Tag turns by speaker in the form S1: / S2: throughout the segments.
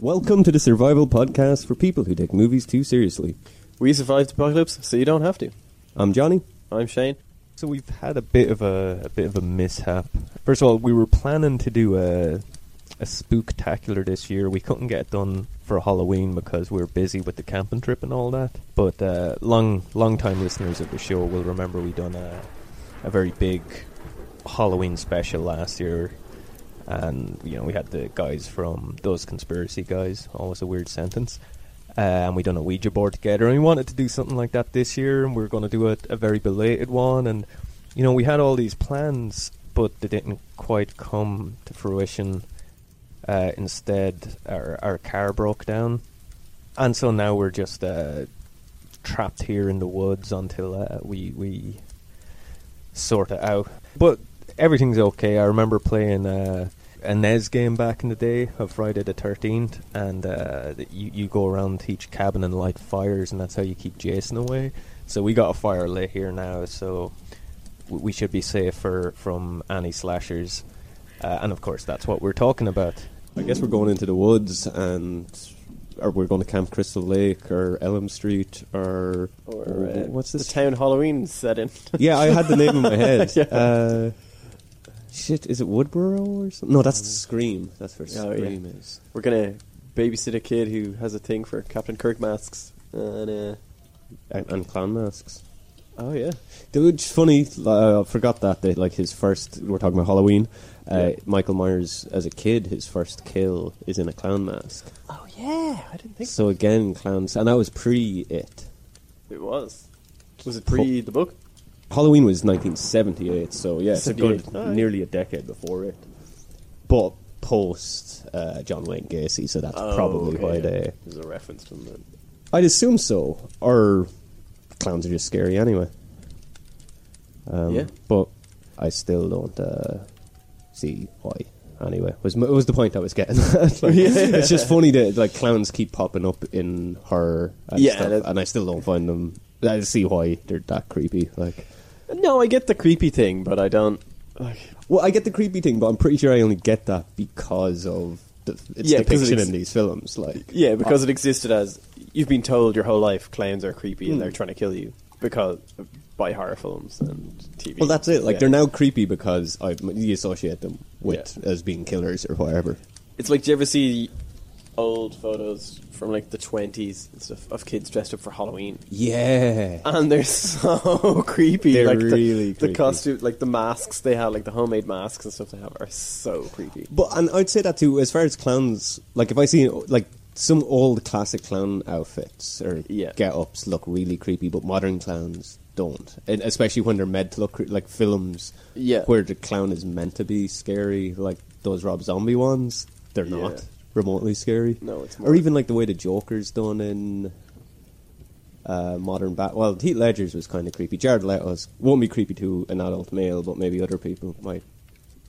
S1: Welcome to the Survival Podcast for people who take movies too seriously.
S2: We survived the apocalypse, so you don't have to.
S1: I'm Johnny.
S2: I'm Shane.
S3: So we've had a bit of a, a bit of a mishap. First of all, we were planning to do a a spooktacular this year. We couldn't get it done for Halloween because we were busy with the camping trip and all that. But uh, long long time listeners of the show will remember we done a a very big Halloween special last year, and you know we had the guys from those conspiracy guys. Always a weird sentence. Uh, and we done a Ouija board together, and we wanted to do something like that this year, and we were going to do a, a very belated one, and you know we had all these plans, but they didn't quite come to fruition. Uh, instead, our our car broke down, and so now we're just uh, trapped here in the woods until uh, we we sort it out. But everything's okay. I remember playing uh, a NES game back in the day of Friday the 13th, and uh, that you, you go around to each cabin and light fires, and that's how you keep Jason away. So we got a fire lit here now, so w- we should be safer from any slashers. Uh, and of course, that's what we're talking about.
S1: I guess we're going into the woods and. Or we're going to Camp Crystal Lake or Elm Street or.
S2: Or, uh,
S1: what's this?
S2: The town Halloween set in.
S1: yeah, I had the name in my head.
S2: Yeah.
S1: uh, shit, is it Woodboro or something? No, that's Scream. That's where
S2: Oh, yeah.
S1: Scream is.
S2: We're gonna babysit a kid who has a thing for Captain Kirk masks. And uh,
S1: And, and clown masks.
S2: oh yeah,
S1: Dude, it's funny. Uh, I forgot that that like his first. We're talking about Halloween. Uh,
S2: Yeah.
S1: Michael Myers, as a kid, his first kill is in a clown mask.
S2: oh yeah, I didn't think
S1: So again, clowns, and that was pre it.
S2: it was. Was it pre the book?
S1: Halloween was 1978, so yeah, it's a good
S2: 78. Alright.
S1: nearly a decade before it. But post uh, John Wayne Gacy, so that's probably
S2: Oh, okay,
S1: why
S2: yeah.
S1: they.
S2: There's a reference from the
S1: I'd assume so. Or clowns are just scary anyway. Um,
S2: Yeah.
S1: But I still don't uh, see why. Anyway, was m- was the point I was getting? at. Like, It's just funny that like clowns keep popping up in horror. And
S2: Yeah,
S1: stuff,
S2: that-
S1: and I still don't find them. I see why they're that creepy. Like,
S2: No, I get the creepy thing, but I don't. Like,
S1: well, I get the creepy thing, but I'm pretty sure I only get that because of the, its
S2: Yeah, 'cause
S1: depiction
S2: it's-
S1: in these films. Like,
S2: yeah,
S1: Uh,
S2: because it existed as you've been told your whole life clowns are creepy and they're
S1: Hmm.
S2: trying to kill you because by horror films and TV.
S1: Well, that's it. Like
S2: Yeah.
S1: they're now creepy because I you associate them with
S2: Yeah.
S1: as being killers or whatever.
S2: It's like, do you ever see old photos from like the twenties and stuff of kids dressed up for Halloween?
S1: Yeah.
S2: And they're so creepy.
S1: They're
S2: like the,
S1: really
S2: the
S1: creepy.
S2: costume, like the masks they have, like the homemade masks and stuff they have, are so creepy.
S1: But and I'd say that too. As far as clowns, like if I see like some old classic clown outfits or
S2: Yeah.
S1: get-ups look really creepy, but modern clowns don't, and especially when they're meant to look cre- like films.
S2: Yeah.
S1: where the clown is meant to be scary, like those Rob Zombie ones, they're
S2: Yeah.
S1: not remotely scary.
S2: No, it's
S1: or
S2: more-
S1: even like the way the Joker's done in. Uh, modern bat. Well, Heath Ledger's was kind of creepy. Jared Leto's won't be creepy to an adult male, but maybe other people might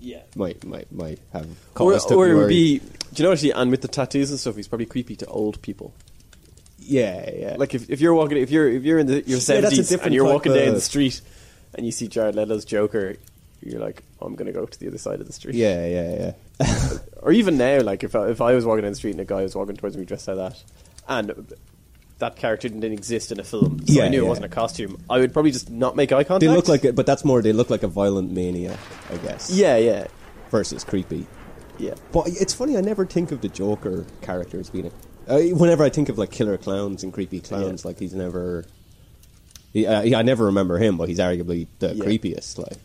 S2: Yeah.
S1: might might might have
S2: Or,
S1: cause to
S2: or it would
S1: worry.
S2: be, do you know actually? And with the tattoos and stuff, he's probably creepy to old people.
S1: yeah yeah
S2: Like if, if you're walking, if you're if you're in the
S1: that's a
S2: your seventies
S1: different
S2: and you're
S1: type
S2: walking down
S1: of-
S2: the street and you see Jared Leto's Joker, you're like, "Oh, I'm gonna go to the other side of the street.
S1: yeah yeah yeah
S2: or even now, like if I, if I was walking down the street and a guy was walking towards me dressed like that, and that character didn't exist in a film, so
S1: Yeah,
S2: I knew
S1: yeah.
S2: it wasn't a costume. I would probably just not make eye contact.
S1: they look like it, but that's more they look like a violent maniac, I guess.
S2: yeah, yeah,
S1: versus creepy.
S2: yeah.
S1: But it's funny, I never think of the Joker character as being a. Uh, whenever I think of like killer clowns and creepy clowns, like he's never. He, uh, he- I never remember him, but he's arguably the
S2: Yeah.
S1: creepiest. Like,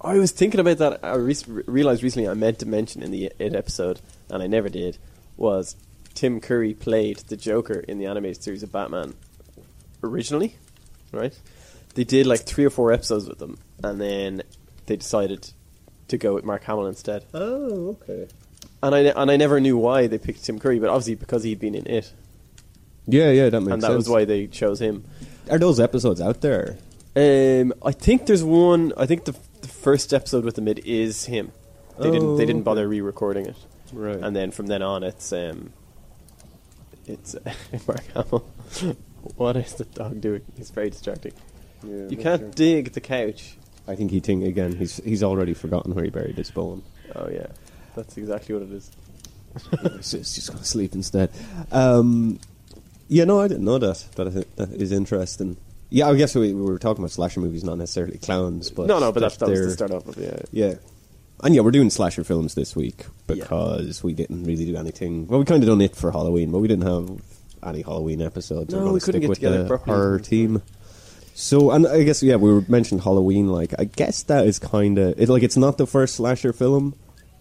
S2: I was thinking about that. I re- realized recently I meant to mention in the it episode, and I never did. Was Tim Curry played the Joker in the animated series of Batman originally, right? They did like three or four episodes with them, and then they decided to go with Mark Hamill instead.
S1: oh okay,
S2: And I and I never knew why they picked Tim Curry, but obviously because he'd been in it,
S1: yeah, yeah, that makes
S2: and that was why they chose him.
S1: Are those episodes out there?
S2: Um, I think there's one. I think the, the first episode with the mid is him. They didn't. They
S1: Oh,
S2: didn't
S1: okay.
S2: bother re-recording it.
S1: Right.
S2: And then from then on, it's um, it's Mark Hamill. what is the dog doing? He's very distracting. you can't dig the couch.
S1: I think he think again. He's he's already forgotten where he buried his bone.
S2: Oh yeah, that's exactly what it is.
S1: He's just, just going to sleep instead. Um, yeah, no, I didn't know that. That is, that is interesting. Yeah, I guess we, we were talking about slasher movies, not necessarily clowns, but
S2: no, no, but that, that was
S1: they're-
S2: the start off of yeah.
S1: Yeah. And yeah, we're doing slasher films this week because we didn't really do anything. Well, we kind of done it for Halloween, but we didn't have any Halloween episodes.
S2: No,
S1: We're gonna
S2: we
S1: stick
S2: couldn't get
S1: with
S2: together
S1: the
S2: properly.
S1: horror team. So, and I guess yeah, we were mentioned Halloween. Like, I guess that is kind of it. Like, it's not the first slasher film.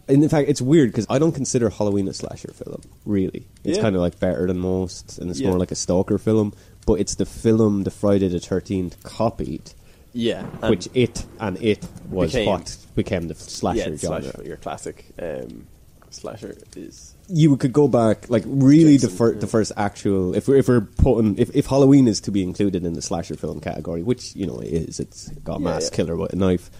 S1: And in fact, it's weird because I don't consider Halloween a slasher film. Really, it's
S2: Yeah.
S1: kind of like better than most, and it's
S2: Yeah.
S1: more like a stalker film. But it's the film, the Friday the Thirteenth copied
S2: Yeah,
S1: which it and it was
S2: became-
S1: what became the slasher
S2: yeah,
S1: genre.
S2: slasher, your classic um, slasher is
S1: You could go back, like really, the
S2: Jason,
S1: first
S2: yeah.
S1: the first actual. If we're if we're putting if, if Halloween is to be included in the slasher film category, which you know it is, it's got a
S2: Yeah,
S1: mass
S2: yeah.
S1: killer with a knife.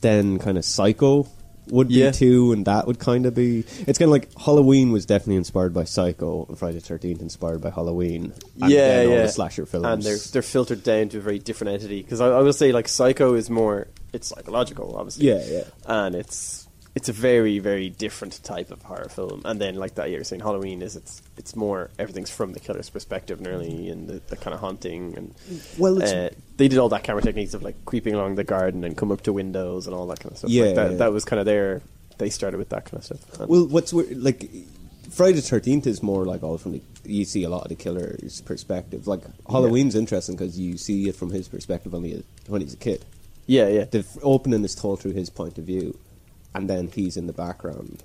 S1: Then kind of Psycho would be
S2: Yeah.
S1: too, and that would kind of be. It's kind of like Halloween was definitely inspired by Psycho, and Friday the Thirteenth inspired by Halloween. And
S2: yeah,
S1: then
S2: yeah.
S1: all the slasher films.
S2: and they're they're filtered down to a very different entity. Because I, I will say, like Psycho is more it's psychological, obviously.
S1: Yeah, yeah.
S2: and it's it's a very very different type of horror film. And then like that you're saying, Halloween is it's it's more everything's from the killer's perspective, nearly, and the, the kind of haunting and
S1: Well, it's-
S2: uh, they did all that camera techniques of like creeping along the garden and come up to windows and all that kind of stuff. Like,
S1: Yeah,
S2: that,
S1: yeah.
S2: that was kind of their they started with that kind of stuff. And-
S1: Well, what's weird, like Friday the Thirteenth is more like all from the you see a lot of the killer's perspective. Like Halloween's interesting 'cause interesting because you see it from his perspective when he when he's a kid.
S2: yeah, yeah.
S1: The f- opening is told through his point of view, and then he's in the background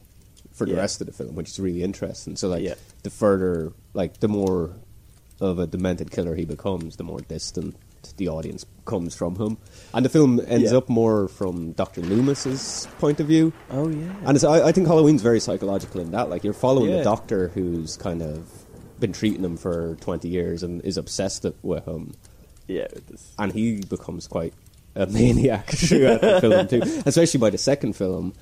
S1: for the
S2: Yeah.
S1: rest of the film, which is really interesting. So like
S2: Yeah.
S1: the further, like the more of a demented killer he becomes, the more distant the audience comes from him, and the film ends
S2: Yeah.
S1: up more from Doctor Loomis's point of view.
S2: Oh yeah.
S1: And it's, I, I think Halloween's very psychological in that. Like, you're following a
S2: Yeah.
S1: doctor who's kind of been treating him for 20 years and is obsessed with him.
S2: yeah. It is.
S1: And he becomes quite a maniac throughout the film, too. Especially by the second film.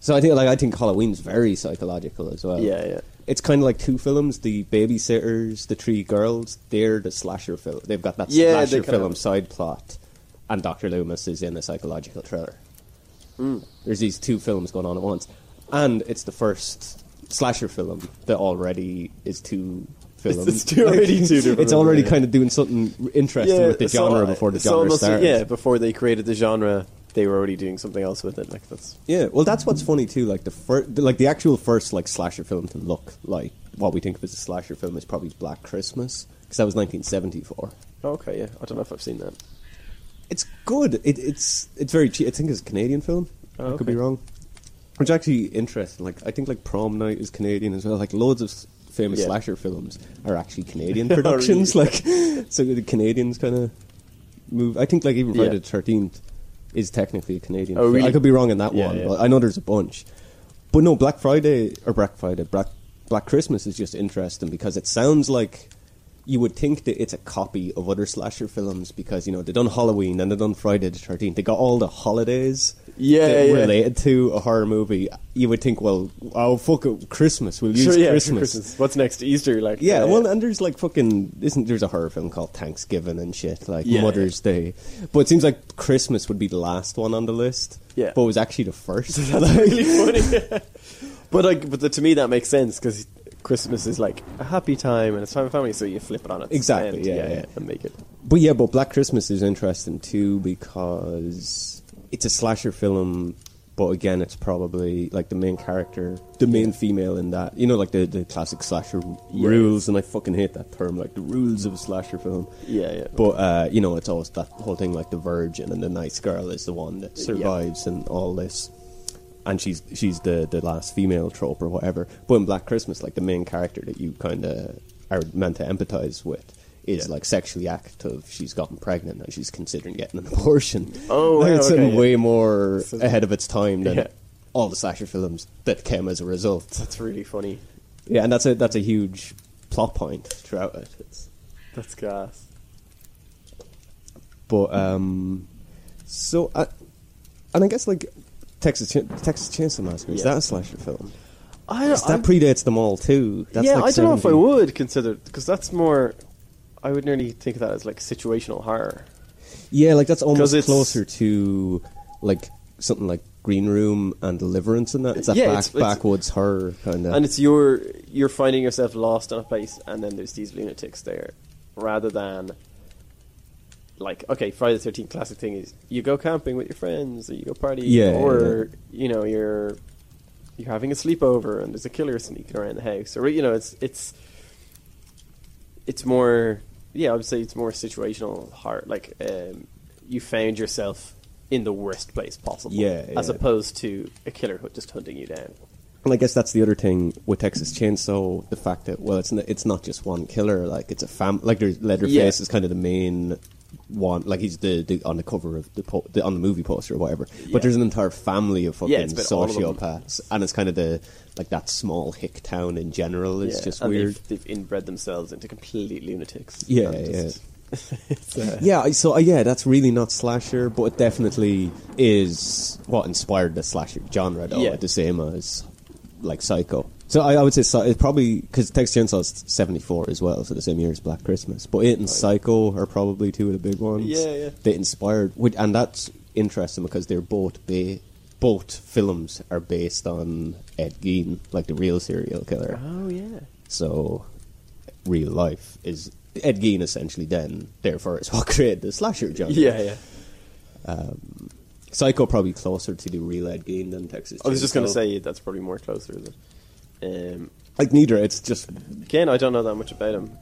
S1: So I think, like, I think Halloween's very psychological as well.
S2: Yeah, yeah.
S1: It's kind of like two films: the babysitters, the three girls. They're the slasher film. They've got that
S2: Yeah, they
S1: slasher
S2: kinda-
S1: film side plot, and Doctor Loomis is in a psychological thriller.
S2: Mm.
S1: There's these two films going on at once, and it's the first slasher film that already is two films.
S2: It's two- already two different
S1: It's already
S2: films, yeah.
S1: kind of doing something interesting with the
S2: it's
S1: genre
S2: all-
S1: before the
S2: it's
S1: genre
S2: uh, almost-
S1: starts.
S2: Yeah, before they created the genre, they were already doing something else with it. Like that's
S1: Yeah, well, that's what's funny too. Like the first, like the actual first like slasher film to look like what we think of as a slasher film is probably Black Christmas because that was 1974.
S2: oh, okay. Yeah, I don't know if I've seen that.
S1: It's good. It, it's it's very cheap. I think it's a Canadian film.
S2: Oh,
S1: I could be
S2: okay.
S1: wrong. Which actually interesting. Like I think like Prom Night is Canadian as well. Like loads of s- famous
S2: Yeah.
S1: slasher films are actually Canadian
S2: Oh, really?
S1: productions. Like so the Canadians kind of move. I think like even
S2: Yeah.
S1: Friday the Thirteenth is technically a Canadian.
S2: Oh,
S1: film.
S2: really?
S1: I could be wrong on that
S2: Yeah,
S1: one.
S2: yeah.
S1: But I know there's a bunch. But no, Black Friday or Black Friday, Black Black Christmas is just interesting because it sounds like you would think that it's a copy of other slasher films because you know they done Halloween and they done Friday the Thirteenth. They got all the holidays
S2: Yeah,
S1: that
S2: yeah.
S1: related to a horror movie. You would think, well, oh fuck it, Christmas. We'll use
S2: Sure, yeah,
S1: Christmas.
S2: What's next? Easter? Like
S1: Yeah, well, and there's like fucking isn't there's a horror film called Thanksgiving and shit like
S2: Yeah.
S1: Mother's Day, but it seems like Christmas would be the last one on the list.
S2: Yeah.
S1: but it was actually the first.
S2: really funny. but like, but the, to me that makes sense because Christmas is like a happy time and it's time for family, so you flip it on its
S1: Exactly,
S2: end,
S1: yeah, yeah.
S2: and make it.
S1: But yeah, but Black Christmas is interesting too because it's a slasher film, but again, it's probably like the main character, the main female in that. You know, like the, the classic slasher
S2: Yeah.
S1: rules, and I fucking hate that term, like the rules of a slasher film.
S2: Yeah, yeah.
S1: But uh, you know, it's always that whole thing like the virgin and the nice girl is the one that survives and all this. And she's she's the, the last female trope or whatever. But in Black Christmas, like the main character that you kind of are meant to empathize with is
S2: Yeah.
S1: like sexually active. She's gotten pregnant and she's considering getting an abortion.
S2: Oh,
S1: Like,
S2: wow,
S1: it's
S2: okay,
S1: in
S2: yeah.
S1: way more
S2: So-
S1: ahead of its time than
S2: Yeah.
S1: all the slasher films that came as a result.
S2: That's really funny.
S1: Yeah, and that's a that's a huge plot point throughout it. It's,
S2: That's gas.
S1: But um, so I, and I guess like Texas Ch- Texas Chainsaw Massacre is
S2: Yeah.
S1: that a slasher film?
S2: I,
S1: 'Cause that predates them all too. That's
S2: yeah,
S1: like
S2: I don't know if I
S1: 70.
S2: would consider because that's more. I would nearly think of that as like situational horror.
S1: Yeah, like that's almost
S2: it's-
S1: closer to like something like Green Room and Deliverance and that. It's that
S2: Yeah,
S1: back,
S2: it's- it's-
S1: backwoods horror kind of.
S2: And it's your you're finding yourself lost in a place, and then there's these lunatics there, rather than like okay, Friday the Thirteenth classic thing is you go camping with your friends, or you go party,
S1: Yeah,
S2: or you know you're you're having a sleepover, and there's a killer sneaking around the house, or you know it's it's it's more yeah, I would say it's more situational horror. Like um, you found yourself in the worst place possible,
S1: Yeah,
S2: as
S1: yeah.
S2: opposed to a killer who just hunting you down.
S1: And I guess that's the other thing with Texas Chainsaw: the fact that well, it's n- it's not just one killer. Like it's a fam. Like there's Leatherface
S2: Yeah.
S1: is kind of the main one. Like he's the, the on the cover of the, po- the on the movie poster or whatever.
S2: Yeah.
S1: But there's an entire family of fucking
S2: Yeah, it's been all of them.
S1: sociopaths, and it's kind of the like that small hick town in general is
S2: Yeah,
S1: just
S2: and
S1: weird.
S2: They've, they've inbred themselves into complete lunatics.
S1: Yeah,
S2: And just- it's, uh,
S1: Yeah, I so uh, yeah, that's really not slasher, but it definitely is what inspired the slasher genre, though.
S2: Yeah.
S1: The same as like Psycho. So I, I would say Psy- it probably because Texas Chainsaw is seventy four as well, so the same year as Black Christmas. But it and Psycho are probably two of the big ones.
S2: Yeah, yeah.
S1: They inspired, which, and that's interesting because they're both ba- both films are based on Ed Gein, like the real serial killer.
S2: Oh yeah.
S1: So, real life is Ed Gein essentially. Then, therefore, is what created the slasher genre.
S2: Yeah, yeah.
S1: Psycho probably closer to the real Ed Gein than Texas.
S2: I was just going
S1: Chainsaw.
S2: to say that's probably more closer, is it? Um,
S1: like neither. It's just
S2: again, I don't know that much about him.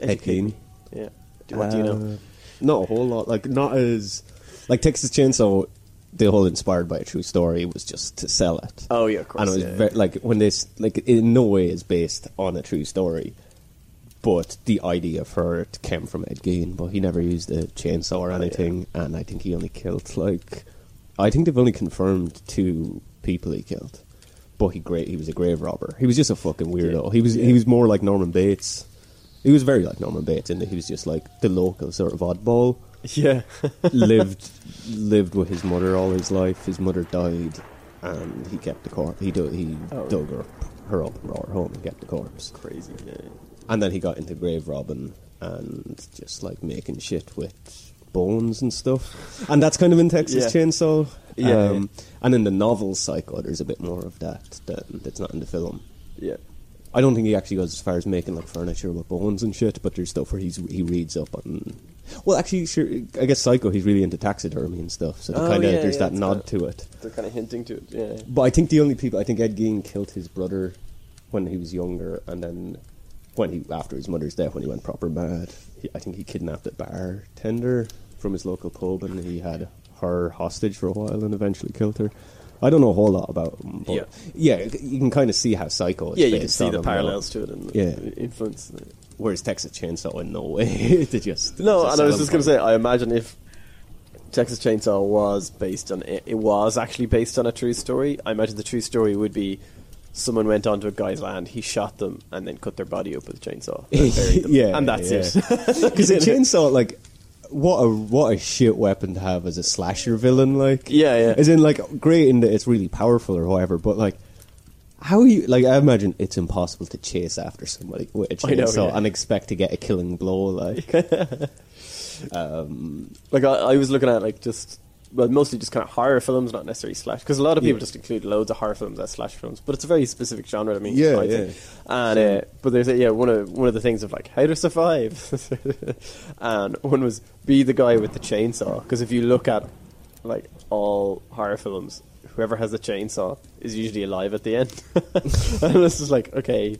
S1: Ed
S2: Educate
S1: Gein. Uh,
S2: me. Yeah. Do- What do you know?
S1: Not a whole lot. Like not as like Texas Chainsaw. The whole inspired by a true story was just to sell it.
S2: Oh yeah, of course.
S1: and it was
S2: yeah,
S1: ve- like when this like it in no way is based on a true story, but the idea for it came from Ed Gein, but he never used a chainsaw or
S2: Oh, yeah.
S1: anything, and I think he only killed like I think they've only confirmed two people he killed, but he great he was a grave robber. He was just a fucking weirdo.
S2: Yeah.
S1: He was
S2: Yeah.
S1: he was more like Norman Bates. He was very like Norman Bates, and he was just like the local sort of oddball
S2: yeah. Yeah.
S1: lived lived with his mother all his life. His mother died, and he kept the corpse. He do, he
S2: Oh.
S1: dug her up, her up, brought her home, and kept the corpse.
S2: Crazy. Yeah.
S1: And then he got into grave robbing and just like making shit with bones and stuff. And that's kind of in Texas
S2: Yeah.
S1: Chainsaw. Um,
S2: Yeah,
S1: And in the novel Psycho, there's a bit more of that, that that's not in the film.
S2: Yeah.
S1: I don't think he actually goes as far as making like furniture with bones and shit, but there's stuff where he's he reads up on. Well, actually, sure. I guess Psycho. He's really into taxidermy and stuff, so
S2: Oh,
S1: kind of
S2: yeah,
S1: there's
S2: yeah,
S1: that
S2: it's
S1: nod
S2: kinda-
S1: to it.
S2: They're kind of hinting to it. Yeah.
S1: But I think the only people I think Ed Gein killed his brother when he was younger, and then when he after his mother's death, when he went proper mad, he, I think he kidnapped a bartender from his local pub, and he had her hostage for a while, and eventually killed her. I don't know a whole lot about him, but
S2: Yeah.
S1: yeah, you can kind of see how Psycho. Is
S2: Yeah, you
S1: based
S2: can see
S1: on
S2: the
S1: him, though.
S2: parallels to it and
S1: Yeah.
S2: the influence.
S1: Whereas Texas Chainsaw, in no way. they just it's a
S2: No, and I was
S1: selling
S2: just going to say,
S1: point.
S2: I imagine if Texas Chainsaw was based on it, it was actually based on a true story. I imagine the true story would be someone went onto a guy's land, he shot them, and then cut their body up with a chainsaw. and buried them.
S1: yeah,
S2: and that's it.
S1: Because a chainsaw, like, what a what a shit weapon to have as a slasher villain. Like,
S2: Yeah, yeah.
S1: As in, like, great in that it's really powerful or whatever, but like. How you like? I imagine it's impossible to chase after somebody with a
S2: I know,
S1: chainsaw
S2: yeah.
S1: and expect to get a killing blow. Like,
S2: like I, I was looking at like just well, mostly just kind of horror films, not necessarily slash, because a lot of people
S1: Yeah.
S2: just include loads of horror films as slash films, but it's a very specific genre. I mean,
S1: Yeah,
S2: I
S1: yeah.
S2: think. And uh, but there's a, yeah one of one of the things of like how to survive, and one was be the guy with the chainsaw because if you look at like all horror films, whoever has a chainsaw is usually alive at the end, and this is like okay.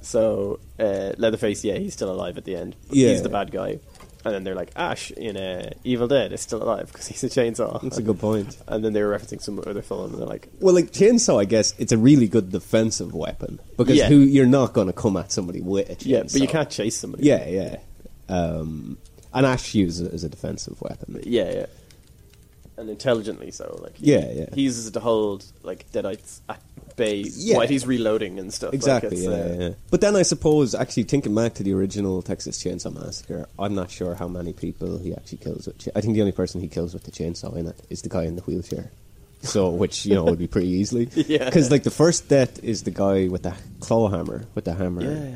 S2: So uh, Leatherface, yeah, he's still alive at the end. but
S1: Yeah.
S2: he's the bad guy. And then they're like Ash in uh, Evil Dead is still alive because he's a chainsaw.
S1: that's a good point.
S2: And then they were referencing some other film, and they're like,
S1: Well, like chainsaw, I guess it's a really good defensive weapon because
S2: Yeah.
S1: who you're not going to come at somebody with a chainsaw.
S2: "Yeah, but you can't chase somebody."
S1: Yeah, yeah. Um, and Ash uses it as a defensive weapon.
S2: yeah, yeah, and intelligently so. Like,
S1: Yeah, yeah.
S2: he uses it to hold like Deadites at bay
S1: Yeah.
S2: while he's reloading and stuff. Like,
S1: Exactly.
S2: it's,
S1: yeah,
S2: uh,
S1: yeah. But then I suppose, actually, thinking back to the original Texas Chainsaw Massacre, I'm not sure how many people he actually kills with. Cha- I think the only person he kills with the chainsaw in it is the guy in the wheelchair. So, which you know would be pretty easily,
S2: Yeah.
S1: Because like the first death is the guy with the claw hammer, with the hammer,
S2: Yeah,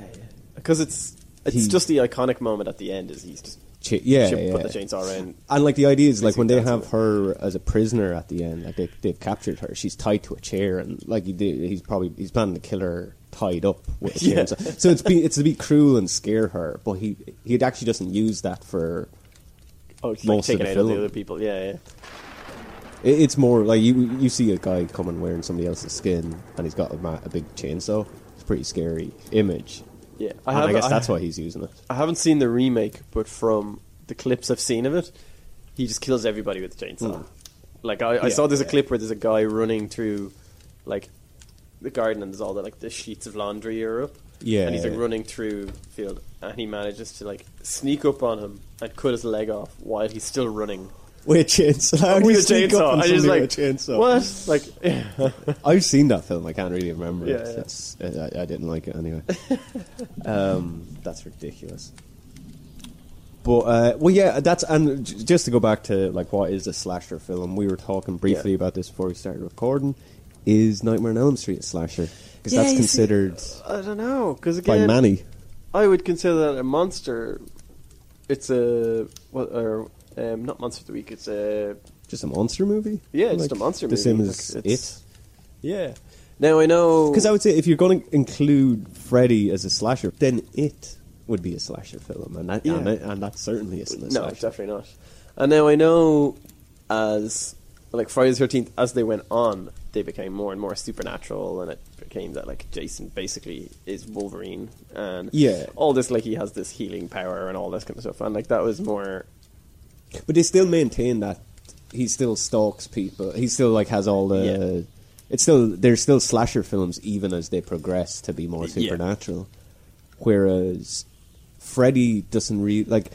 S2: because it's it's
S1: He-
S2: just the iconic moment at the end is he's just
S1: Chi- yeah,
S2: She
S1: yeah.
S2: put the chainsaw around.
S1: And like the idea is like when they
S2: Basically,
S1: have
S2: that's
S1: her as a prisoner at the end, like they, they've captured her. She's tied to a chair, and like he did, he's probably he's planning to kill her tied up with a
S2: Yeah.
S1: chainsaw. So it's be, it's to be cruel and scare her, but he he actually doesn't use that for.
S2: Oh, it's like
S1: Most of
S2: taking
S1: the
S2: out all the
S1: film.
S2: other people. Yeah, yeah.
S1: It, it's more like you you see a guy coming wearing somebody else's skin, and he's got a, ma- a big chainsaw. It's a pretty scary image.
S2: yeah.
S1: I, and I guess that's why he's using it.
S2: I haven't seen the remake, but from the clips I've seen of it, he just kills everybody with the chainsaw.
S1: Mm.
S2: Like I, I
S1: Yeah,
S2: saw there's a
S1: yeah.
S2: clip where there's a guy running through, like, the garden and there's all the like the sheets of laundry are up.
S1: Yeah.
S2: and he's like running through field, and he manages to like sneak up on him and cut his leg off while he's still running
S1: With a chainsaw, How do you
S2: with a
S1: sneak up
S2: chainsaw.
S1: on
S2: I just
S1: somebody
S2: like
S1: with a chainsaw?
S2: what? Like,
S1: I've seen that film. I can't really remember
S2: Yeah,
S1: it.
S2: yeah.
S1: That's, I, I didn't like it anyway. um, that's ridiculous. But uh, well, yeah, that's and j- just to go back to like what is a slasher film? We were talking briefly
S2: Yeah.
S1: about this before we started recording. Is Nightmare on Elm Street a slasher? Because
S2: Yeah,
S1: that's
S2: you see-
S1: considered
S2: I don't know because
S1: by
S2: again,
S1: many.
S2: I would consider that a monster. It's a well, or um, not monster of the week. It's a
S1: Just a monster movie.
S2: yeah, it's just a monster
S1: The
S2: movie.
S1: same
S2: Like,
S1: as
S2: it's-
S1: it.
S2: Yeah. Now I know
S1: Because I would say if you're going to include Freddy as a slasher, then it would be a slasher film, and that, and,
S2: Yeah.
S1: it, and that certainly isn't a
S2: no,
S1: slasher.
S2: definitely not. And now I know as like Friday the Thirteenth, as they went on, they became more and more supernatural, and it became that like Jason basically is Wolverine, and
S1: Yeah.
S2: all this like he has this healing power and all this kind of stuff, and like that was more
S1: But they still maintain that he still stalks people. He still like has all the. It's still there's still slasher films even as they progress to be more
S2: Yeah.
S1: supernatural, whereas Freddy doesn't really like.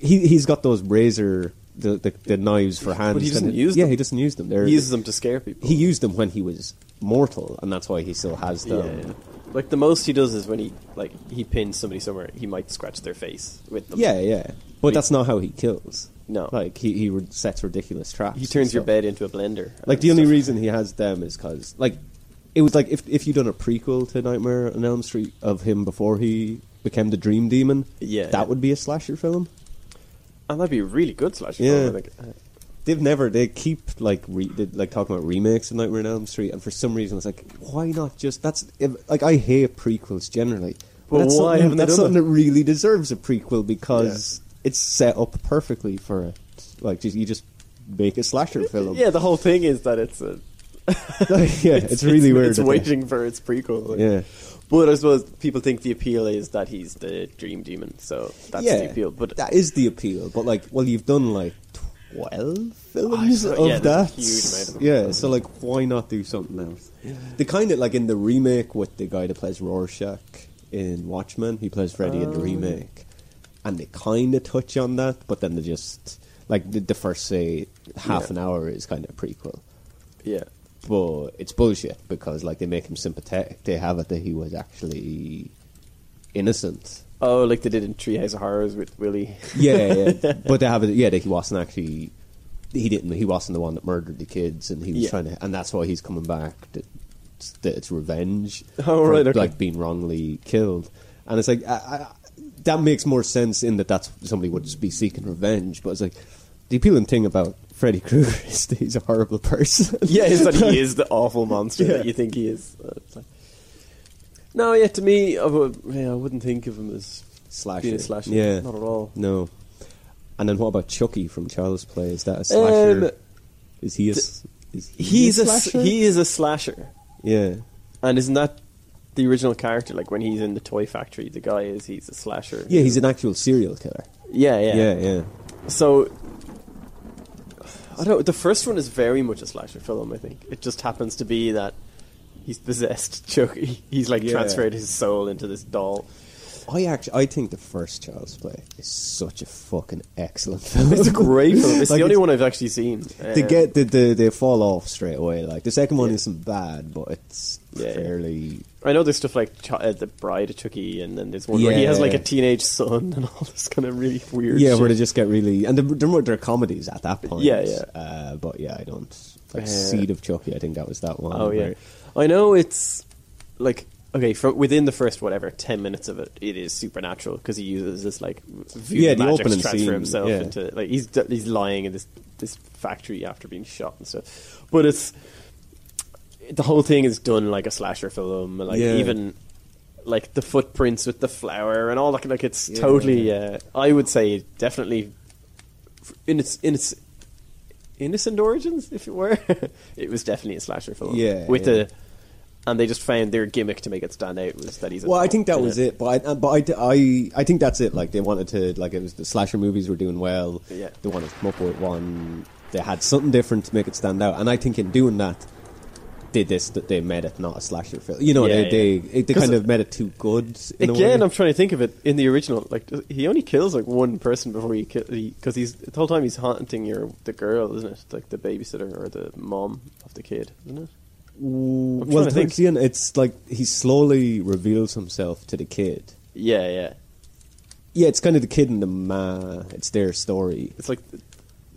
S1: He he's got those razor the the, the knives for hands.
S2: he doesn't
S1: and-
S2: use
S1: Yeah,
S2: them.
S1: he doesn't use them. They're,
S2: he uses them to scare people.
S1: He used them when he was mortal, and that's why he still has
S2: yeah.
S1: them.
S2: Like the most he does is when he like he pins somebody somewhere, he might scratch their face with them.
S1: Yeah, yeah. But that's not how he kills.
S2: No.
S1: like he he re- sets ridiculous traps.
S2: He
S1: and
S2: turns your
S1: stuff.
S2: bed into a blender.
S1: Like
S2: and
S1: the only
S2: stuff.
S1: reason he has them is because like it was like if if you'd done a prequel to Nightmare on Elm Street of him before he became the Dream Demon,
S2: Yeah,
S1: that
S2: yeah.
S1: would be a slasher film.
S2: and that'd be a really good slash. uh,
S1: Yeah.
S2: Yeah, film, I think.
S1: They've never they keep like re, they, like talking about remakes of Nightmare on Elm Street, and for some reason it's like why not just that's if, like I hate prequels generally.
S2: But
S1: that's
S2: why
S1: something,
S2: haven't they
S1: that's
S2: done
S1: something
S2: that?
S1: that really deserves a prequel because it's set up perfectly for it. Like just, you just make a slasher film.
S2: Yeah, the whole thing is that it's a,
S1: yeah, it's, really weird.
S2: It's
S1: that they-
S2: waiting for its prequel. like.
S1: Yeah.
S2: but I suppose people think the appeal is that he's the dream demon, so that's the appeal. But
S1: that is the appeal. But like, well, you've done like twelve films
S2: Oh,
S1: of
S2: yeah,
S1: that.
S2: there's a huge amount of them.
S1: Yeah, so like, why not do something else? The kind of like in the remake with the guy that plays Rorschach in Watchmen, he plays Freddy
S2: Oh.
S1: in the remake, and they kind of touch on that, but then they just like the, the first say half
S2: Yeah.
S1: an hour is kind of a prequel.
S2: yeah,
S1: But it's bullshit because like they make him sympathetic. They have it that he was actually innocent.
S2: oh, like they did in Treehouse of Horrors with Willy.
S1: yeah, yeah. but they have it. Yeah, that he wasn't actually. He didn't. He wasn't the one that murdered the kids, and he was
S2: Yeah.
S1: trying to. And that's why he's coming back. That, that it's revenge.
S2: Oh, right, okay.
S1: Like being wrongly killed, and it's like I, I, that makes more sense in that that's somebody would just be seeking revenge. But it's like the appealing thing about Freddy Krueger is that he's a horrible person.
S2: yeah, is that he is the awful monster
S1: Yeah.
S2: that you think he is. Uh, it's like- No, yeah, to me, I, would, yeah, I wouldn't think of him as
S1: slasher.
S2: being a slasher.
S1: Yeah,
S2: not at all.
S1: No. And then what about Chucky from Child's Play? Is that a slasher?
S2: Um,
S1: is he a? s- is he
S2: He's a s-
S1: slasher?
S2: he is a slasher.
S1: Yeah.
S2: And isn't that the original character? Like when he's in the toy factory, the guy is he's a slasher.
S1: Yeah, he's an actual serial killer.
S2: yeah, yeah,
S1: Yeah, yeah.
S2: So I don't. The first one is very much a slasher film. I think it just happens to be that he's possessed. Chucky. He's like
S1: Yeah.
S2: transferred his soul into this doll.
S1: I actually, I think the first Child's Play is such a fucking excellent film.
S2: It's a great film. It's
S1: Like,
S2: the only one I've actually seen.
S1: They
S2: Um,
S1: get the, the they fall off straight away. Like the second one
S2: Yeah.
S1: isn't bad, but it's
S2: Yeah, yeah.
S1: fairly.
S2: I know there's stuff like Ch- uh, the Bride of Chucky, and then there's one where he has like
S1: Yeah.
S2: a teenage son and all this kind of really weird.
S1: Yeah,
S2: shit.
S1: where they just get really and they're, they're more they're comedies at that point.
S2: Yeah, yeah.
S1: Uh, but yeah, I don't like
S2: Uh,
S1: Oh, Seed of Chucky. I think that was that one.
S2: Oh yeah,
S1: where-
S2: I know it's like Okay, from within the first whatever ten minutes of it, it is supernatural because he uses this like voodoo
S1: Yeah, the
S2: magic
S1: opening
S2: to transfer
S1: scene,
S2: himself
S1: yeah.
S2: into like he's d- he's lying in this this factory after being shot and stuff. But it's the whole thing is done like a slasher film, like
S1: Yeah.
S2: even like the footprints with the flower and all that. Like it's totally. Uh, I would say definitely f- in its in its innocent origins, if it were, it was definitely a slasher film.
S1: Yeah,
S2: with
S1: yeah.
S2: a and they just found their gimmick to make it stand out was that he's. a
S1: Well, I think that
S2: in
S1: was it, but I, uh, but I, d- I, I think that's it. Like they wanted to, like it was the slasher movies were doing well.
S2: Yeah.
S1: They wanted to come up with one. They had something different to make it stand out, and I think in doing that, they this that they made it not a slasher film. You know,
S2: Yeah,
S1: they,
S2: yeah.
S1: they they
S2: 'Cause
S1: kind of made it too good. In
S2: Again,
S1: a
S2: I'm
S1: way.
S2: trying to think of it in the original. Like he only kills like one person before he kills because he's the whole time he's haunting your the girl, isn't it? Like the babysitter or the mom of the kid, isn't it?
S1: well,
S2: I'm trying to think.
S1: towards the end, it's like he slowly reveals himself to the kid.
S2: Yeah, yeah.
S1: Yeah, it's kind of the kid and the ma. It's their story.
S2: It's like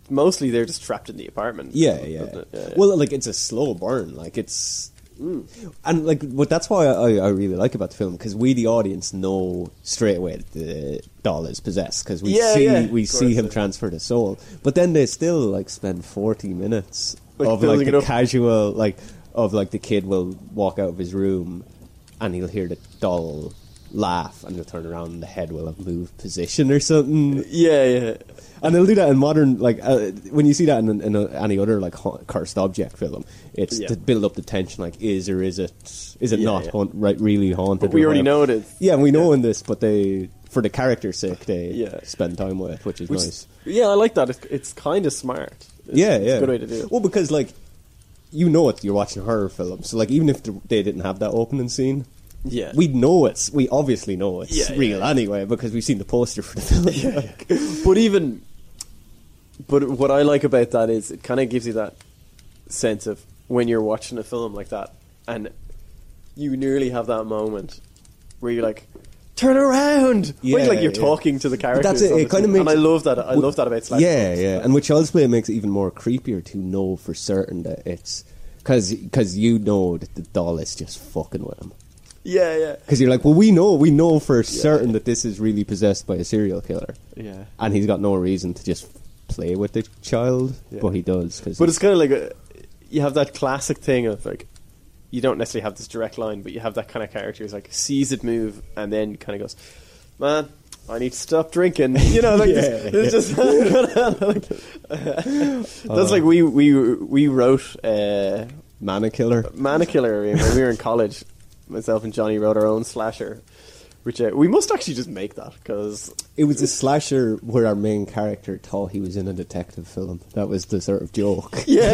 S2: mostly they're just trapped in the apartment.
S1: Yeah,
S2: isn't
S1: yeah.
S2: it? yeah, Mm. yeah.
S1: Well, like it's a slow burn. Like it's, and like, but that's why I, I really like about the film because we, the audience, know straight away that the doll is possessed because we
S2: Yeah,
S1: see
S2: yeah,
S1: we
S2: of
S1: see
S2: course,
S1: him
S2: yeah.
S1: transfer the soul. But then they still like spend forty minutes
S2: Like,
S1: of like
S2: building it
S1: the
S2: up.
S1: casual like of like the kid will walk out of his room and he'll hear the doll laugh and he'll turn around and the head will have moved position or something
S2: yeah, yeah.
S1: and they'll do that in modern, like uh, when you see that in, in uh any other like ha- cursed object film, it's
S2: Yeah.
S1: to build up the tension. Like, is or is it? Is it
S2: Yeah,
S1: not
S2: yeah.
S1: haunt, right? Really haunted?
S2: But we
S1: or
S2: already
S1: whatever.
S2: know it is.
S1: Yeah, we know in this, but they for the character's sake they
S2: Yeah.
S1: spend time with, it, which is
S2: Which-
S1: nice.
S2: Yeah, I like that. It's, it's kind of smart. It's,
S1: yeah,
S2: it's
S1: yeah,
S2: a good way to do it.
S1: Well, because like you know it, you're watching a horror film, so like even if the, they didn't have that opening scene.
S2: Yeah.
S1: we know it's. We obviously know it's
S2: Yeah, yeah,
S1: real
S2: yeah.
S1: anyway because we've seen the poster for the film.
S2: but even, but what I like about that is it kind of gives you that sense of when you're watching a film like that, and you nearly have that moment where you're like. Turn around!
S1: Yeah,
S2: like you're
S1: yeah.
S2: talking to the
S1: But
S2: characters.
S1: that's it.
S2: on
S1: It
S2: the
S1: kind of
S2: scene.
S1: makes.
S2: and I love that. I
S1: w-
S2: love that about Slash.
S1: Yeah, yeah, and with Child's Play it makes it even more creepier to know for certain that it's because you know that the doll is just fucking with him.
S2: yeah, yeah,
S1: Because you're like, well, we know, we know for certain that this is really possessed by a serial killer,
S2: yeah.
S1: and he's got no reason to just play with the child,
S2: Yeah.
S1: but he does. Cause
S2: But it's kind of like a, you have that classic thing of like you don't necessarily have this direct line, but you have that kind of character who's like sees it move and then kind of goes, "Man, I need to stop drinking." You know, like this-
S1: Yeah,
S2: this just that's like we we we wrote uh,
S1: Mana Killer.
S2: Maniciller when we were in college. Myself and Johnny wrote our own slasher, which uh, we must actually just make that because
S1: It was a slasher where our main character thought he was in a detective film. That was the sort of joke.
S2: yeah,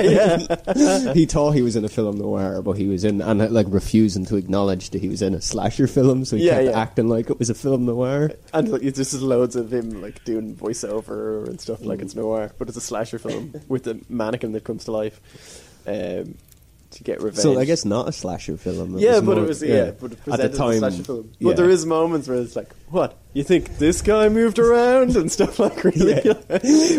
S2: yeah.
S1: he thought he was in a film noir, but he was in and uh, like refusing to acknowledge that he was in a slasher film, so he
S2: Yeah,
S1: kept
S2: yeah.
S1: acting like it was a film noir.
S2: And like, it's just loads of him like doing voiceover and stuff like
S1: Mm.
S2: it's noir, but it's a slasher film with a mannequin that comes to life um, to get revenge.
S1: So I guess not a slasher film.
S2: yeah, but
S1: more-
S2: it was yeah, but it
S1: at the
S2: presented as
S1: time.
S2: a slasher film. But
S1: yeah.
S2: there is moments where it's like, what you think this guy moved around and stuff like ridiculous.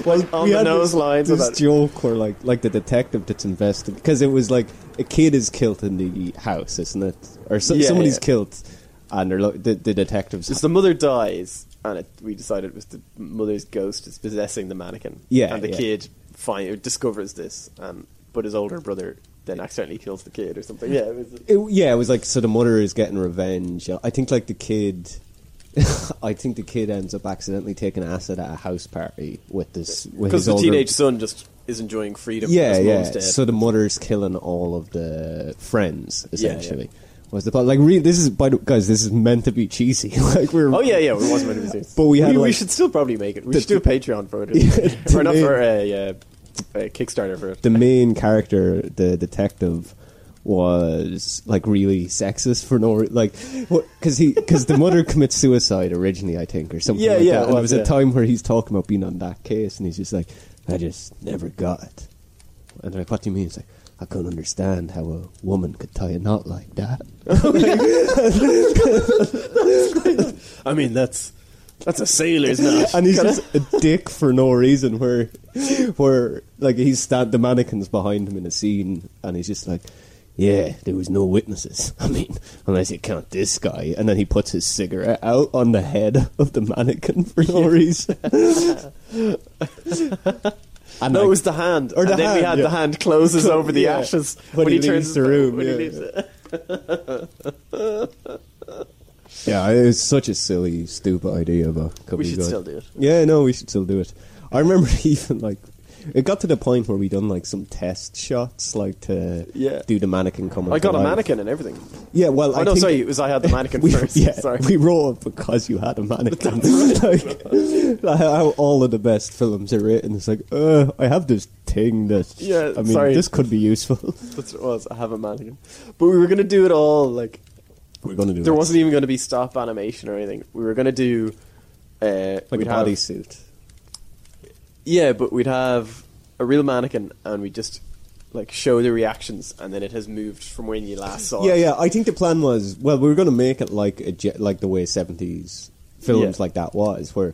S1: well,
S2: like, on
S1: we
S2: the
S1: had
S2: nose
S1: this,
S2: lines
S1: This
S2: about-
S1: joke where like like the detective that's invested because it was like a kid is killed in the house, isn't it? Or so,
S2: Yeah,
S1: somebody's
S2: yeah.
S1: killed, and they're lo- the, the detectives.
S2: Just the mother dies, and it, we decided it was the mother's ghost is possessing the mannequin.
S1: Yeah,
S2: and the
S1: yeah.
S2: kid find, discovers this, and but his older brother then accidentally kills the kid or something. Yeah, it was,
S1: It, yeah, it was like so. The mother is getting revenge. I think like the kid. I think the kid ends up accidentally taking acid at a house party with this with
S2: because
S1: his
S2: the
S1: older,
S2: teenage son just is enjoying freedom.
S1: Yeah,
S2: his
S1: yeah.
S2: Mom's dead.
S1: So the mother's killing all of the friends
S2: Yeah, yeah.
S1: essentially. Was the plot like re- this is by the guys? This is meant to be cheesy. like we're
S2: oh yeah, yeah. It was meant to be.
S1: But we had,
S2: we,
S1: like-
S2: should still probably make it. We
S1: The-
S2: should do a Patreon for it,
S1: Yeah,
S2: or not
S1: to
S2: for a, uh, a Kickstarter for it.
S1: the main character, the detective, was like really sexist for no re- like because he because the mother commits suicide originally, I think, or something.
S2: Yeah,
S1: like
S2: yeah,
S1: That.
S2: it
S1: And there
S2: was,
S1: was a
S2: yeah.
S1: time where he's talking about being on that case, and he's just like, "I just never got it." And they're like, "What do you mean?" He's like, "I couldn't understand how a woman could tie a knot like that."
S2: I mean, that's that's a sailor's knot.
S1: and he's just a dick for no reason. Where, where like he's stand the mannequins behind him in a scene, and he's just like, yeah, there was no witnesses. I mean, unless you count this guy. And then he puts his cigarette out on the head of the mannequin for no reason. and
S2: No,
S1: I-
S2: it was the hand.
S1: Or the
S2: and then we
S1: hand,
S2: had
S1: yeah.
S2: the hand closes over the
S1: Yeah.
S2: ashes
S1: When he leaves
S2: turns
S1: the
S2: his-
S1: room,
S2: When
S1: yeah.
S2: he leaves it.
S1: yeah, it was such a silly, stupid idea, but could
S2: We
S1: be
S2: should
S1: good.
S2: still do it.
S1: Yeah, no, we should still do it. I remember even like it got to the point where we done like some test shots, like to
S2: Yeah.
S1: do the mannequin coming.
S2: I got
S1: to
S2: a
S1: life.
S2: mannequin and everything.
S1: Yeah, well,
S2: Oh
S1: I
S2: no,
S1: think
S2: sorry, it was I had the mannequin
S1: We,
S2: first.
S1: yeah,
S2: sorry.
S1: we wrote it because you had a mannequin. like, like how all of the best films are written. It's like, uh, I have this thing that.
S2: Yeah,
S1: I mean,
S2: sorry.
S1: this could be useful.
S2: That's what it was. I have a mannequin. But we were gonna do it all like
S1: We're gonna do.
S2: there
S1: it.
S2: wasn't even gonna be stop animation or anything. We were gonna do uh
S1: like a
S2: we'd have-
S1: bodysuit.
S2: Yeah, but we'd have a real mannequin and we just like show the reactions and then it has moved from when you last saw
S1: Yeah,
S2: it.
S1: yeah. I think the plan was well, we were going to make it like a ge- like the way seventies films
S2: Yeah.
S1: like that was, where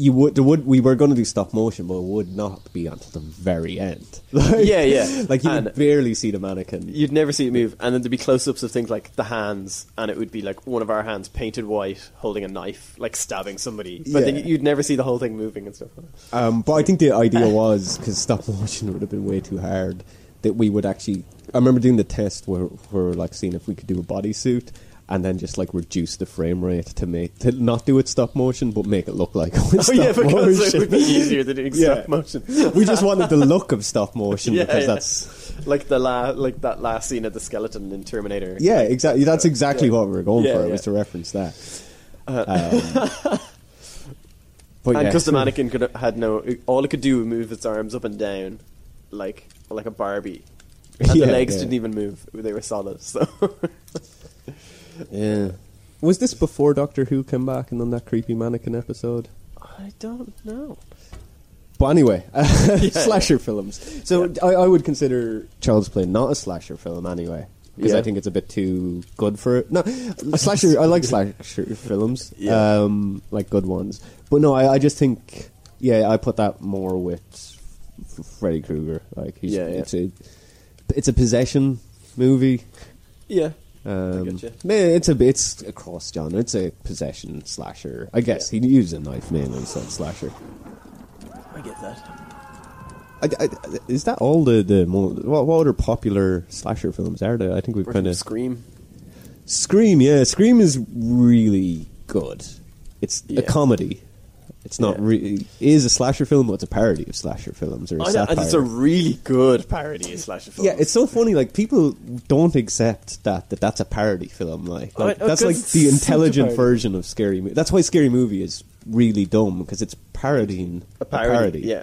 S1: you would there would we were going to do stop motion, but it would not be until the very end. Like,
S2: Yeah, yeah.
S1: Like you
S2: And-
S1: would barely see the mannequin.
S2: You'd never see it move, and then there'd be close-ups of things like the hands, and it would be like one of our hands painted white, holding a knife, like stabbing somebody.
S1: Yeah.
S2: But then you'd never see the whole thing moving and stuff.
S1: Um, but I think the idea was because stop motion would have been way too hard that we would actually. I remember doing the test where where we were like seeing if we could do a bodysuit and then just like reduce the frame rate to make to not do it stop motion but make it look like it was
S2: Oh
S1: stop
S2: yeah, because
S1: motion.
S2: it would be easier than doing
S1: Yeah.
S2: stop motion.
S1: we just wanted the look of stop motion
S2: Yeah,
S1: because
S2: yeah.
S1: that's
S2: like the la- like that last scene of the skeleton in Terminator.
S1: yeah exactly that's exactly what we were going
S2: Yeah,
S1: for it
S2: yeah. Uh,
S1: was to reference that um, but Oh,
S2: and
S1: yeah.
S2: because the mannequin could had no, all it could do was move its arms up and down, like like a Barbie. And
S1: Yeah,
S2: the legs
S1: yeah.
S2: didn't even move; they were solid. So
S1: yeah was this before Doctor Who came back and done that creepy mannequin episode
S2: I don't know.
S1: but anyway
S2: Yeah.
S1: slasher films so I, I would consider Child's Play not a slasher film anyway because
S2: Yeah.
S1: I think it's a bit too good for it. No, slasher. I like slasher films,
S2: Yeah.
S1: um, like good ones. But no, I, I just think, yeah, I put that more with F- Freddy Krueger. Like, he's,
S2: Yeah, yeah.
S1: it's a it's a possession movie.
S2: Yeah,
S1: Um,
S2: getcha.
S1: man, it's a it's a cross genre. It's a possession slasher. I guess
S2: Yeah.
S1: he used a knife mainly, so it's slasher.
S2: I get that.
S1: I, I, is that all the the mo- what, what other popular slasher films are there? I think we've
S2: Or
S1: kind of
S2: scream.
S1: Scream, yeah, Scream is really good. It's
S2: Yeah.
S1: a comedy. It's not
S2: Yeah.
S1: really is a slasher film, but it's a parody of slasher films or a
S2: I know, Oh, and it's a
S1: satire.
S2: really good parody of slasher films.
S1: yeah, it's so funny. Like people don't accept that, that that's a parody film. Like,
S2: Oh,
S1: like,
S2: oh,
S1: that's
S2: 'cause
S1: like
S2: it's
S1: the
S2: such a
S1: intelligent
S2: parody.
S1: version of scary. Mo- that's why scary movie is really dumb because it's parodying
S2: a parody.
S1: A parody.
S2: Yeah,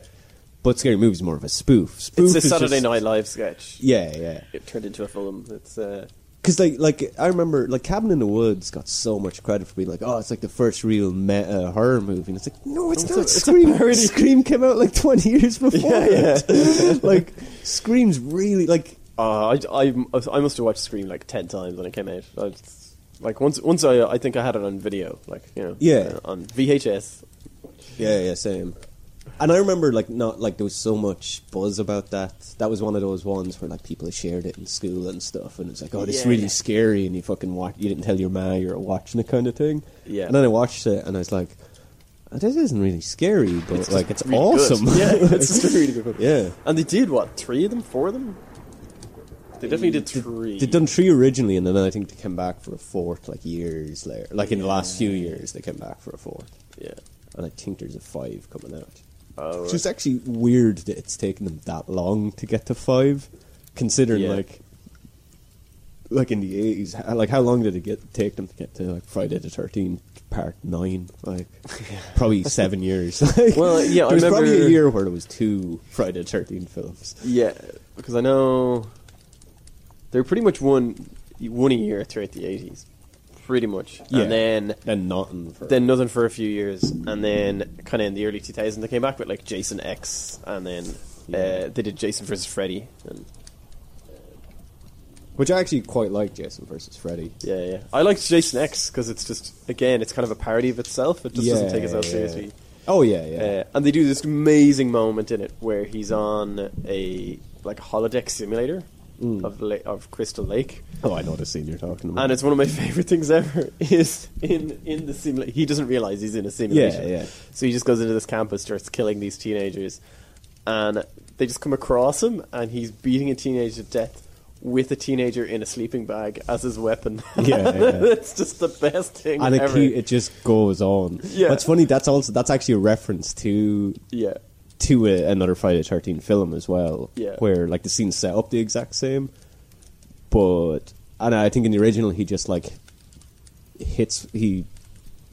S1: but scary movie is more of a spoof. Spoof
S2: it's a
S1: is
S2: Saturday
S1: just-
S2: Night Live sketch.
S1: Yeah, yeah.
S2: It turned into a film. It's uh,
S1: Because like like I remember like Cabin in the Woods got so much credit for being like oh it's like the first real meta horror movie and it's like no it's
S2: It's
S1: not
S2: a- it's a
S1: Scream
S2: parody.
S1: Scream came out like twenty years before
S2: Yeah,
S1: it. like Scream's really like
S2: Uh, I, I, I must have watched Scream like ten times when it came out. I just- like once, once I, I think I had it on video, like you know,
S1: Yeah.
S2: uh, on VHS.
S1: yeah yeah same and I remember like not like there was so much buzz about that that was one of those ones where like people shared it in school and stuff and it's like oh this is
S2: Yeah.
S1: really scary and you fucking watch you didn't tell your ma you were watching it kind of thing
S2: Yeah.
S1: and then I watched it and I was like. "Oh, This isn't really scary, but like it's
S2: Really good.
S1: awesome.
S2: Yeah, it's just a really good. film.
S1: Yeah.
S2: and they did what three of them, four of them. They definitely did three.
S1: They'd done three originally, and then I think they came back for a fourth, like years later. Like in the last few years, they came back for a fourth,
S2: yeah.
S1: and I think there's a five coming out.
S2: Oh,
S1: Which
S2: right.
S1: is actually weird that it's taken them that long to get to five, considering
S2: Yeah.
S1: like, like in the eighties, like how long did it get take them to get to like Friday the Thirteenth Part Nine? Like probably seven years. Like,
S2: Well, yeah, I
S1: there was probably a
S2: remember-
S1: year where there was two Friday the Thirteenth films.
S2: Yeah, because I know they were pretty much one one a year throughout the eighties, pretty much.
S1: Yeah.
S2: And then
S1: Then nothing for
S2: then nothing for a few years, and then kind of in the early 2000s they came back with like Jason X, and then
S1: Yeah.
S2: uh, they did Jason versus Freddy, and
S1: Which I actually quite like Jason versus Freddy.
S2: yeah, yeah. I liked Jason X because it's just again it's kind of a parody of itself. It just doesn't take itself
S1: yeah.
S2: seriously.
S1: Oh yeah, yeah.
S2: Uh, and they do this amazing moment in it where he's on a like holodeck simulator,
S1: Mm.
S2: of La- of Crystal Lake,
S1: Oh, I know the scene you're talking about.
S2: and it's one of my favorite things ever. Is in in the simula He doesn't realize he's in a simulation.
S1: Yeah, yeah.
S2: So he just goes into this campus, starts killing these teenagers, and they just come across him, and he's beating a teenager to death with a teenager in a sleeping bag as his weapon.
S1: Yeah, yeah.
S2: it's just the best thing
S1: and it,
S2: ever.
S1: keep, it just goes on.
S2: Yeah.
S1: What's funny? That's also that's actually a reference to
S2: yeah,
S1: to a, another Friday the Thirteenth film as well.
S2: Yeah.
S1: Where like the scene's set up the exact same, but and I think in the original he just like hits he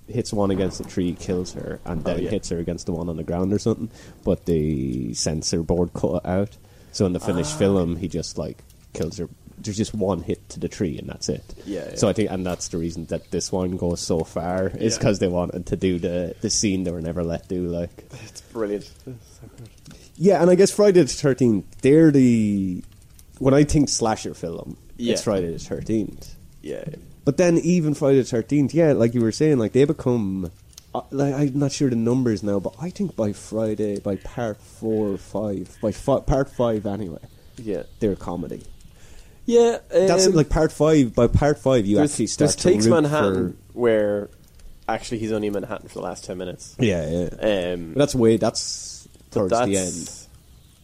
S1: hits one against the tree, kills her, and then
S2: Oh, yeah.
S1: hits her against the one on the ground or something. But the censor board cut it out. So in the
S2: Ah.
S1: finished film, he just like kills her. There's just one hit to the tree, and that's it.
S2: Yeah, yeah.
S1: So I think, and that's the reason that this one goes so far is
S2: Yeah.
S1: because they wanted to do the the scene they were never let do. Like,
S2: it's brilliant.
S1: yeah, and I guess Friday the Thirteenth. They're the when I think slasher film,
S2: Yeah.
S1: it's Friday the Thirteenth.
S2: Yeah,
S1: But then even Friday the Thirteenth, yeah, like you were saying, like they become. Uh, like I'm not sure the numbers now, but I think by Friday, by part four or five, by fi- part five anyway,
S2: yeah,
S1: they're comedy.
S2: yeah.
S1: That's
S2: um,
S1: like part five. By part five, you
S2: there's,
S1: actually start
S2: there's
S1: to
S2: takes
S1: root
S2: Manhattan where actually he's only in Manhattan for the last ten minutes.
S1: for. Yeah, yeah.
S2: Um,
S1: But that's way. That's Hmm. towards the end.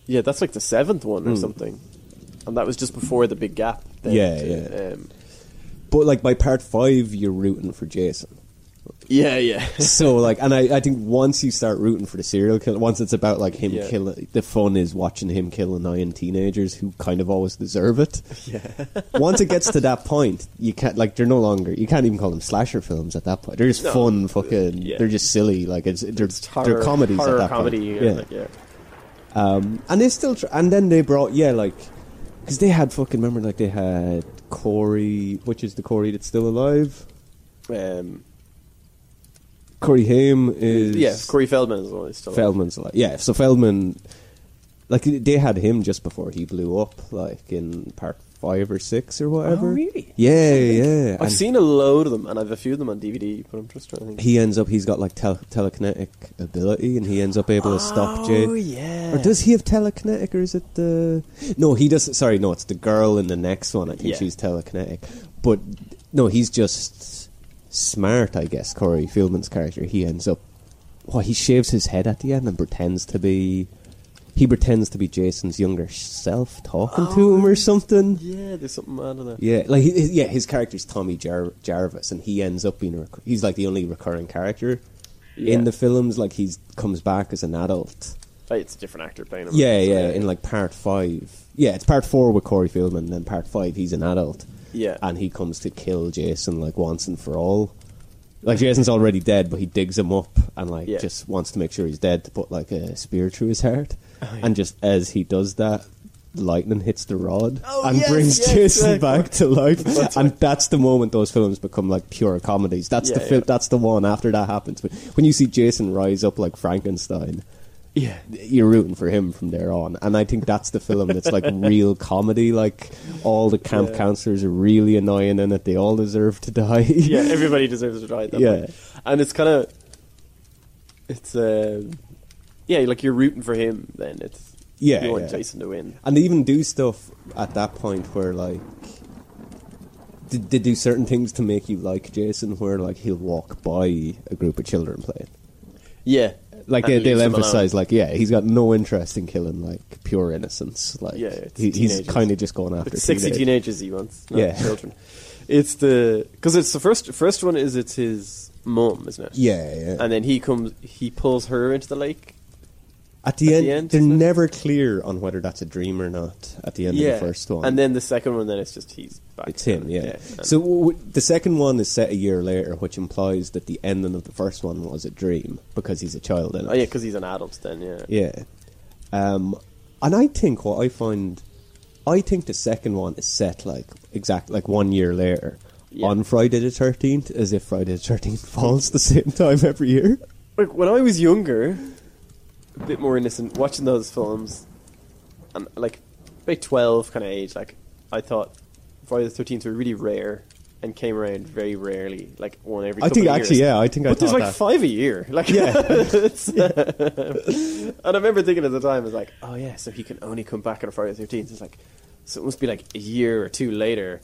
S2: Yeah, that's like the seventh one or something, and that was just before the big gap. then
S1: Yeah,
S2: to,
S1: yeah.
S2: um,
S1: But like by part five, you're rooting for Jason.
S2: yeah, yeah.
S1: so like, and I, I think once you start rooting for the serial killer, once it's about like him
S2: Yeah.
S1: killing, the fun is watching him kill nine teenagers who kind of always deserve it. Yeah. once it gets to that point, you can't like they're no longer you can't even call them slasher films at that point. They're just
S2: No.
S1: fun, fucking.
S2: Yeah.
S1: They're just silly. Like it's they're
S2: It's
S1: they're comedies
S2: horror
S1: at that
S2: comedy.
S1: point. um,
S2: Yeah. Like, yeah,
S1: And they still, tr- and then they brought, yeah, like, because they had fucking, remember, like, they had Corey, which is the Corey that's still alive.
S2: um,
S1: Corey Haim is.
S2: yeah. Corey Feldman is always still.
S1: Feldman's alive. Yeah, so Feldman, like, they had him just before he blew up, like, in part five or six or whatever.
S2: Oh, really?
S1: Yeah, yeah.
S2: I've
S1: and
S2: seen a load of them, and I've a few of them on DVD. But I'm just trying to think.
S1: He ends up, he's got, like, tel- telekinetic ability, and he ends up able to stop Jade.
S2: Oh yeah.
S1: Or does he have telekinetic, or is it the? No, he doesn't. Sorry, no, it's the girl in the next one. I think
S2: Yeah.
S1: she's telekinetic, but no, he's just smart. I guess Corey Fieldman's character. He ends up. Well, he shaves his head at the end and pretends to be. He pretends to be Jason's younger self talking to him or something.
S2: Yeah, there's something out of that.
S1: Yeah, like he, yeah, his character's Tommy Jar- Jarvis, and he ends up being a rec- he's like the only recurring character
S2: Yeah.
S1: in the films. Like he's comes back as an adult.
S2: Like, it's a different actor playing him.
S1: Yeah,
S2: So,
S1: yeah, in like part five. Yeah, it's part four with Corey Fieldman, and then part five he's an adult.
S2: Yeah.
S1: and he comes to kill Jason like once and for all. Like Jason's already dead, but he digs him up and like
S2: Yeah.
S1: just wants to make sure he's dead to put like a spear through his heart.
S2: Oh,
S1: And just as he does that, lightning hits the rod
S2: Oh,
S1: and
S2: yes,
S1: brings
S2: yes,
S1: Jason
S2: yeah.
S1: back to life. and that's the moment those films become like pure comedies. That's the
S2: Yeah,
S1: fil-
S2: yeah.
S1: that's the one after that happens. But when you see Jason rise up like Frankenstein,
S2: yeah.
S1: you're rooting for him from there on. And I think that's the film that's like real comedy. Like all the camp
S2: Yeah.
S1: counselors are really annoying in it. They all deserve to die.
S2: yeah, everybody deserves a try. At that
S1: Yeah.
S2: point. and it's kind of it's uh, yeah, like you're rooting for him. Then it's
S1: Yeah,
S2: you want
S1: yeah.
S2: Jason to win.
S1: And they even do stuff at that point where like they, they do certain things to make you like Jason, where like he'll walk by a group of children playing.
S2: Yeah,
S1: Like
S2: And
S1: they,
S2: leaves
S1: they'll
S2: him alone.
S1: emphasize, like yeah, he's got no interest in killing like pure innocence. Like
S2: Yeah, it's
S1: he, he's
S2: teenagers.
S1: kind of just going after
S2: It's sexy
S1: teenagers.
S2: teenagers he wants, not
S1: Yeah.
S2: children. It's the because it's the first first one is it's his mom, isn't it?
S1: Yeah, yeah.
S2: and then he comes, he pulls her into the lake.
S1: At the
S2: At
S1: end,
S2: the end,
S1: they're
S2: isn't it?
S1: never clear on whether that's a dream or not. At the end
S2: yeah,
S1: of the first one,
S2: and then the second one, then it's just he's back.
S1: it's him. Yeah.
S2: and-
S1: so w- w- the second one is set a year later, which implies that the ending of the first one was a dream because he's a child in it.
S2: oh yeah, because he's an adult then. Yeah,
S1: Yeah. Um, and I think what I find, I think the second one is set like exact like one year later
S2: Yeah.
S1: on Friday the Thirteenth, as if Friday the Thirteenth falls the same time every year.
S2: Like when I was younger, a bit more innocent, watching those films, and like about twelve kind of age, like I thought Friday the Thirteenth were really rare and came around very rarely, like one every.
S1: I
S2: couple
S1: think
S2: of
S1: actually,
S2: years.
S1: yeah, I think I
S2: But there's
S1: thought
S2: like
S1: that.
S2: five a year, like yeah. and I remember thinking at the time, I was like, oh yeah, so he can only come back on a Friday the Thirteenth. It's like, So it must be like a year or two later.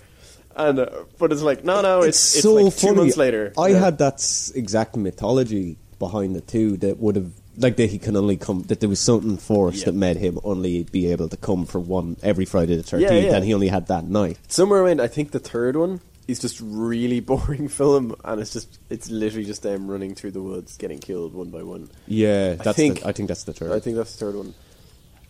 S2: And uh, but it's like no, no, it's, it's,
S1: so
S2: like two
S1: funny.
S2: months later.
S1: I
S2: Yeah.
S1: had that s- exact mythology behind it too. That would have like that he can only come that there was something forced
S2: Yeah.
S1: that made him only be able to come for one every Friday the thirteenth,
S2: yeah.
S1: and he only had that night.
S2: somewhere around I think the third one is just really boring film, and it's just it's literally just them running through the woods, getting killed one by one.
S1: Yeah, that's I think
S2: think-
S1: I think that's the third.
S2: I think that's the third one.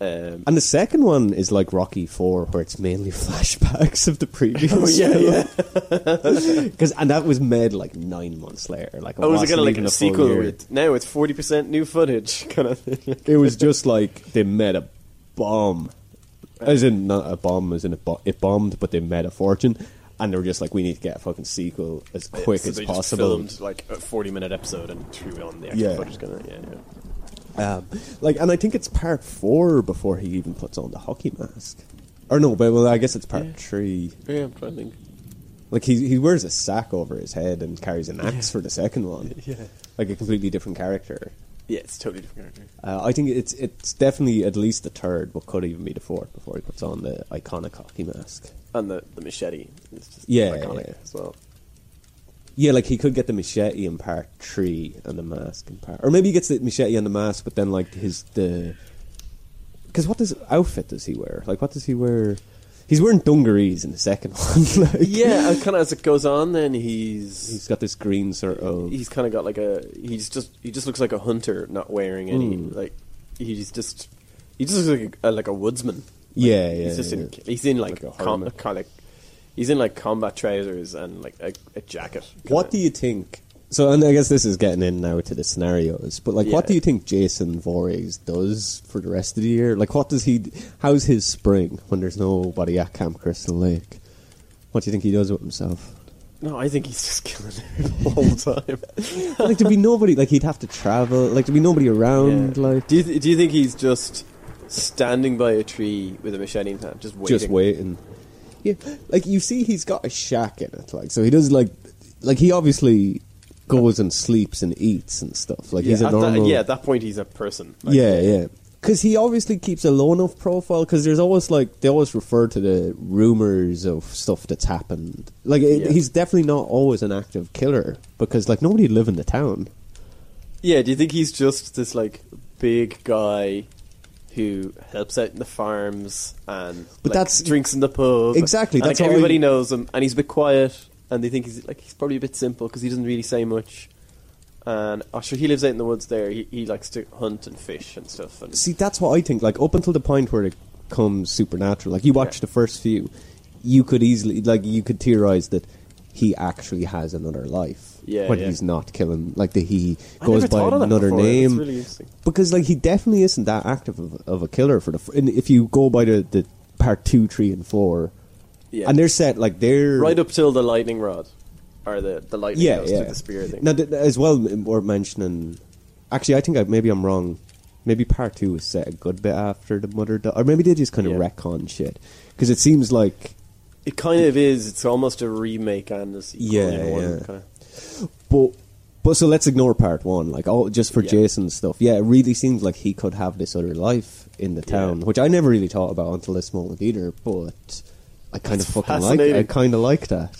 S2: Um,
S1: and the second one is like Rocky Four, where it's mainly flashbacks of the previous.
S2: oh yeah, yeah.
S1: Because and that was made like nine months later. Like
S2: Oh, was
S1: wasn't
S2: it gonna like
S1: even
S2: a
S1: a full
S2: sequel?
S1: year.
S2: With, now it's forty percent new footage, kind of thing.
S1: It was just like they made a bomb, as in not a bomb, as in it, bo- it bombed, but they made a fortune, and they were just like, we need to get a fucking sequel as quick
S2: So
S1: as
S2: they just
S1: possible.
S2: filmed like a forty-minute episode and threw on the
S1: Yeah.
S2: extra footage. Kind of, yeah, yeah.
S1: Um, like, and I think it's part four before he even puts on the hockey mask, or no, but well, I guess it's part
S2: Yeah.
S1: three.
S2: Yeah, I'm trying to think.
S1: Like he he wears a sack over his head and carries an axe for the second one.
S2: Yeah.
S1: like a completely different character.
S2: Yeah, it's a totally different character.
S1: Uh, I think it's it's definitely at least the third, but could even be the fourth before he puts on the iconic hockey mask.
S2: And the, the machete is just
S1: Yeah,
S2: iconic
S1: yeah.
S2: as well.
S1: Yeah, like he could get the machete in part three and the mask in part, or maybe he gets the machete and the mask, but then like his the because what does outfit does he wear? Like what does he wear? He's wearing dungarees in the second one. like,
S2: Yeah, and kind of as it goes on, then he's
S1: he's got this green sort of.
S2: he's kind of got like a he's just he just looks like a hunter, not wearing any
S1: Mm.
S2: like he's just he just looks like a, like a woodsman.
S1: yeah, yeah,
S2: he's just in
S1: yeah.
S2: he's in like,
S1: Like a
S2: com,
S1: hermit.
S2: co- like he's in like combat trousers and like a, a jacket.
S1: What do you think? So, and I guess this is getting in now to the scenarios, but like, what
S2: Yeah.
S1: do you think Jason Voorhees does for the rest of the year? Like, what does he? How's his spring when there's nobody at Camp Crystal Lake? What do you think he does with himself?
S2: No, I think he's just killing everyone all the time.
S1: like, there'd be nobody. Like, he'd have to travel. Like, there'd be nobody around.
S2: Yeah.
S1: Like,
S2: do you th- do you think he's just standing by a tree with a machete in hand, just waiting?
S1: just waiting. Yeah, like you see, he's got a shack in it. Like, so he does like, like he obviously goes and sleeps and eats and stuff. Like,
S2: Yeah,
S1: he's a
S2: at that-
S1: normal.
S2: yeah, at that point he's a person. Like,
S1: yeah, yeah. Because he obviously keeps a low enough profile. Because there's always like they always refer to the rumors of stuff that's happened. Like it,
S2: Yeah.
S1: he's definitely not always an active killer because like nobody live in the town.
S2: Yeah, do you think he's just this like big guy who helps out in the farms and
S1: But
S2: like,
S1: that's-
S2: drinks in the pub?
S1: Exactly,
S2: and,
S1: that's
S2: like,
S1: all
S2: everybody
S1: I-
S2: knows him, and he's a bit quiet, and they think he's like he's probably a bit simple because he doesn't really say much. And oh, sure, he lives out in the woods there. He, he likes to hunt and fish and stuff. And
S1: See, that's what I think. Like up until the point where it comes supernatural, like you watch
S2: Yeah.
S1: the first few, you could easily like you could theorize that he actually has another life.
S2: Yeah,
S1: when
S2: yeah.
S1: he's not killing, like that he
S2: I
S1: goes
S2: never
S1: by
S2: thought of that
S1: another
S2: before. That's
S1: name.
S2: really interesting.
S1: because like he definitely isn't that active of, of a killer for the. f- And if you go by the, the part two, three, and four,
S2: Yeah.
S1: and they're set like they're
S2: right up till the lightning rod, or the the lightning
S1: yeah,
S2: goes
S1: yeah.
S2: through the spear thing.
S1: Now, th- as well, m- worth mentioning. Actually, I think I, maybe I'm wrong. Maybe part two was set a good bit after the mother, di- or maybe they just kind of
S2: Yeah.
S1: retcon shit because it seems like.
S2: it kind of is. It's almost a remake and a sequel.
S1: Yeah,
S2: in one,
S1: yeah.
S2: Kind of.
S1: But but so let's ignore part one, like all just for
S2: Yeah.
S1: Jason's stuff. Yeah, it really seems like he could have this other life in the
S2: Yeah.
S1: town, which I never really thought about until this moment either. But I kind
S2: That's
S1: of fucking like. it. I
S2: fascinating.
S1: kind of like that.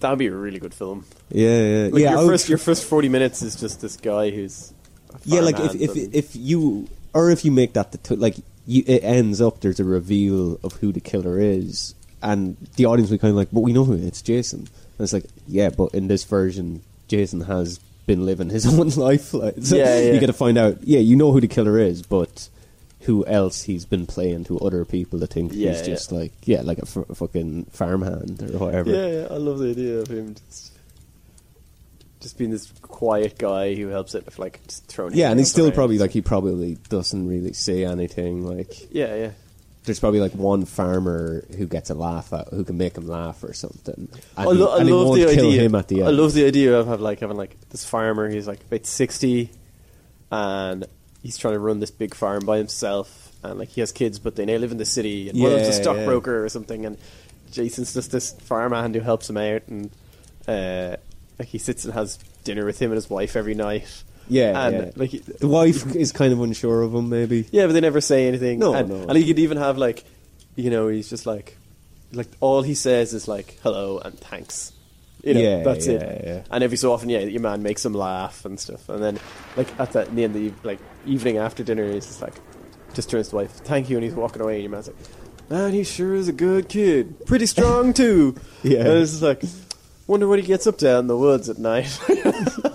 S2: That'd be a really good film.
S1: Yeah, yeah,
S2: Like
S1: yeah. I
S2: your
S1: would-
S2: first your first forty minutes is just this guy who's a
S1: yeah, like if
S2: farmhand
S1: if,
S2: and-
S1: if you or if you make that the t- like you, it ends up there's a reveal of who the killer is, and the audience will kind of like, but we know who it's Jason, and it's like, yeah, but in this version, Jason has been living his own life, like, so
S2: Yeah, yeah.
S1: you got to find out. Yeah, you know who the killer is, but who else he's been playing to other people to think
S2: Yeah,
S1: he's
S2: yeah.
S1: just like yeah, like a f- fucking farmhand or whatever.
S2: yeah, yeah, I love the idea of him just just being this quiet guy who helps it with like just throwing.
S1: Yeah, and he's
S2: hands
S1: still
S2: around.
S1: probably like he probably doesn't really say anything. Like
S2: yeah, yeah.
S1: there's probably like one farmer who gets a laugh out, who can make him laugh or something. And
S2: I,
S1: he-
S2: lo- I
S1: and he
S2: love
S1: won't
S2: the
S1: kill
S2: idea.
S1: him at the end.
S2: I love the idea of have, like having like this farmer. He's like about sixty, and he's trying to run this big farm by himself. And like he has kids, but they now live in the city. And one of them's a
S1: Yeah,
S2: stockbroker or something. And Jason's just this farmhand who helps him out, and uh, like he sits and has dinner with him and his wife every night.
S1: yeah,
S2: and
S1: yeah.
S2: like he-
S1: the wife is kind of unsure of him, maybe.
S2: yeah, but they never say anything.
S1: No,
S2: and,
S1: no.
S2: and you could even have like you know, he's just like, like all he says is like hello and thanks. You know,
S1: Yeah,
S2: that's
S1: yeah,
S2: it.
S1: yeah.
S2: And every so often, yeah, your man makes him laugh and stuff. And then, like at that, in the end, of the eve- like evening after dinner, he's just like, just turns to his wife, thank you, and he's walking away. And your man's like, man, he sure is a good kid, pretty strong too.
S1: Yeah.
S2: and it's just like, wonder what he gets up to out in the woods at night.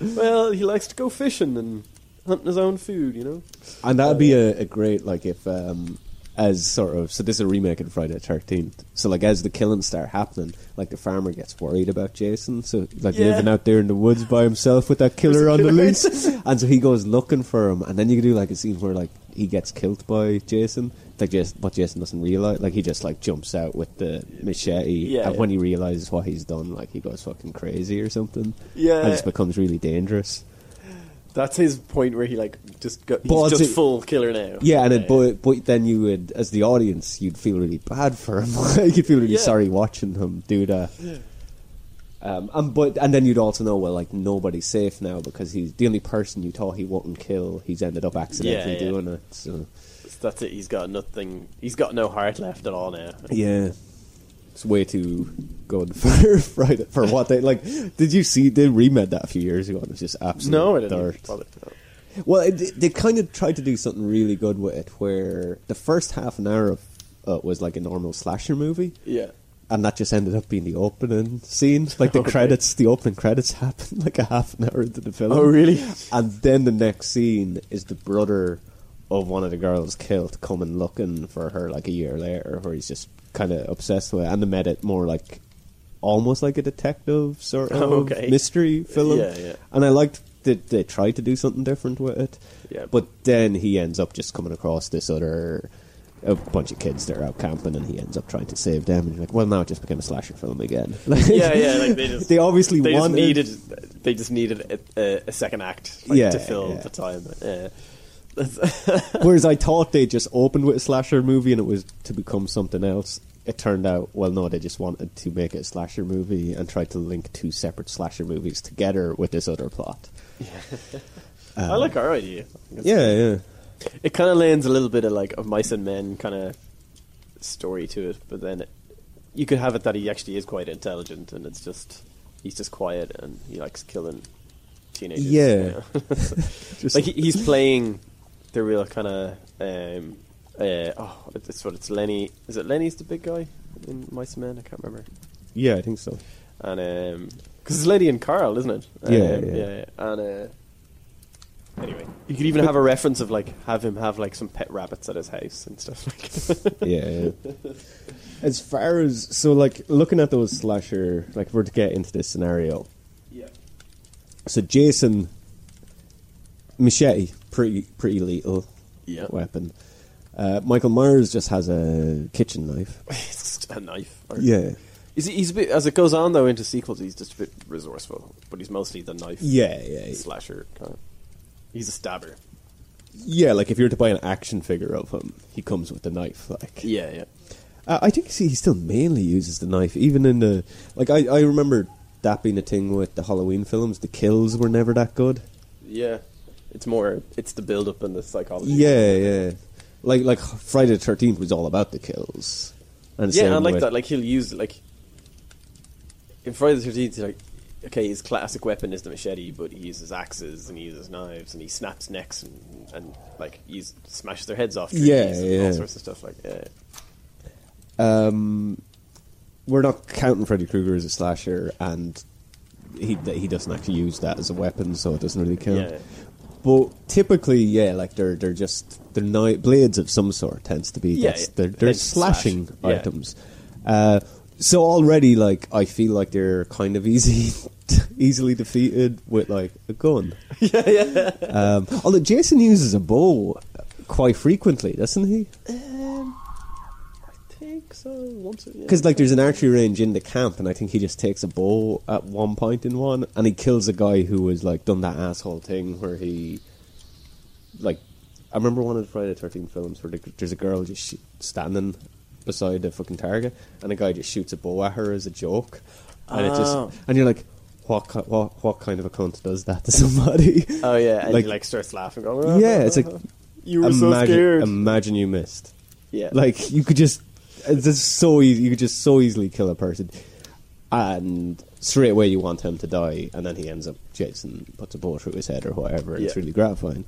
S2: well, he likes to go fishing and hunting his own food, you know.
S1: And that'd be a, a great like if um as sort of so this is a remake of Friday the Thirteenth. So like as the killings start happening, like the farmer gets worried about Jason, so like
S2: Yeah.
S1: living out there in the woods by himself with that killer on the loose, and so he goes looking for him. And then you could do like a scene where like he gets killed by Jason, like just but Jason doesn't realize, like he just like jumps out with the machete,
S2: Yeah,
S1: and
S2: yeah.
S1: when he realizes what he's done, like he goes fucking crazy or something,
S2: Yeah.
S1: and just becomes really dangerous.
S2: That's his point where he like just got, he's
S1: But
S2: just
S1: it-
S2: full killer now.
S1: Yeah, and it, but but then you would, as the audience, you'd feel really bad for him. you'd feel really
S2: Yeah.
S1: sorry watching him do that. Um, and but and then you'd also know well, like nobody's safe now because he's the only person you thought he wouldn't kill. He's ended up accidentally
S2: Yeah, yeah.
S1: doing it. So
S2: That's it. He's got nothing. He's got no heart left at all now.
S1: yeah, it's way too good for Friday for what they like. Did you see they remade that a few years ago? and It was just absolute
S2: No, I didn't.
S1: dirt.
S2: bother. No.
S1: Well, it, they kind of tried to do something really good with it, where the first half an hour of uh, was like a normal slasher movie,
S2: Yeah.
S1: and that just ended up being the opening scene. Like the
S2: Okay.
S1: credits, the opening credits happen like a half an hour into the film.
S2: Oh, really?
S1: And then the next scene is the brother of one of the girls killed coming looking for her like a year later, where he's just kind of obsessed with it, and they made it more like almost like a detective sort of
S2: Oh, okay.
S1: mystery film.
S2: Yeah, yeah.
S1: And I liked that they tried to do something different with it.
S2: Yeah.
S1: But then he ends up just coming across this other a bunch of kids that are out camping and he ends up trying to save them and you're like, Well now it just became a slasher film again. Like,
S2: Yeah, yeah. Like they just
S1: They obviously
S2: they just
S1: wanted
S2: needed they just needed a, a, a second act like,
S1: Yeah,
S2: to fill
S1: yeah.
S2: the time. Yeah.
S1: Whereas I thought they just opened with a slasher movie and it was to become something else. It turned out, well, no, they just wanted to make it a slasher movie and tried to link two separate slasher movies together with this other plot.
S2: I like our idea.
S1: Uh, Yeah, yeah.
S2: It kind of lends a little bit of like of mice and men kind of story to it, but then it, you could have it that he actually is quite intelligent, and it's just he's just quiet and he likes killing teenagers.
S1: Yeah.
S2: you know?
S1: Just-
S2: like he, he's playing the real kind of um, uh, oh, it's what it's Lenny. Is it Lenny's the big guy in Mice and Men? I can't remember.
S1: yeah, I think so.
S2: And um 'cause because it's Lenny and Carl, isn't it? Um,
S1: Yeah, yeah.
S2: And uh, anyway, you could even have a reference of like have him have like some pet rabbits at his house and stuff like.
S1: yeah. As far as so, like looking at those slasher, like if we're to get into this scenario.
S2: yeah.
S1: So Jason, machete, pretty pretty lethal
S2: Yeah.
S1: weapon. Uh, Michael Myers just has a kitchen knife.
S2: it's just a knife. Or,
S1: Yeah,
S2: He's, he's a bit as it goes on though into sequels. He's just a bit resourceful, but he's mostly the knife.
S1: yeah, yeah,
S2: Slasher kind. of- He's a stabber.
S1: yeah. Like if you were to buy an action figure of him, he comes with a knife. Like,
S2: Yeah, yeah.
S1: Uh, I think see, he still mainly uses the knife, even in the like. I, I remember that being a thing with the Halloween films. The kills were never that good.
S2: Yeah, it's more it's the build up and the psychology.
S1: Yeah, yeah. Like like Friday the Thirteenth was all about the kills. And
S2: yeah,
S1: same
S2: I like
S1: with-
S2: that. Like he'll use like in Friday the Thirteenth. Like okay, his classic weapon is the machete, but he uses axes and he uses knives and he snaps necks and and like he smashes their heads off. trees
S1: Yeah,
S2: and
S1: yeah.
S2: all sorts of stuff like yeah.
S1: we're not counting Freddy Krueger as a slasher, and he he doesn't actually use that as a weapon, so it doesn't really count.
S2: Yeah.
S1: But typically, yeah, like they're they're just they're kni blades of some sort tends to be.
S2: Yeah,
S1: that's,
S2: yeah.
S1: they're they're
S2: Hence slash.
S1: slashing
S2: Yeah.
S1: items. Uh, so already, like I feel like they're kind of easy, easily defeated with like a gun. yeah, yeah. Um, although Jason uses a bow quite frequently, doesn't he?
S2: I think so. Once or, yeah.
S1: Because like there's an archery range in the camp, and I think he just takes a bow at one point in one, and he kills a guy who was like done that asshole thing where he, like, I remember one of the Friday Thirteen films where the, there's a girl just sh- standing beside the fucking target, and a guy just shoots a bow at her as a joke, and it
S2: Oh.
S1: just and you're like, what ki- what what kind of a cunt does that to somebody?
S2: oh yeah, and
S1: like,
S2: he like starts laughing. Going, "Oh,
S1: yeah, it's like
S2: you were so
S1: imagine,
S2: scared.
S1: Imagine you missed.
S2: Yeah.
S1: Like you could just it's just so easy. You could just so easily kill a person, and straight away you want him to die, and then he ends up Jason puts a bullet through his head or whatever. It's
S2: Yeah.
S1: really gratifying.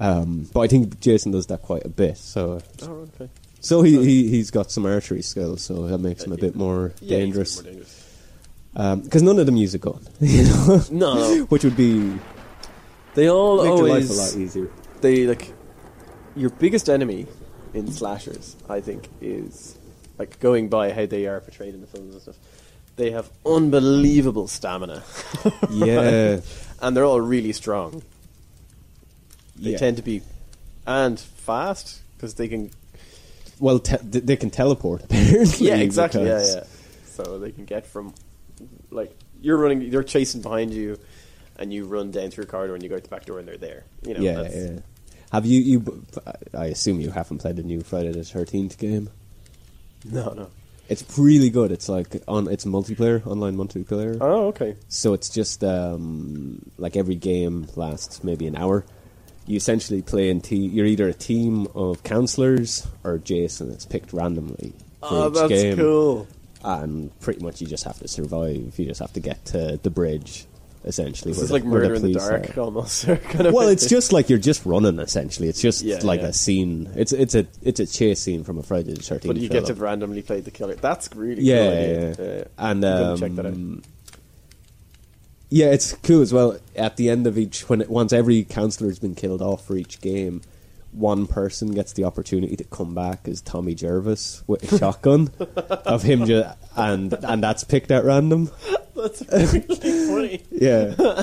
S1: Um, but I think Jason does that quite a bit. So
S2: Oh, okay.
S1: so he, he he's got some archery skills, so that makes him a bit more
S2: Yeah, he's a bit
S1: dangerous.
S2: more dangerous.
S1: Because none of them use a gun, you know,
S2: No,
S1: which would be
S2: they all
S1: make their life a
S2: always
S1: lot easier.
S2: they like your biggest enemy in slashers. I think is like going by how they are portrayed in the films and stuff. They have unbelievable stamina,
S1: Yeah,
S2: and they're all really strong. They
S1: yeah.
S2: tend to be and fast because they can.
S1: well, te- th- they can teleport. Apparently,
S2: Yeah, exactly. Yeah,
S1: because-
S2: yeah. So they can get from like you're running, they're chasing behind you, and you run down through a corridor and you go out the back door and they're there. You know,
S1: yeah,
S2: that's-
S1: yeah. Have you you? b- I assume you haven't played the new Friday the Thirteenth game.
S2: No, no.
S1: It's really good. It's like on it's multiplayer, online multiplayer.
S2: Oh, okay.
S1: So it's just um, like every game lasts maybe an hour. You essentially play in team. You're either a team of counselors or Jason. It's picked randomly for
S2: Oh,
S1: each
S2: that's
S1: game,
S2: cool.
S1: and pretty much you just have to survive. You just have to get to the bridge, essentially.
S2: This
S1: where
S2: is like
S1: where
S2: murder in the
S1: police
S2: dark,
S1: are.
S2: almost. kind of
S1: Well, it's just like you're just running. Essentially, it's just
S2: Yeah,
S1: like
S2: yeah.
S1: a scene. It's it's a it's a chase scene from a Friday the Thirteenth.
S2: but you get to randomly play the killer. That's really
S1: yeah,
S2: cool. idea.
S1: yeah, yeah.
S2: Yeah, yeah.
S1: and
S2: I'm
S1: um,
S2: gonna check that out.
S1: Yeah, it's cool as well. At the end of each, when it, once every counselor has been killed off for each game, one person gets the opportunity to come back as Tommy Jervis with a shotgun of him, ju- and and that's picked at random.
S2: That's really funny.
S1: Yeah.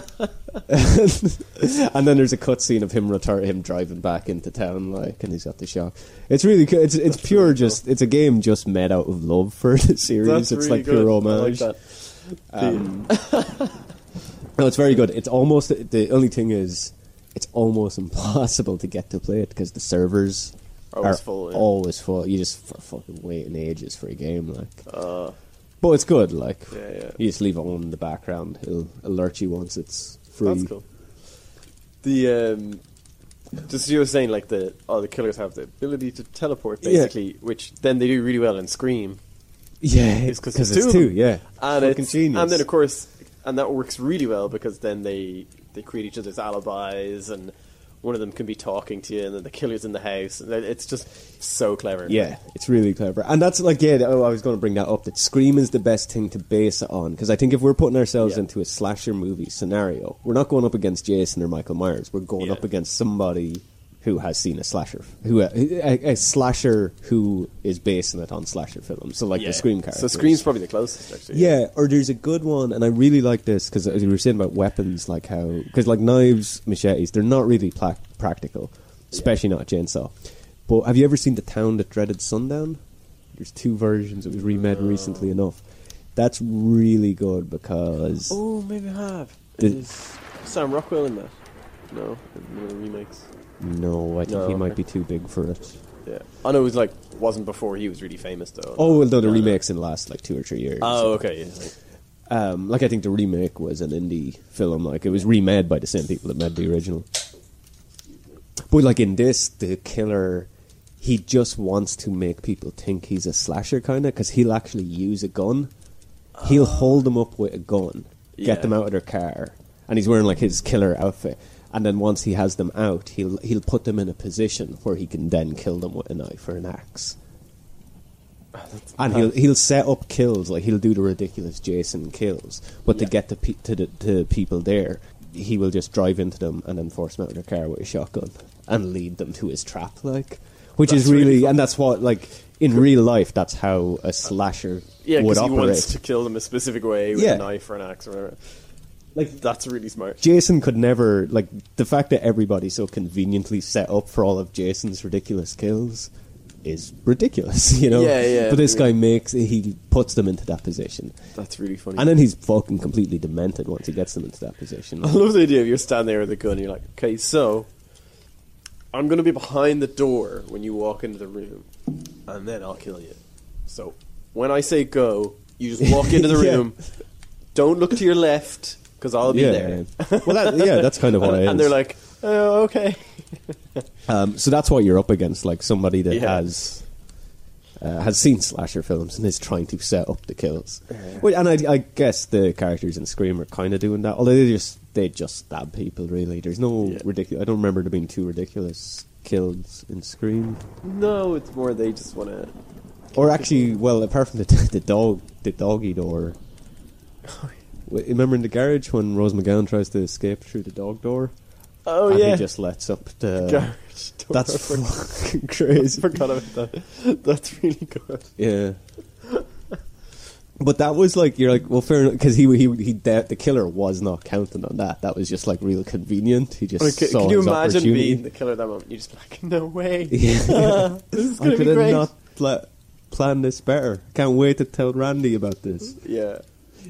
S1: and then there's a cutscene of him return him driving back into town, like, and he's got the shock. It's really good. It's it's pure. Just it's a game just made out of love for the series.
S2: That's
S1: it's
S2: really
S1: like pure
S2: good. I like
S1: homage.
S2: that.
S1: Um, no, it's very good. It's almost the only thing is it's almost impossible to get to play it because the servers
S2: Always
S1: are
S2: full, yeah.
S1: always full. You just f- fucking waiting ages for a game like.
S2: Uh,
S1: But it's good. Like
S2: Yeah, yeah.
S1: you just leave it on in the background. It'll alert you once it's free.
S2: That's cool. The um, just as you were saying, like the all the killers have the ability to teleport,
S1: Yeah.
S2: basically, which then they do really well in Scream,
S1: Yeah,
S2: It's 'cause
S1: because
S2: there's
S1: it's
S2: two
S1: two.
S2: of them.
S1: Yeah,
S2: and
S1: Fucking
S2: it's-
S1: genius.
S2: and then of course, and that works really well because then they they create each other's alibis, and one of them can be talking to you, and then the killer's in the house, and it's just so clever.
S1: Yeah, it's really clever, and that's like yeah. Oh, I was going to bring that up. That Scream is the best thing to base it on because I think if we're putting ourselves
S2: Yeah.
S1: into a slasher movie scenario, we're not going up against Jason or Michael Myers. We're going
S2: Yeah.
S1: up against somebody who has seen a slasher, who a, a, a slasher who is basing it on slasher films. So like
S2: Yeah.
S1: the Scream character.
S2: So Scream's probably the closest, actually.
S1: Yeah, or there's a good one, and I really like this because as you were saying about weapons, like how because like knives, machetes, they're not really pla- practical, especially not a chainsaw. But have you ever seen the town that dreaded sundown? There's two versions. It was remade recently enough. That's really good because
S2: Oh, maybe I have.
S1: The-
S2: Is Sam Rockwell in that? No, in one of the remakes.
S1: no, I think
S2: No,
S1: he might be
S2: okay.
S1: too big for it.
S2: Yeah. I know it was like wasn't before he was really famous though.
S1: Oh well, no, the
S2: No, no.
S1: remakes in the last like two or three years.
S2: Oh, okay. Yeah.
S1: um, like I think the remake was an indie film. Like it was remade by the same people that made the original. But like in this, the killer, he just wants to make people think he's a slasher kind of because he'll actually use a gun. He'll hold them up with a gun,
S2: Yeah.
S1: get them out of their car, and he's wearing like his killer outfit. And then once he has them out, he'll he'll put them in a position where he can then kill them with a knife or an axe. And he'll he'll set up kills like he'll do the ridiculous Jason kills, but to
S2: Yeah.
S1: get the pe- to the to people there, he will just drive into them and then force them out of their car with a shotgun and lead them to his trap, like which is
S2: That's really
S1: really,
S2: fun.
S1: and that's what like in real life that's how a slasher
S2: Yeah,
S1: would
S2: because he
S1: operate.
S2: wants to kill them a specific way with
S1: Yeah.
S2: a knife or an axe or whatever.
S1: like
S2: That's really smart.
S1: Jason could never like the fact that everybody's so conveniently set up for all of Jason's ridiculous kills is ridiculous, you know.
S2: Yeah, yeah,
S1: But this
S2: I
S1: guy
S2: mean-
S1: makes he puts them into that position.
S2: That's really funny.
S1: And then he's fucking completely demented once he gets them into that position.
S2: I love the idea of you're standing there with a gun and you're like, okay, so I'm going to be behind the door when you walk into the room, and then I'll kill you. So when I say go, you just walk into the
S1: Yeah.
S2: room. Don't look to your left because I'll be
S1: yeah,
S2: there.
S1: yeah. well, that, yeah, that's kind of what
S2: and,
S1: it is.
S2: and they're like, oh, okay.
S1: um, so that's what you're up against, like somebody that
S2: Yeah.
S1: has uh, has seen slasher films and is trying to set up the kills. Well, and I, I guess the characters in Scream are kind of doing that, although they just they just stab people. Really, there's no
S2: Yeah.
S1: ridiculous. I don't remember there being two ridiculous kills in Scream,
S2: No, it's more they just want to.
S1: or actually, well, apart from the the dog, the doggy door. W- Remember in the garage when Rose McGowan tries to escape through the dog door,
S2: Oh
S1: and
S2: yeah,
S1: he just lets up the.
S2: Garage door.
S1: That's fucking crazy.
S2: forgot about that. That's really good.
S1: Yeah. But that was like you're like well fair enough because he he he de- the killer was not counting on that that was just like real convenient he just
S2: Okay,
S1: saw
S2: can you
S1: his
S2: imagine
S1: opportunity.
S2: being the killer at that moment? You're just like, no way.
S1: yeah.
S2: This is
S1: I
S2: gonna be
S1: could have
S2: great.
S1: not pla- planned this better can't wait to tell Randy about this
S2: Yeah.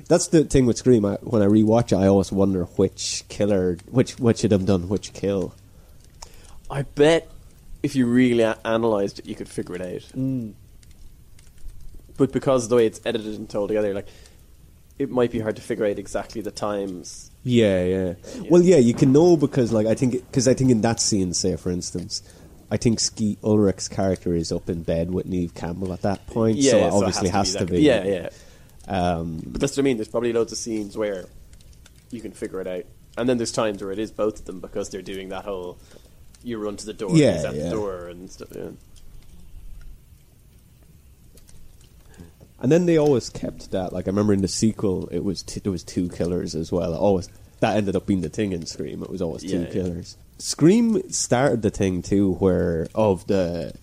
S1: that's the thing with Scream I, when I rewatch it I always wonder which killer which which of them done which kill
S2: I bet if you really a- analysed it, you could figure it out. But because of the way it's edited and told together, like it might be hard to figure out exactly the times.
S1: Yeah, yeah. Well, yeah, you can know because, like, I think because I think in that scene, say for instance, I think Ski Ulrich's character is up in bed with Neve Campbell at that point, so it
S2: it
S1: obviously has to
S2: that-
S1: be.
S2: Yeah, yeah.
S1: Um,
S2: But that's what I mean. There's probably loads of scenes where you can figure it out, and then there's times where it is both of them because they're doing that whole you run to the door,
S1: Yeah,
S2: he's at
S1: yeah.
S2: the door, and stuff. Yeah.
S1: and then they always kept that. Like, I remember in the sequel, it was t- there was two killers as well. It always that ended up being the thing in Scream. It was always
S2: Yeah,
S1: two
S2: yeah.
S1: killers. Scream started the thing too, where of the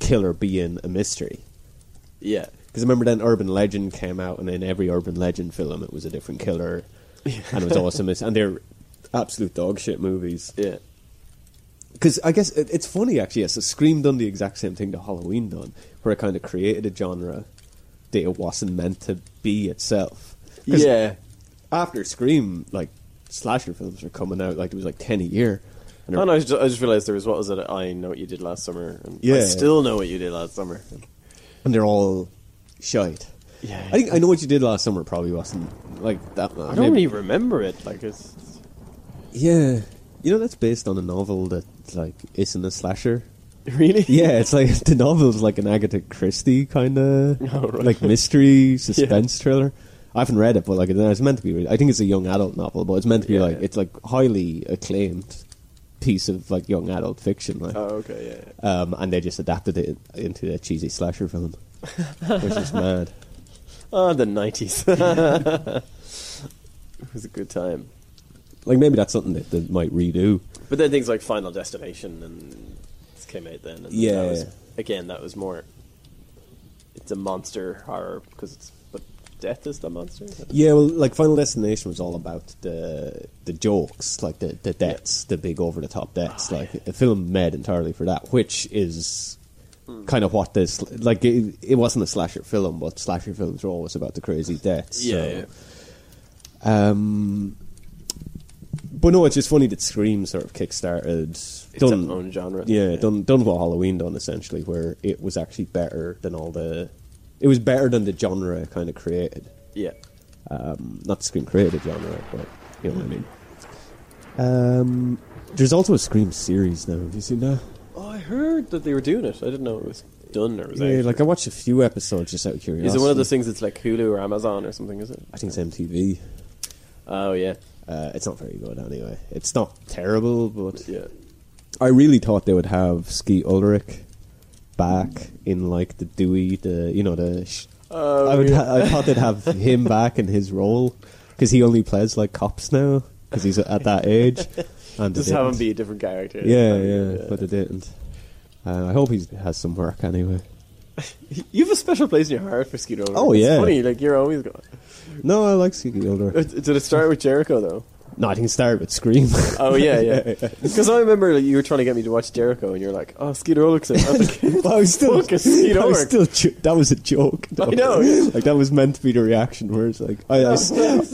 S1: killer being a mystery.
S2: yeah.
S1: Because remember then Urban Legend came out, and in every Urban Legend film, it was a different killer, and it was awesome. It's- And they're absolute dog shit movies.
S2: Yeah.
S1: Because I guess it, it's funny actually. Yes, so Scream done the exact same thing that Halloween done, where it kind of created a genre that it wasn't meant to be itself. 'Cause
S2: Yeah.
S1: After Scream, like slasher films were coming out, like it was like ten a year. And
S2: Oh, no, I just, I just realized there was what was it? I know what you did last summer. And I
S1: Yeah.
S2: still know what you did last summer.
S1: and they're all shite.
S2: Yeah.
S1: I think I know what you did last summer. Probably wasn't like that.
S2: I don't really remember it. Like it's
S1: Yeah, you know that's based on a novel that like isn't a slasher.
S2: really
S1: Yeah, it's like the novel's like an Agatha Christie kind of
S2: Oh, right.
S1: like mystery suspense thriller. I haven't read it, but like it's meant to be. I think it's a young adult novel, but it's meant to be
S2: Yeah,
S1: like
S2: yeah.
S1: it's like highly acclaimed piece of like young adult fiction. Like,
S2: Oh, okay. Yeah. yeah.
S1: um, and they just adapted it into a cheesy slasher film, which is mad.
S2: Ah, the nineties. it was a good time.
S1: Like maybe that's something that they might redo.
S2: But then things like Final Destination and this came out then. And
S1: Yeah.
S2: That was, again, that was more. It's a monster horror because it's but death is the monster.
S1: Yeah, well, like Final Destination was all about the the jokes, like the the deaths, the big over the top deaths.
S2: Ah,
S1: like a film made entirely for that, which is
S2: Hmm.
S1: kind of what this like. It, it wasn't a slasher film, but slasher films were always about the crazy deaths. so. Um, but no, it's just funny that Scream sort of kickstarted.
S2: It's its own genre.
S1: Yeah, done done what Halloween done essentially, where it was actually better than all the. It was better than the genre it kind of created
S2: Yeah.
S1: not the Scream created genre, but you know what I mean. Um, there's also a Scream series now. Have you seen that?
S2: Oh, I heard that they were doing it. I didn't know it was done or was
S1: Yeah,
S2: out.
S1: like I watched a few episodes just out of curiosity.
S2: Is it one of those things that's like Hulu or Amazon or something? Is it?
S1: I think it's MTV.
S2: Oh yeah,
S1: Uh, it's not very good anyway. It's not terrible, but
S2: yeah.
S1: I really thought they would have Ski Ulrich back in like the Dewey, the you know the. Sh-
S2: Oh,
S1: I would.
S2: yeah.
S1: Ha- I thought they'd have him back in his role because he only plays like cops now because he's at that age. And they
S2: Just have him
S1: didn't.
S2: be a different character.
S1: Yeah,
S2: Um,
S1: yeah, but it didn't. Uh, I hope he has some work anyway.
S2: you have a special place in your heart for Skeet Ulrich.
S1: Oh,
S2: It's
S1: yeah.
S2: funny. Like you're always going.
S1: No, I like Siggy Gilder.
S2: Did it start with Jericho though?
S1: No, I think it started with Scream.
S2: Oh yeah, yeah. Because I remember like, you were trying to get me to watch Jericho, and you're like, "Oh, Skeet Ulrich's in." it." I was like,
S1: But I was still,
S2: Fuck, it's Skeet
S1: I was
S2: Ulrich.
S1: still jo- that was a joke. though.
S2: I know.
S1: like that was meant to be the reaction. Where it's like, I, I s-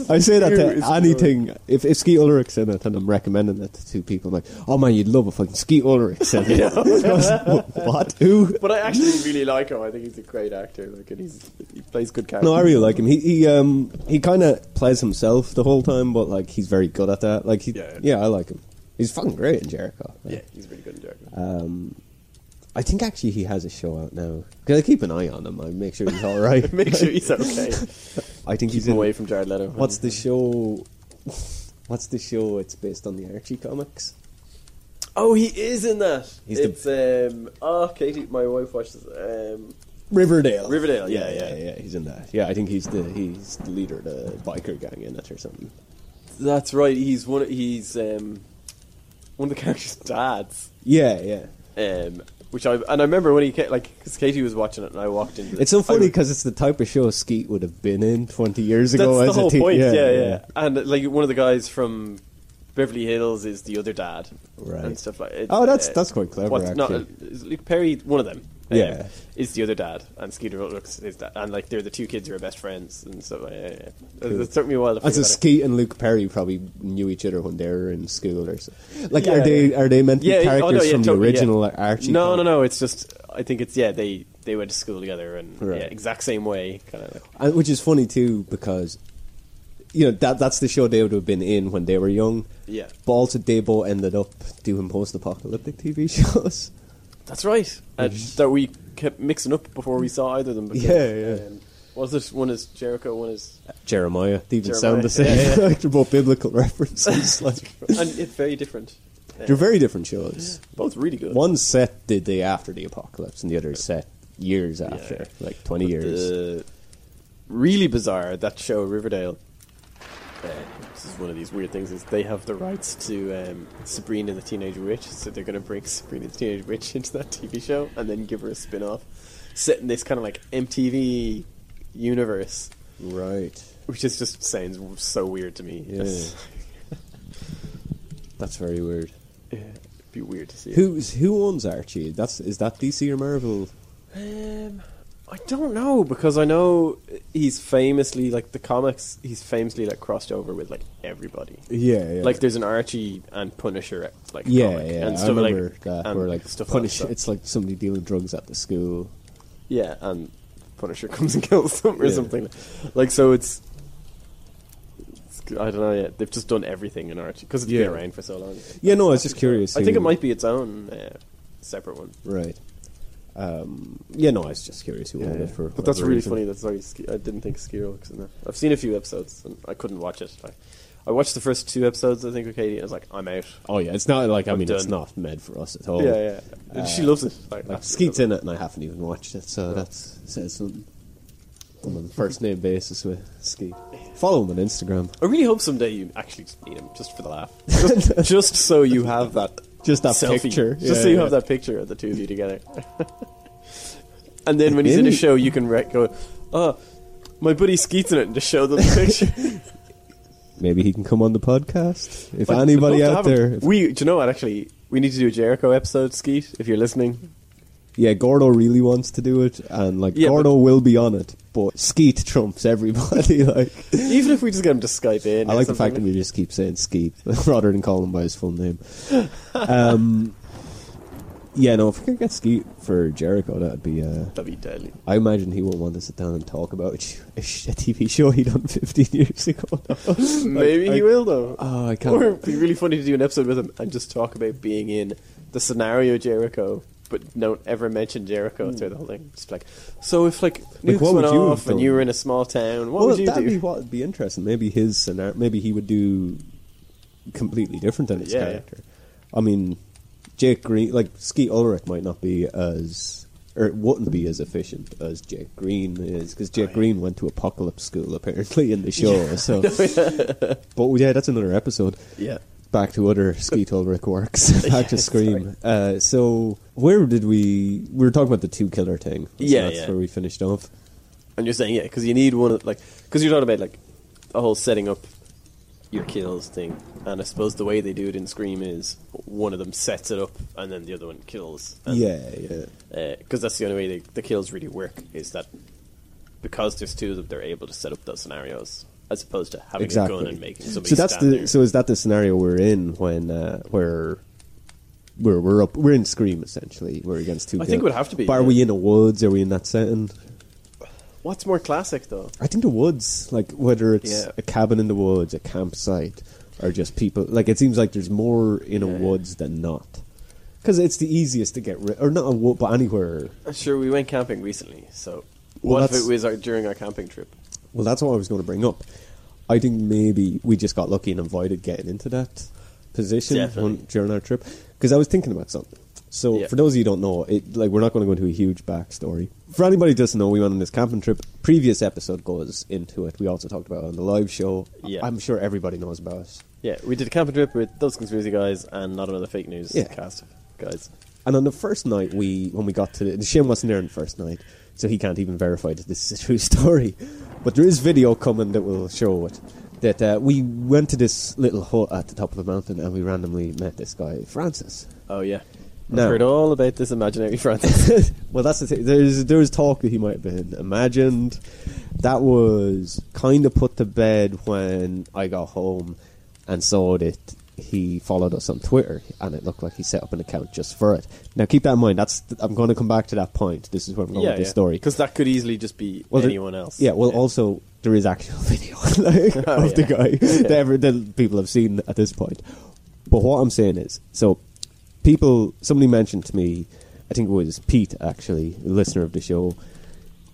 S1: I say that
S2: It's
S1: to
S2: Skeet
S1: anything. If if Skeet Ulrich's in it, and I'm recommending it to two people, I'm like, oh man, you'd love if fucking Skeet Ulrich's in it. I was like, what? Who?
S2: but I actually really like him. I think he's a great actor. Like, and he's he plays good characters.
S1: No, I really like him. He he um he kind of plays himself the whole time, but like he's very good at that. Like he, yeah,
S2: Yeah.
S1: I like him. He's fucking great in Jericho. Uh, Um,
S2: Yeah, he's really good in Jericho.
S1: I think actually he has a show out now. Because I keep an eye on him. I make sure he's all right.
S2: Make sure he's okay.
S1: I think
S2: Keep
S1: he's
S2: him
S1: in.
S2: away from Jared Leto.
S1: What's the show? What's the show? It's based on the Archie comics.
S2: Oh, he is in that.
S1: He's the-
S2: it's um. Oh, Katie, my wife watches. Um.
S1: Riverdale.
S2: Riverdale,
S1: Yeah,
S2: yeah,
S1: yeah, yeah. He's in that. Yeah, I think he's the he's the leader of the biker gang in it or something.
S2: That's right. He's one. Of, he's um. One of the characters' dads.
S1: Yeah, yeah.
S2: Um. Which I and I remember when he ca- like because Katie was watching it and I walked in.
S1: It's so funny because it's the type of show Skeet would have been in 20 years
S2: That's
S1: ago.
S2: the
S1: as
S2: whole
S1: a teen.
S2: point. Yeah yeah, And like one of the guys from Beverly Hills is the other dad,
S1: Right.
S2: And stuff like it's,
S1: Oh, that's- that's quite clever,
S2: what's- no,
S1: actually.
S2: uh, is Luke Perry, one of them. um,
S1: Yeah.
S2: is the other dad, and Skeeter Ulrichs is that, and like they're the two kids who are best friends, and so yeah, yeah.
S1: Cool.
S2: it took me a while to.
S1: And
S2: figure
S1: so
S2: that out.
S1: Skeet and Luke Perry probably knew each other when they were in school or something. Like,
S2: Yeah,
S1: are they
S2: yeah.
S1: are they meant to be
S2: Yeah,
S1: characters
S2: oh, no, yeah,
S1: from the
S2: totally,
S1: original
S2: yeah.
S1: Archie?
S2: No,
S1: comic?
S2: no, no. It's just I think it's yeah they they went to school together and
S1: Right.
S2: yeah exact same way kind of like
S1: And, which is funny too because you know that that's the show they would have been in when they were young.
S2: yeah
S1: But also, they both ended up doing post-apocalyptic TV shows.
S2: that's right and that we kept mixing up before we saw either of them. Because,
S1: Yeah, yeah.
S2: Um, was this one is Jericho one is
S1: Jeremiah, they even
S2: Jeremiah,
S1: sound the same.
S2: yeah, yeah.
S1: like they're both biblical references. like
S2: and it's very different. Uh,
S1: they're very different shows.
S2: both really good.
S1: One set the day after the apocalypse, and the other set years after, like twenty years.
S2: The- really bizarre that show Riverdale. Uh, this is one of these weird things is they have the rights to um, Sabrina the Teenage Witch, so they're going to bring Sabrina the Teenage Witch into that TV show and then give her a spin-off set in this kind of like MTV universe,
S1: Right.
S2: which is just sounds so weird to me.
S1: Yeah. That's very weird.
S2: Yeah, it'd be weird to see. it.
S1: Who's who owns Archie? That's is that DC or Marvel?
S2: Um, I don't know because I know he's famously like the comics. He's famously like crossed over with like everybody.
S1: Yeah, yeah.
S2: Like there's an Archie and Punisher like
S1: yeah,
S2: comic
S1: yeah.
S2: and
S1: I
S2: stuff
S1: remember
S2: like
S1: that.
S2: and
S1: where like
S2: stuff
S1: punish.
S2: Like that.
S1: It's like somebody dealing drugs at the school.
S2: yeah, and Punisher comes and kills them or
S1: Yeah.
S2: something. Like so, it's, it's I don't know. Yeah, they've just done everything in Archie because it's
S1: Yeah.
S2: been around for so long.
S1: Yeah, no, I was just curious.
S2: I think
S1: who-
S2: it might be its own uh, separate one.
S1: right. Um, yeah, no, I was just curious who owned it for.
S2: but that's
S1: whatever
S2: really
S1: reason.
S2: funny. That's sorry, Ski- I didn't think Skiro was in there. I've seen a few episodes and I couldn't watch it. I, I watched the first two episodes. I think with Katie, and I was like, I'm out.
S1: Oh yeah, it's not like I
S2: I'm
S1: mean it's
S2: done.
S1: not meant for us at all.
S2: uh, yeah, yeah. And she loves it. Like,
S1: Like
S2: absolutely
S1: Skeet's Uh, in it, and I haven't even watched it, so that says something. I'm on a first name basis with Skeet. Follow him on Instagram.
S2: I really hope someday you actually just meet him just for the laugh, just, just so you have that,
S1: Just that
S2: selfie.
S1: picture.
S2: just
S1: Yeah,
S2: so you
S1: yeah.
S2: have that picture of the two of you together. and then when he's in a
S1: Maybe-
S2: show, you can re- go, "Oh, my buddy Skeet's in it," and just show them the picture.
S1: Maybe he can come on the podcast. If
S2: I'd
S1: anybody
S2: love to
S1: out
S2: have
S1: there,
S2: him. we do you know what? Actually, we need to do a Jericho episode, Skeet, if you're listening.
S1: yeah, Gordo really wants to do it, and like
S2: Yeah,
S1: Gordo will be on it, but Skeet trumps everybody. Like,
S2: Even if we just get him to Skype in,
S1: I
S2: or
S1: like the fact
S2: something.
S1: that we just keep saying Skeet rather than calling him by his full name. Um, yeah, no, if we could get Skeet for Jericho, that'd be. Uh,
S2: that'd be deadly.
S1: I imagine he won't want to sit down and talk about a sh- a TV show he done 15 years ago.
S2: Maybe
S1: I-
S2: he will though.
S1: oh, I can't.
S2: Or it'd be really funny to do an episode with him and just talk about being in the scenario Jericho, but don't ever mention Jericho through the whole thing. Just like, so if like nukes
S1: Like, what
S2: went
S1: would you have
S2: off and
S1: done?
S2: you were in a small town, what
S1: well,
S2: would you
S1: that'd be
S2: do?
S1: what would be interesting. Maybe his scenario. Maybe he would do completely different than his
S2: Yeah, yeah.
S1: character. I mean, Jake Green, like Skeet Ulrich, might not be as or it wouldn't be as efficient as Jake Green is because Jake Green went to apocalypse school apparently in the show. So, but yeah, that's another episode.
S2: Yeah.
S1: Back to other Skeet Ulrich works. Back to Scream. Uh, so where did we? We were talking about the two killer thing. So
S2: Yeah,
S1: that's
S2: yeah.
S1: where we finished off.
S2: And you're saying yeah, because you need one of like because you're talking about like a whole setting up your kills thing, and I suppose the way they do it in Scream is one of them sets it up and then the other one kills. And
S1: Yeah, yeah.
S2: because that's the only way the, the kills really work is that because there's two of them, they're able to set up those scenarios as opposed to having a gun and making
S1: so
S2: somebody
S1: that's
S2: stand
S1: the
S2: there.
S1: so is that the scenario we're in when uh, where we're we're up we're in Scream essentially we're against two.
S2: I
S1: guil-
S2: think it would have to be,
S1: But are
S2: yeah.
S1: we in the woods? Are we in that setting?
S2: What's more classic though?
S1: I think the woods, like whether it's
S2: Yeah.
S1: a cabin in the woods, a campsite, or just people. Like it seems like there's more in a
S2: Yeah, yeah.
S1: woods than not. Because it's the easiest to get rid, or not, on Wo- but anywhere.
S2: Uh, Sure, we went camping recently, so
S1: Well,
S2: what if
S1: that's-
S2: it was our, during our camping trip?
S1: Well, that's what I was going to bring up. I think maybe we just got lucky and avoided getting into that position
S2: Definitely.
S1: on, during our trip. Because I was thinking about something. So,
S2: Yeah.
S1: for those of you who don't know, it, like we're not going to go into a huge backstory. For anybody who doesn't know, we went on this camping trip. Previous episode goes into it. We also talked about it on the live show.
S2: Yeah.
S1: I'm sure everybody knows about it.
S2: Yeah, we did a camping trip with those conspiracy guys and not another fake news
S1: Yeah.
S2: cast guys.
S1: And on the first night, we when we got to the Shane wasn't there on the first night, so he can't even verify that this is a true story. But there is video coming that will show it. That uh, we went to this little hut at the top of the mountain and we randomly met this guy Francis.
S2: Oh yeah,
S1: No.
S2: I've heard all about this imaginary Francis.
S1: well, that's the thing. There's there was talk that he might have been imagined. That was kind of put to bed when I got home and saw that he followed us on Twitter, and it looked like he set up an account just for it. Now, keep that in mind. That's I'm going to come back to that point. This is where I'm going with this story.
S2: because that could easily just be
S1: Well, there-
S2: anyone else.
S1: Yeah. Well, also there is actual video like,
S2: Oh,
S1: of the
S2: yeah.
S1: guy that, every, that people have seen at this point. But what I'm saying is, so people, somebody mentioned to me, I think it was Pete actually, a listener of the show,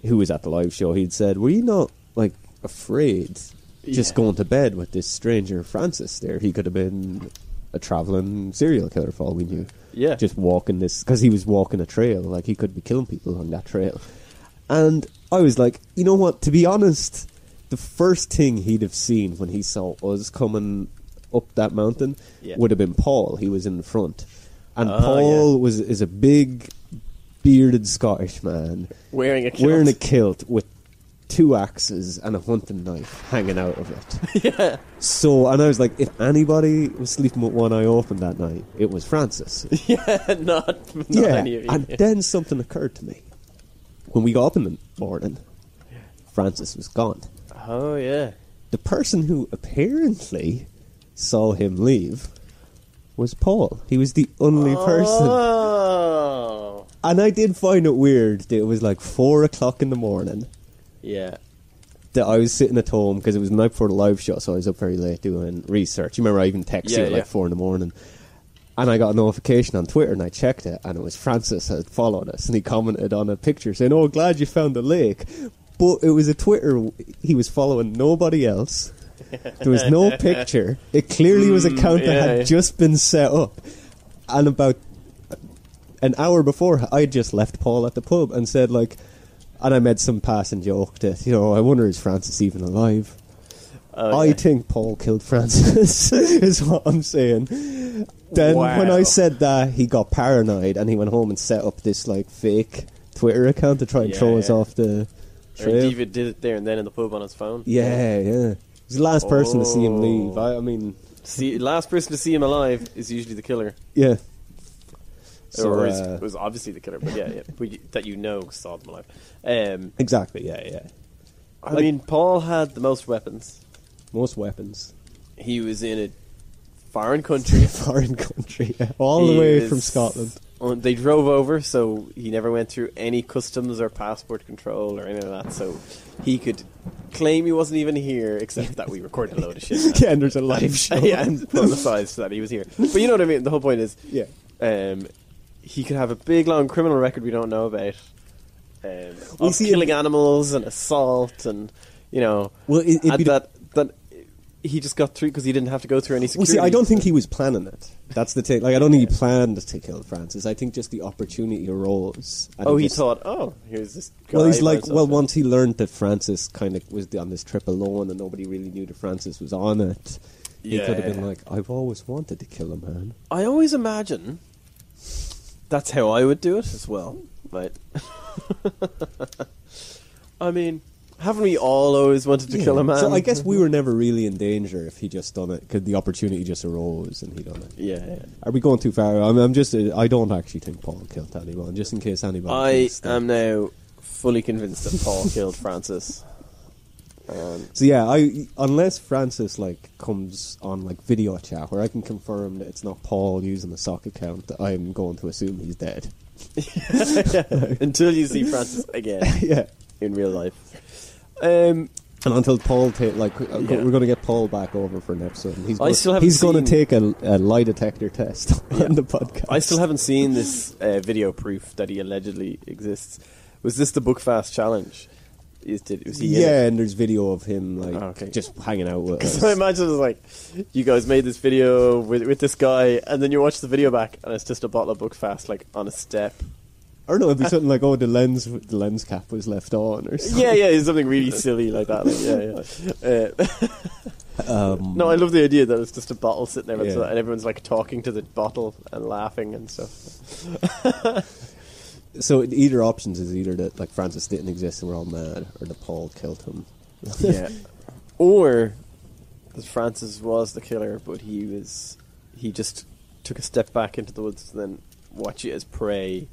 S1: who was at the live show. He'd said, "Were you not like afraid just
S2: Yeah.
S1: going to bed with this stranger Francis? There, he could have been." A traveling serial killer, for all we knew.
S2: Yeah.
S1: just walking this because he was walking a trail. Like he could be killing people on that trail. And I was like, you know what? To be honest, the first thing he'd have seen when he saw us coming up that mountain
S2: Yeah.
S1: would have been Paul. He was in front, and
S2: Ah,
S1: Paul was is a big, bearded Scottish man
S2: wearing a kilt.
S1: wearing a kilt with two axes and a hunting knife hanging out of it.
S2: yeah.
S1: so, and I was like, if anybody was sleeping with one eye open that night, it was Francis.
S2: yeah, not, not any of you.
S1: And then something occurred to me. When we got up in the morning, Francis was gone.
S2: oh yeah,
S1: The person who apparently saw him leave was Paul. He was the only person.
S2: Oh
S1: And I did find it weird that it was like four o'clock in the morning
S2: yeah,
S1: that I was sitting at home because it was the night before the live show, so I was up very late doing research. You remember I even texted you
S2: Yeah,
S1: at
S2: yeah.
S1: like four in the morning. And I got a notification on Twitter and I checked it and it was Francis had followed us and he commented on a picture saying, Oh, glad you found the lake. But it was a Twitter, he was following nobody else. There was no picture. It clearly was a
S2: Mm,
S1: account that
S2: yeah,
S1: had
S2: yeah.
S1: just been set up. And about an hour before, I just left Paul at the pub and said, like, and I made some passing joke that, you know, I wonder is Francis even alive?
S2: Oh,
S1: I
S2: yeah.
S1: think Paul killed Francis, is what I'm saying. Then when I
S2: Wow.
S1: said that, he got paranoid and he went home and set up this, like, fake Twitter account to try and
S2: Yeah,
S1: throw us
S2: yeah.
S1: off the
S2: Or
S1: trail.
S2: David did it there and then in the pub on his phone.
S1: Yeah, yeah. He's the last person to see him leave.
S2: Oh.
S1: I, I mean,
S2: See, last person to see him alive is usually the killer.
S1: yeah.
S2: or is,
S1: uh,
S2: it was obviously the killer, but yeah, yeah but you, that you know saw them alive. Um,
S1: Exactly, yeah, yeah.
S2: I
S1: Like-
S2: mean, Paul had the most weapons.
S1: Most weapons.
S2: He was in a foreign country,
S1: Foreign country. yeah. All the
S2: He
S1: way
S2: was-
S1: from Scotland.
S2: Oh, They drove over, so he never went through any customs or passport control or any of that. So he could claim he wasn't even here, except that we recorded a load of shit.
S1: yeah, and there's a live show.
S2: yeah, and publicised that he was here. But you know what I mean. The whole point is,
S1: Yeah.
S2: um, he could have a big long criminal record we don't know about. Um,
S1: We
S2: of
S1: see it-
S2: killing animals and assault and you know,
S1: Well, it- it'd
S2: and
S1: be-
S2: that that he just got through because he didn't have to go through any
S1: Well,
S2: security.
S1: see, I don't think he was planning it. That's the thing. Like, I don't think he planned to kill Francis. I think just the opportunity arose. and
S2: Oh, he
S1: just-
S2: thought, oh, here's this. Guy
S1: Well, he's
S2: by
S1: like,
S2: himself
S1: well,
S2: and-
S1: once he learned that Francis kind of was on this trip alone and nobody really knew that Francis was on it, he
S2: Yeah.
S1: could have been like, I've always wanted to kill a man.
S2: I always imagine that's how I would do it as well. Right. I mean, haven't we all always wanted to
S1: Yeah.
S2: kill a man?
S1: So I guess we were never really in danger if he just done it, because the opportunity just arose and he done it.
S2: Yeah. yeah.
S1: Are we going too far? I'm, I'm just. I don't actually think Paul killed anyone. Just in case anybody.
S2: I
S1: thinks that.
S2: am now fully convinced that Paul killed Francis. Um,
S1: So yeah, I unless Francis like comes on like video chat where I can confirm that it's not Paul using the sock account, I'm going to assume he's dead.
S2: until you see Francis again
S1: yeah.
S2: in real life. Um,
S1: And until Paul, ta- like, uh,
S2: Yeah.
S1: we're going to get Paul back over for an episode. and He's
S2: I
S1: gonna,
S2: still haven't
S1: he's going
S2: seen-
S1: to take a, a lie detector test
S2: Yeah.
S1: on the podcast.
S2: I still haven't seen this uh, video proof that he allegedly exists. Was this the Bookfast challenge? Is did was he? in it?
S1: Yeah, and there's video of him like
S2: Oh, okay.
S1: just hanging out with us.
S2: Because I imagine it's like, you guys made this video with, with this guy, and then you watch the video back, and it's just a bottle of Bookfast, like, on a step.
S1: Or no, it'd be something like, "Oh, the lens, the lens cap was left on," or something.
S2: Yeah, yeah, it's something really silly like that. Like, yeah, yeah. Uh,
S1: Um,
S2: no, I love the idea that it's just a bottle sitting there, and so-
S1: Yeah.
S2: and everyone's, like, talking to the bottle and laughing and stuff.
S1: So either options is either that like Francis didn't exist and we're all mad, or that Paul killed him.
S2: Yeah. or that Francis was the killer, but he was. He just took a step back into the woods, and then watch it as prey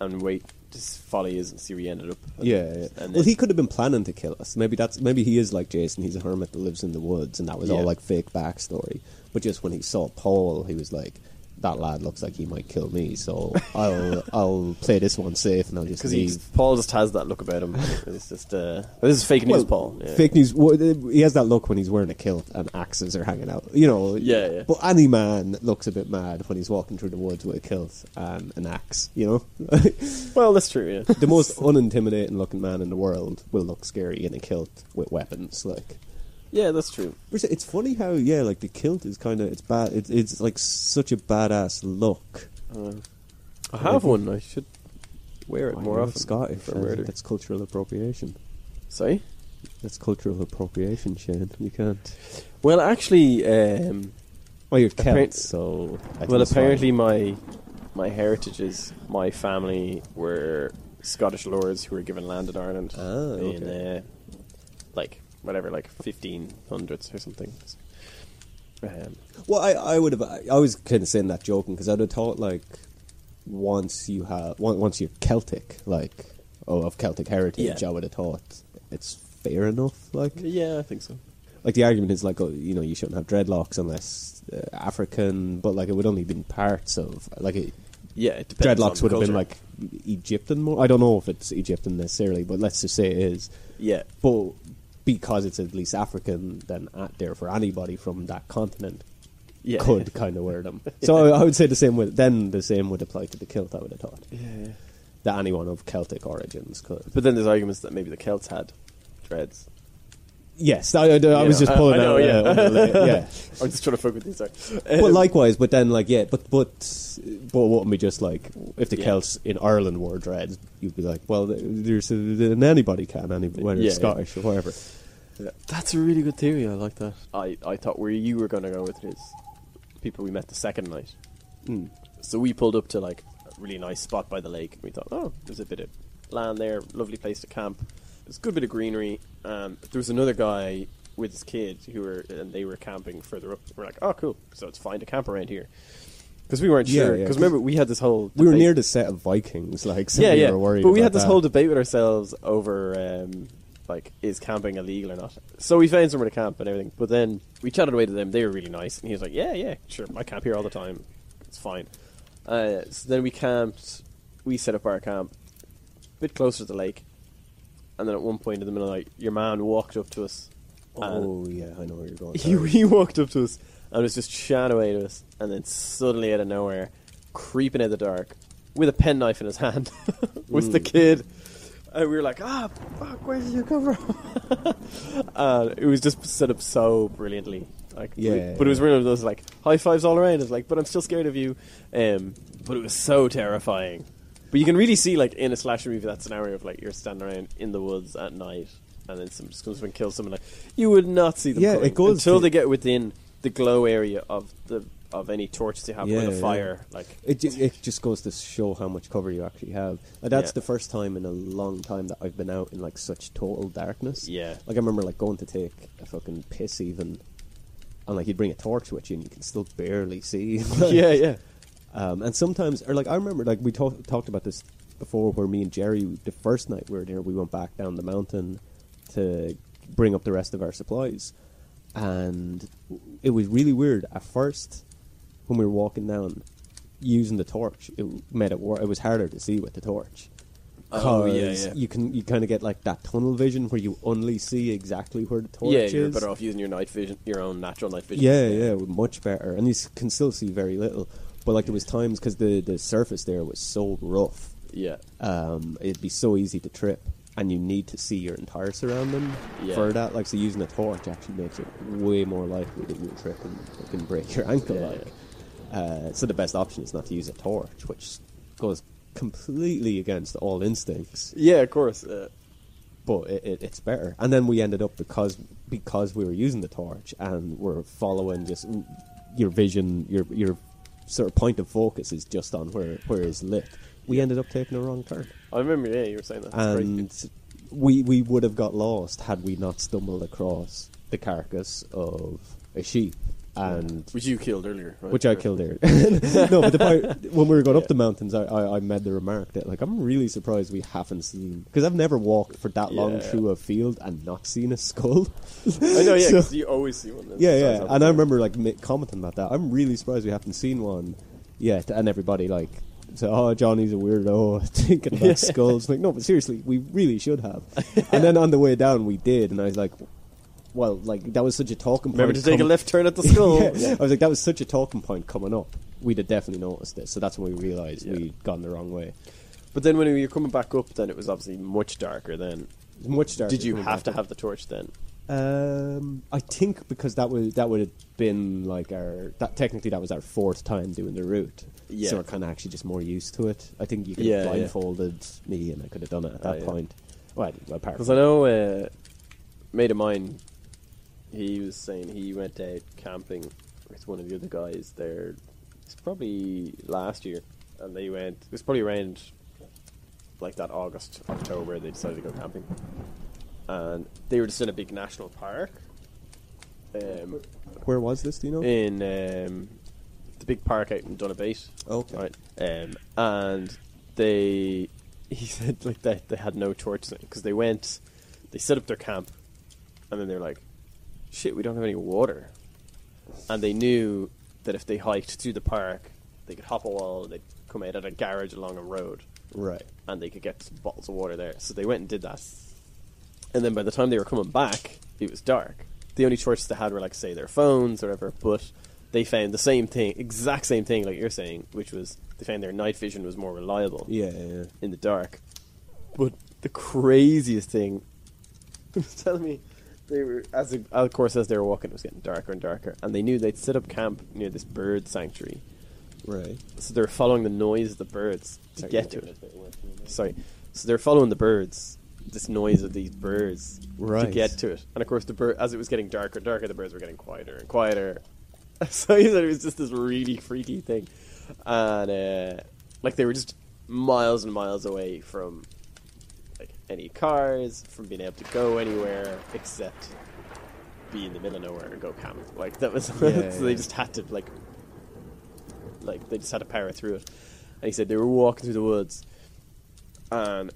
S2: and wait to s- follow his and see where he ended up.
S1: Yeah, yeah.
S2: And
S1: well,
S2: then-
S1: he could have been planning to kill us. Maybe that's maybe he is like Jason. He's a hermit that lives in the woods, and that was
S2: Yeah.
S1: all like fake backstory. But just when he saw Paul, he was like, "That lad looks like he might kill me, so I'll I'll play this one safe and I'll just
S2: Because he
S1: leave."
S2: just, Paul just has that look about him. It's just uh, this is fake news,
S1: Well,
S2: Paul. Yeah.
S1: Fake news. Well, uh, he has that look when he's wearing a kilt and axes are hanging out. You know.
S2: Yeah, yeah.
S1: But any man looks a bit mad when he's walking through the woods with a kilt and an axe. You know,
S2: Well, that's true. Yeah.
S1: the most unintimidating looking man in the world will look scary in a kilt with weapons. Like,
S2: yeah, that's true.
S1: Which- it's funny how yeah, like the kilt is kind of it's bad. It's it's like such a badass look.
S2: I have one. I should wear it
S1: Uh, Why
S2: more
S1: not
S2: often.
S1: Scottish.
S2: for
S1: I think
S2: murder.
S1: That's cultural appropriation.
S2: Sorry.
S1: That's cultural appropriation, Shane. You can't.
S2: Well, actually, um,
S1: Well, you're Celt,
S2: Apparent-
S1: so I think
S2: well,
S1: it's
S2: apparently
S1: fine.
S2: my my heritage is my family were Scottish lords who were given land in Ireland
S1: Ah,
S2: in
S1: okay.
S2: uh, like whatever, like fifteen hundreds or something. Um,
S1: Well, I, I would have. I was kind of saying that joking because I'd have thought like once you have on- once you're Celtic, like oh of Celtic heritage,
S2: Yeah.
S1: I would have thought it's fair enough. Like
S2: yeah, I think so.
S1: like the argument is like oh, you know you shouldn't have dreadlocks unless uh, African, but like it would only been parts of like it,
S2: Yeah, it depends on
S1: dreadlocks
S2: the
S1: would have been
S2: culture.
S1: like Egyptian. More I don't know if it's Egyptian necessarily, but let's just say it is.
S2: yeah,
S1: But because it's at least African, then out there for anybody from that continent
S2: yeah,
S1: could kind of wear them. So I, I would say the same with then the same would apply to the kilt. I would have thought
S2: yeah.
S1: that anyone of Celtic origins could.
S2: But then there's arguments that maybe the Celts had dreads.
S1: Yes, I, I, I was
S2: Yeah.
S1: just pulling
S2: I- I know,
S1: out.
S2: yeah.
S1: uh, overlay, yeah.
S2: I'm just trying to fuck with these. Sorry.
S1: Well, likewise, but then like yeah, but but but wouldn't be just like if the
S2: Yeah.
S1: Celts in Ireland wore dreads, you'd be like, well, there's a, then anybody can, anybody, whether
S2: Yeah, yeah.
S1: it's Scottish or whatever.
S2: that's a really good theory. I like that. I, I thought where you were going to go with it is people we met the second night. Hmm. So we pulled up to like a really nice spot by the lake. We thought, oh, there's a bit of land there, lovely place to camp. There's a good bit of greenery. Um, there was another guy with his kid who were and they were camping further up. We're like, oh, cool. So it's fine to camp around here because we weren't
S1: Yeah,
S2: sure.
S1: yeah, 'cause
S2: Because remember we had this whole
S1: We were
S2: debate-
S1: near the set of Vikings, like so
S2: yeah,
S1: we
S2: yeah.
S1: were worried.
S2: but we
S1: about
S2: had this
S1: that.
S2: whole debate with ourselves over um, like is camping illegal or not. So we found somewhere to camp and everything. But then we chatted away to them. They were really nice, and he was like, "Yeah, yeah, sure, I camp here all the time. It's fine." Uh, so then we camped. We set up our camp a bit closer to the lake, and then at one point in the middle of the night, your man walked up to us. and
S1: Oh yeah, I know where you're going.
S2: he,
S1: Sorry.
S2: he walked up to us and was just chatting away to us, and then suddenly out of nowhere, creeping in the dark with a penknife in his hand, was
S1: Mm.
S2: the kid. And we were like, ah, fuck, where did you come from? and it was just set up so brilliantly. Like, we-
S1: Yeah,
S2: but it was
S1: yeah.
S2: one of those like high fives all around. It's like, but I'm still scared of you. Um, but it was so terrifying. But you can really see, like, in a slasher movie, that scenario of like you're standing around in the woods at night, and then someone just comes up and kills someone. Like, you would not see them
S1: Yeah,
S2: coming
S1: it goes
S2: until
S1: to-
S2: they get within the glow area of the of any torch they have
S1: Yeah,
S2: or the
S1: yeah.
S2: fire. Like,
S1: It, ju- it just goes to show how much cover you actually have. And that's
S2: Yeah.
S1: the first time in a long time that I've been out in like such total darkness.
S2: Yeah.
S1: Like I remember like going to take a fucking piss even, and like you'd bring a torch with you and you can still barely see. Like,
S2: yeah, yeah,
S1: Um, and sometimes, or like I remember, like we talk, talked about this before, where me and Jerry, the first night we were there, we went back down the mountain to bring up the rest of our supplies, and it was really weird at first when we were walking down using the torch. It made it wor- it was harder to see with the torch,
S2: Oh, yeah,
S1: because
S2: yeah.
S1: you can you kind of get like that tunnel vision where you only see exactly where the torch
S2: yeah,
S1: is.
S2: you're better off using your night vision, your own natural night vision.
S1: Yeah, yeah, much better. And you s- can still see very little. But like there was times because the the surface there was so rough,
S2: yeah.
S1: um, it'd be so easy to trip, and you need to see your entire surrounding
S2: Yeah.
S1: for that. Like so, using a torch actually makes it way more likely that you'll trip and fucking break your ankle.
S2: Yeah,
S1: like, Uh, so the best option is not to use a torch, which goes completely against all instincts
S2: Yeah, of course. Uh,
S1: but it, it, it's better. And then we ended up because because we were using the torch and we're following just your vision, your your sort of point of focus is just on where where is lit. We ended up taking a wrong turn,
S2: I remember. Yeah, you were saying that. That's great.
S1: and we we would have got lost had we not stumbled across the carcass of a sheep and
S2: which you killed earlier, right?
S1: which I killed there. no, but the part, when we were going up the mountains, I, I, I made the remark that like I'm really surprised we haven't seen because I've never walked for that long
S2: Yeah.
S1: through a field and not seen a skull.
S2: I know. Yeah,
S1: So-
S2: 'cause you always see one. that's
S1: yeah,
S2: the size
S1: yeah,
S2: of
S1: and
S2: it.
S1: I remember like mi- commenting about that. I'm really surprised we haven't seen one yet, and everybody like. said, oh, Johnny's a weirdo thinking about skulls. Like, no, but seriously, we really should have. And then on the way down, we did, and I was like, well, like that was such a talking point.
S2: Remember to take a
S1: coming-
S2: left turn at the skull.
S1: yeah. I was like, that was such a talking point coming up. We'd have definitely noticed this. So that's when we realised
S2: Yeah.
S1: we'd gone the wrong way.
S2: But then when we were coming back up, then it was obviously much darker. Then
S1: It's Much darker.
S2: did you
S1: coming
S2: have
S1: back
S2: to have the torch then?
S1: up. Um, I think because that was that would have been like our that technically that was our fourth time doing the route.
S2: Yeah.
S1: So we're kind of actually just more used to it. I think you could
S2: Yeah, yeah.
S1: have blindfolded me, and I could have done it at
S2: Ah,
S1: that
S2: yeah.
S1: point. Well, apart
S2: Because I know uh, mate of mine, he was saying he went out camping with one of the other guys there. It's probably last year, and they went. It was probably around like that August, October. They decided to go camping, and they were just in a big national park. Um,
S1: where was this? Do you know?
S2: in um, the big park out in Donabate.
S1: Okay.
S2: Right. Um, and they, he said, like that they had no torches because they went, they set up their camp, and then they're like, shit, we don't have any water, and they knew that if they hiked through the park, they could hop a wall, they'd come out at a garage along a road,
S1: Right.
S2: and they could get some bottles of water there. So they went and did that. And then by the time they were coming back, it was dark. The only torches they had were like say their phones or whatever, but they found the same thing, exact same thing like you're saying, which was they found their night vision was more reliable
S1: Yeah. yeah.
S2: in the dark. But the craziest thing he was telling me they were as a, of course as they were walking it was getting darker and darker and they knew they'd set up camp near this bird sanctuary.
S1: Right.
S2: So they're following the noise of the birds to get to it sorry. So they're following the birds, this noise of these birds to
S1: Right.
S2: get to it. And of course, the bird as it was getting darker and darker, the birds were getting quieter and quieter. So he said it was just this really freaky thing, and uh, like they were just miles and miles away from like any cars, from being able to go anywhere except be in the middle of nowhere and go camping. Like that was
S1: Yeah,
S2: so they
S1: yeah.
S2: just had to like like they just had to power through it. And he said they were walking through the woods and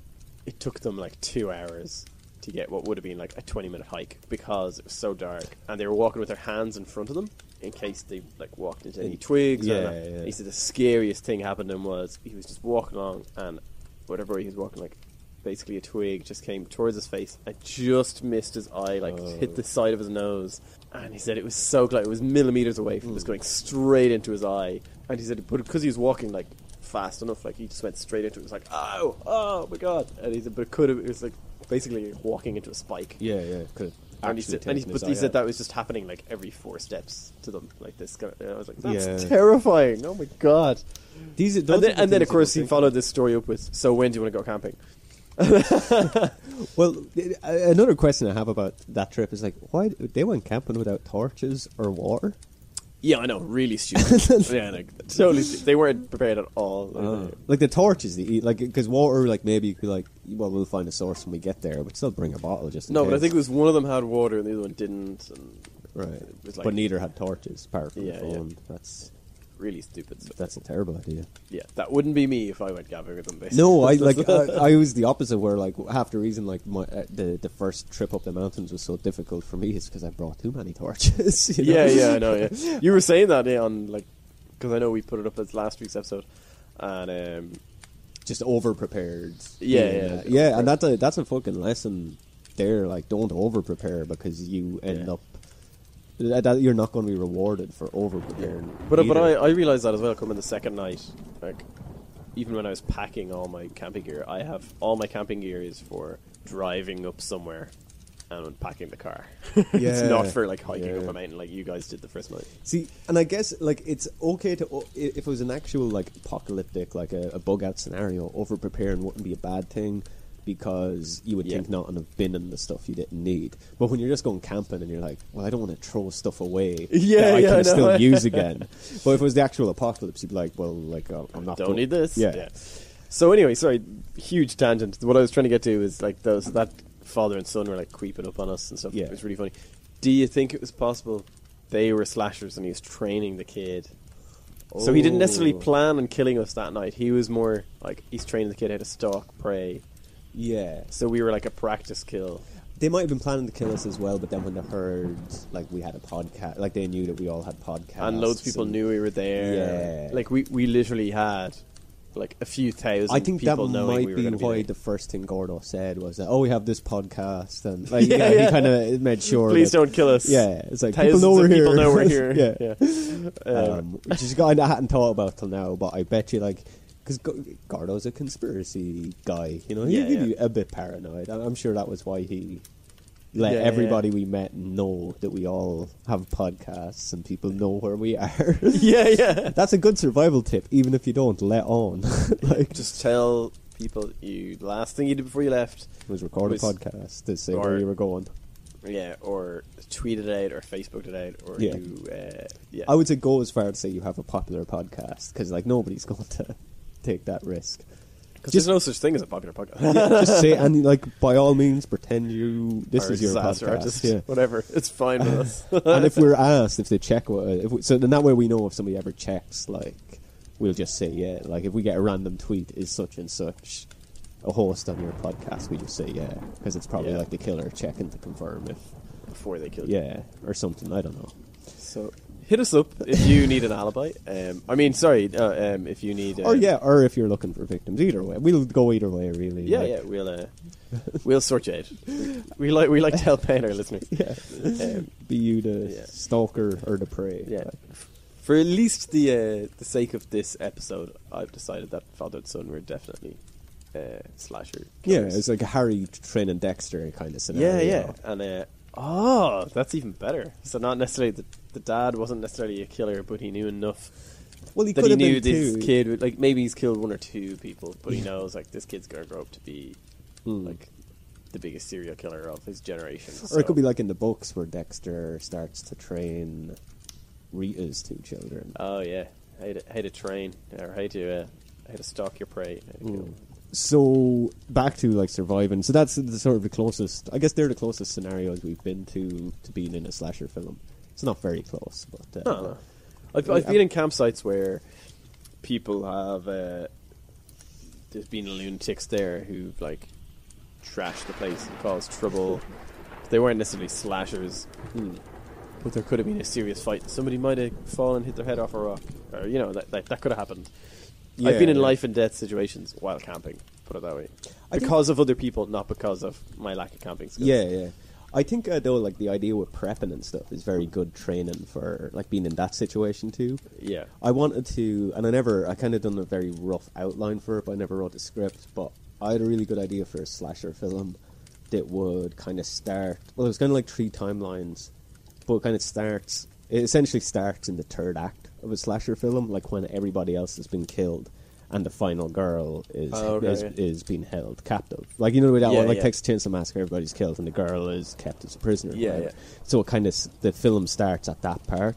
S2: it took them like two hours to get what would have been like a 20 minute hike because it was so dark and they were walking with their hands in front of them in case they like walked into any
S1: In-
S2: twigs or
S1: yeah,
S2: anything.
S1: yeah.
S2: he said the scariest thing happened to him was he was just walking along and whatever he was walking like basically a twig just came towards his face and just missed his eye like hit the side of his nose and he said it was so close it was millimeters away from just going straight into his eye and he said but because he was walking like fast enough. Like he just went straight into it. It was like, oh, oh my god! And he said, but it could have. It was like basically walking into a spike.
S1: Yeah. Yeah. Could.
S2: And he said, and he, but he said that was just happening like every four steps to them, like this. Kind of, and I was like, that's
S1: Yeah.
S2: terrifying! Oh my god!
S1: These are,
S2: And then, and then, of course, he followed this story up with, "So when do you want to go camping?"
S1: Well, th- uh, another question I have about that trip is like, why d- they went camping without torches or water?
S2: Yeah, I know, really stupid. yeah, like totally. Stupid. They weren't prepared at all. Like, they-
S1: Like the torches, the, like because water, like maybe you could like, well, we'll find a source when we get there, but still bring a bottle just. In
S2: No,
S1: case.
S2: but I think it was one of them had water and the other one didn't. And
S1: right.
S2: was like-
S1: but neither had torches, apart from
S2: Yeah,
S1: the
S2: yeah.
S1: phone. That's
S2: really stupid. So,
S1: that's a terrible idea.
S2: yeah, that wouldn't be me if I went camping with them. Basically.
S1: No, I like I, I was the opposite. Where like half the reason like my, uh, the the first trip up the mountains was so difficult for me is because I brought too many torches. you know?
S2: Yeah, yeah, I know. Yeah, you were saying that yeah, on like because I know we put it up as last week's episode, and um,
S1: just over prepared.
S2: Yeah, yeah,
S1: yeah, and that's a that's a fucking lesson there. Like, don't over prepare because you end
S2: Yeah.
S1: up that, that- you're not going to be rewarded for over preparing.
S2: But uh, but I, I realized that as well. Coming the second night, like even when I was packing all my camping gear, I have all my camping gear is for driving up somewhere and unpacking the car. it's
S1: Yeah.
S2: not for like hiking up
S1: Yeah.
S2: a mountain like you guys did the first night.
S1: See, and I guess like it's okay to o- i- if it was an actual like apocalyptic, like a, a bug out scenario. Over preparing wouldn't be a bad thing because you would
S2: Yeah.
S1: think not and have been in the stuff you didn't need. But when you're just going camping and you're like, well, I don't want to throw stuff away
S2: Yeah,
S1: that I
S2: yeah,
S1: can
S2: I know.
S1: still use again. but if it was the actual apocalypse, you'd be like, well, like uh, I'm not.
S2: Don't
S1: go-
S2: need this.
S1: Yeah.
S2: So anyway, sorry, huge tangent. What I was trying to get to is like those that father and son were like creeping up on us and stuff.
S1: Yeah.
S2: It was really funny. Do you think it was possible they were slashers and he was training the kid? So he didn't necessarily
S1: Oh.
S2: plan on killing us that night. He was more like he's training the kid how to stalk prey.
S1: Yeah.
S2: So we were like a practice kill.
S1: They might have been planning to kill us as well, but then when they heard like we had a podcast, like they knew that we all had podcasts,
S2: and loads of people
S1: and-
S2: knew we were there.
S1: Yeah.
S2: Like we, we literally had like a few thousand
S1: I think that
S2: people knowing
S1: might
S2: we were
S1: be
S2: gonna
S1: why
S2: there.
S1: the first thing Gordo said was that, "Oh, we have this podcast," and like, yeah,
S2: Yeah,
S1: he
S2: yeah.
S1: kind of made sure.
S2: Please
S1: that-
S2: don't kill us.
S1: Yeah, it's like people
S2: Thousands
S1: know
S2: of
S1: we're here.
S2: people know we're here.
S1: yeah,
S2: yeah. Um,
S1: Um, which is a guy that I hadn't thought about till now, but I bet you like because Gordo's a conspiracy guy. You know, he'd
S2: Yeah, yeah.
S1: be a bit paranoid. I- I'm sure that was why he let
S2: Yeah, yeah,
S1: everybody
S2: yeah.
S1: we met know that we all have podcasts and people know where we are.
S2: yeah, yeah.
S1: That's a good survival tip, even if you don't let on. like,
S2: Just tell people you the last thing you did before you left.
S1: was record a
S2: Was-
S1: podcast to say where
S2: or-
S1: you were going.
S2: Yeah, or tweet it out, or Facebook it out, or
S1: Yeah.
S2: you. Uh, yeah,
S1: I would say go as far as say you have a popular podcast because like nobody's going to take that risk. just-
S2: 'Cause there's no such thing as a popular podcast.
S1: Just say and like by all means pretend you this
S2: Or
S1: is your
S2: disaster
S1: podcast.
S2: artist,
S1: yeah.
S2: whatever. It's fine with us.
S1: and if we're asked if they check, what- if we, so then that way we know if somebody ever checks. Like we'll just say yeah. Like if we get a random tweet is such and such a host on your podcast, we just say yeah because it's probably
S2: Yeah.
S1: like the killer checking to confirm if
S2: Before they kill you.
S1: yeah or something. I don't know.
S2: So hit us up if you need an alibi. Um, I mean, sorry, uh, um, if you need. Um,
S1: Or Oh, yeah, or if you're looking for victims, either way, we'll go either way, really.
S2: Yeah,
S1: like-
S2: yeah, we'll uh, we'll sort you out. We, we like we like to help out our listeners.
S1: yeah.
S2: Um,
S1: Be you the
S2: Yeah.
S1: stalker or the prey?
S2: Yeah.
S1: like.
S2: For at least the uh, the sake of this episode, I've decided that father and son were definitely uh, slasher.
S1: yeah.
S2: killers.
S1: It's like a Harry, Trent, and Dexter kind of scenario.
S2: yeah, yeah, and uh, oh, that's even better. So not necessarily the, the dad wasn't necessarily a killer, but he knew enough
S1: Well, he
S2: that
S1: could
S2: he
S1: have
S2: knew
S1: been
S2: this
S1: too.
S2: kid. Would, like maybe he's killed one or two people, but he knows like this kid's gonna grow up to be like the biggest serial killer of his generation.
S1: Hmm. Or it could be like in the books where Dexter starts to train Rita's two children.
S2: Oh yeah, how to, how to train or how to uh, how to stalk your prey. How to kill.
S1: Hmm. so back to like surviving. So that's the sort of the closest. I guess they're the closest scenarios we've been to to being in a slasher film. It's not very close, but uh,
S2: No, no. I've, I've been in campsites where people have uh, there's been lunatics there who've like trashed the place and caused trouble. They weren't necessarily slashers,
S1: Hmm.
S2: but there could have been a serious fight. Somebody might have fallen, hit their head off a rock, or you know that that, that could have happened.
S1: Yeah,
S2: I've been in
S1: yeah.
S2: life and death situations while camping. Put it that way,
S1: I think-
S2: because of other people, not because of my lack of camping skills.
S1: Yeah, yeah. I think uh, though, like the idea with prepping and stuff is very good training for like being in that situation too.
S2: yeah.
S1: I wanted to, and I never, I kind of done a very rough outline for it, but I never wrote the script. But I had a really good idea for a slasher film that would kind of start. Well, it was kind of like three timelines, but it kind of starts. It essentially starts in the third act of a slasher film, like when everybody else has been killed. And the final girl is
S2: Oh, okay,
S1: is,
S2: yeah.
S1: is being held captive, like you know the way that
S2: Yeah,
S1: one, like
S2: yeah.
S1: Texas Chainsaw Massacre, everybody's killed, and the girl is kept as a prisoner.
S2: Yeah,
S1: Right.
S2: yeah.
S1: So it kind of s- the film starts at that part,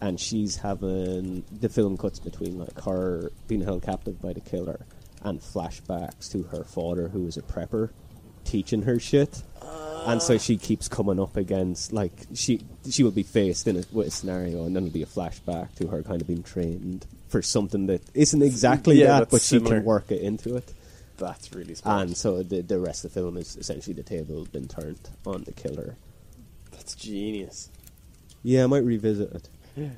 S1: and she's having the film cuts between like her being held captive by the killer and flashbacks to her father, who was a prepper, teaching her shit. And so she keeps coming up against like she she will be faced in a, with a scenario, and then it'll be a flashback to her kind of being trained for something that isn't exactly
S2: Yeah,
S1: that,
S2: that's
S1: but she
S2: similar.
S1: can work it into it.
S2: That's really smart.
S1: And so the the rest of the film is essentially the table been turned on the killer.
S2: That's genius.
S1: Yeah, I might revisit it.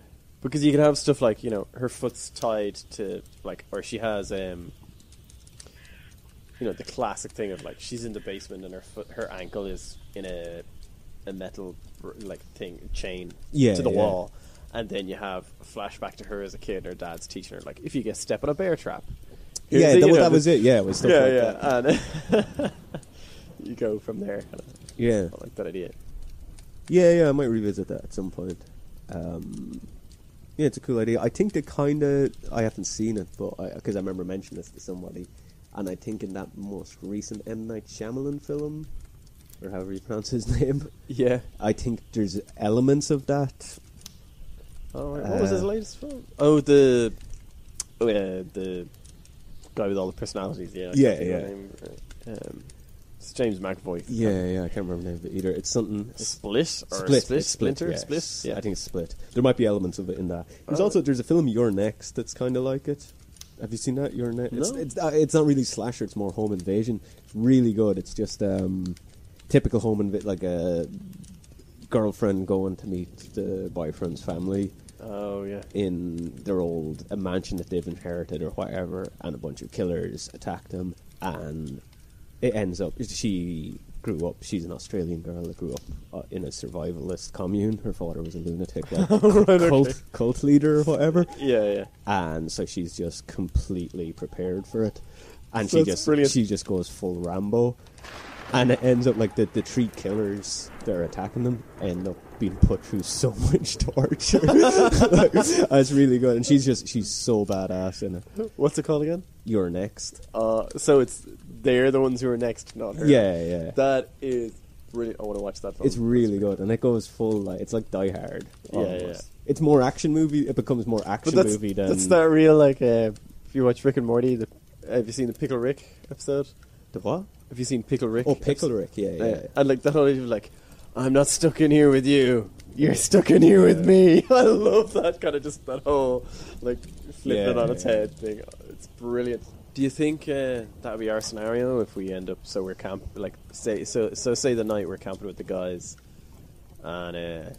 S2: Because you can have stuff like you know her foot's tied to like, or she has um, you know the classic thing of like she's in the basement and her foot, her ankle is in a a metal br- like thing chain
S1: Yeah,
S2: to the
S1: yeah.
S2: wall, and then you have a flashback to her as a kid and her dad's teaching her like if you get step on a bear trap. here's
S1: yeah,
S2: the-
S1: that,
S2: you know,
S1: that
S2: the-
S1: was it. Yeah, it was stuff
S2: yeah,
S1: like
S2: yeah,
S1: that.
S2: and you go from there.
S1: Yeah,
S2: I like that idea.
S1: yeah, yeah. I might revisit that at some point. Um, yeah, it's a cool idea. I think the kind of I haven't seen it, but because I, remember mentioning this to somebody, and I think in that most recent M Night Shyamalan film, or however you pronounce his name,
S2: Yeah.
S1: I think there's elements of that.
S2: Oh, right. what was his
S1: Uh,
S2: latest film? Oh, the oh, yeah, the guy with all the personalities. Yeah, I can't
S1: Yeah,
S2: think of
S1: yeah.
S2: the name. Um, it's James McAvoy.
S1: Yeah, yeah. I can't remember the name of it either. It's something
S2: Split or
S1: Split,
S2: split,
S1: it's
S2: splinter,
S1: yeah.
S2: split.
S1: Yeah, I think it's split. There might be elements of it in that. There's
S2: Oh.
S1: also there's a film You're Next that's kind of like it. Have you seen that? You're Next. It's,
S2: No.
S1: it's, uh, it's not really slasher. It's more home invasion. It's really good. It's just um, typical home invasion, like a girlfriend going to meet the boyfriend's family
S2: Oh yeah.
S1: in their old a mansion that they've inherited or whatever, and a bunch of killers attack them, and it ends up she grew up. She's an Australian girl that grew up uh, in a survivalist commune. Her father was a lunatic, like cult cult leader or whatever,
S2: Yeah, yeah.
S1: and so she's just completely prepared for it, and
S2: So
S1: she
S2: it's
S1: just
S2: brilliant.
S1: she just goes full Rambo. And it ends up like the, the three killers that are attacking them end up being put through so much torture. like, that's really good. And she's just, she's so badass in it.
S2: What's it called again?
S1: You're next.
S2: Uh, so it's they're the ones who are next, not her.
S1: Yeah, yeah.
S2: That is really. I want to watch that film.
S1: it's really good. And it goes full, like, it's like Die Hard.
S2: Yeah,
S1: almost.
S2: yeah.
S1: It's more action movie. It becomes more action
S2: But that's
S1: movie than.
S2: that's that real like. Uh, if you watch Rick and Morty, the, have you seen the Pickle Rick episode?
S1: The what?
S2: Have you seen Pickle Rick?
S1: Oh, Pickle Rick. Yeah, yeah. yeah.
S2: And like that whole idea of like, I'm not stuck in here with you. You're stuck in here with me. I love that kind of just that whole like flipping
S1: Yeah,
S2: it on its
S1: yeah.
S2: head thing. It's brilliant. Do you think uh, that would be our scenario if we end up so we're camp like say so so say the night we're camping with the guys, and uh,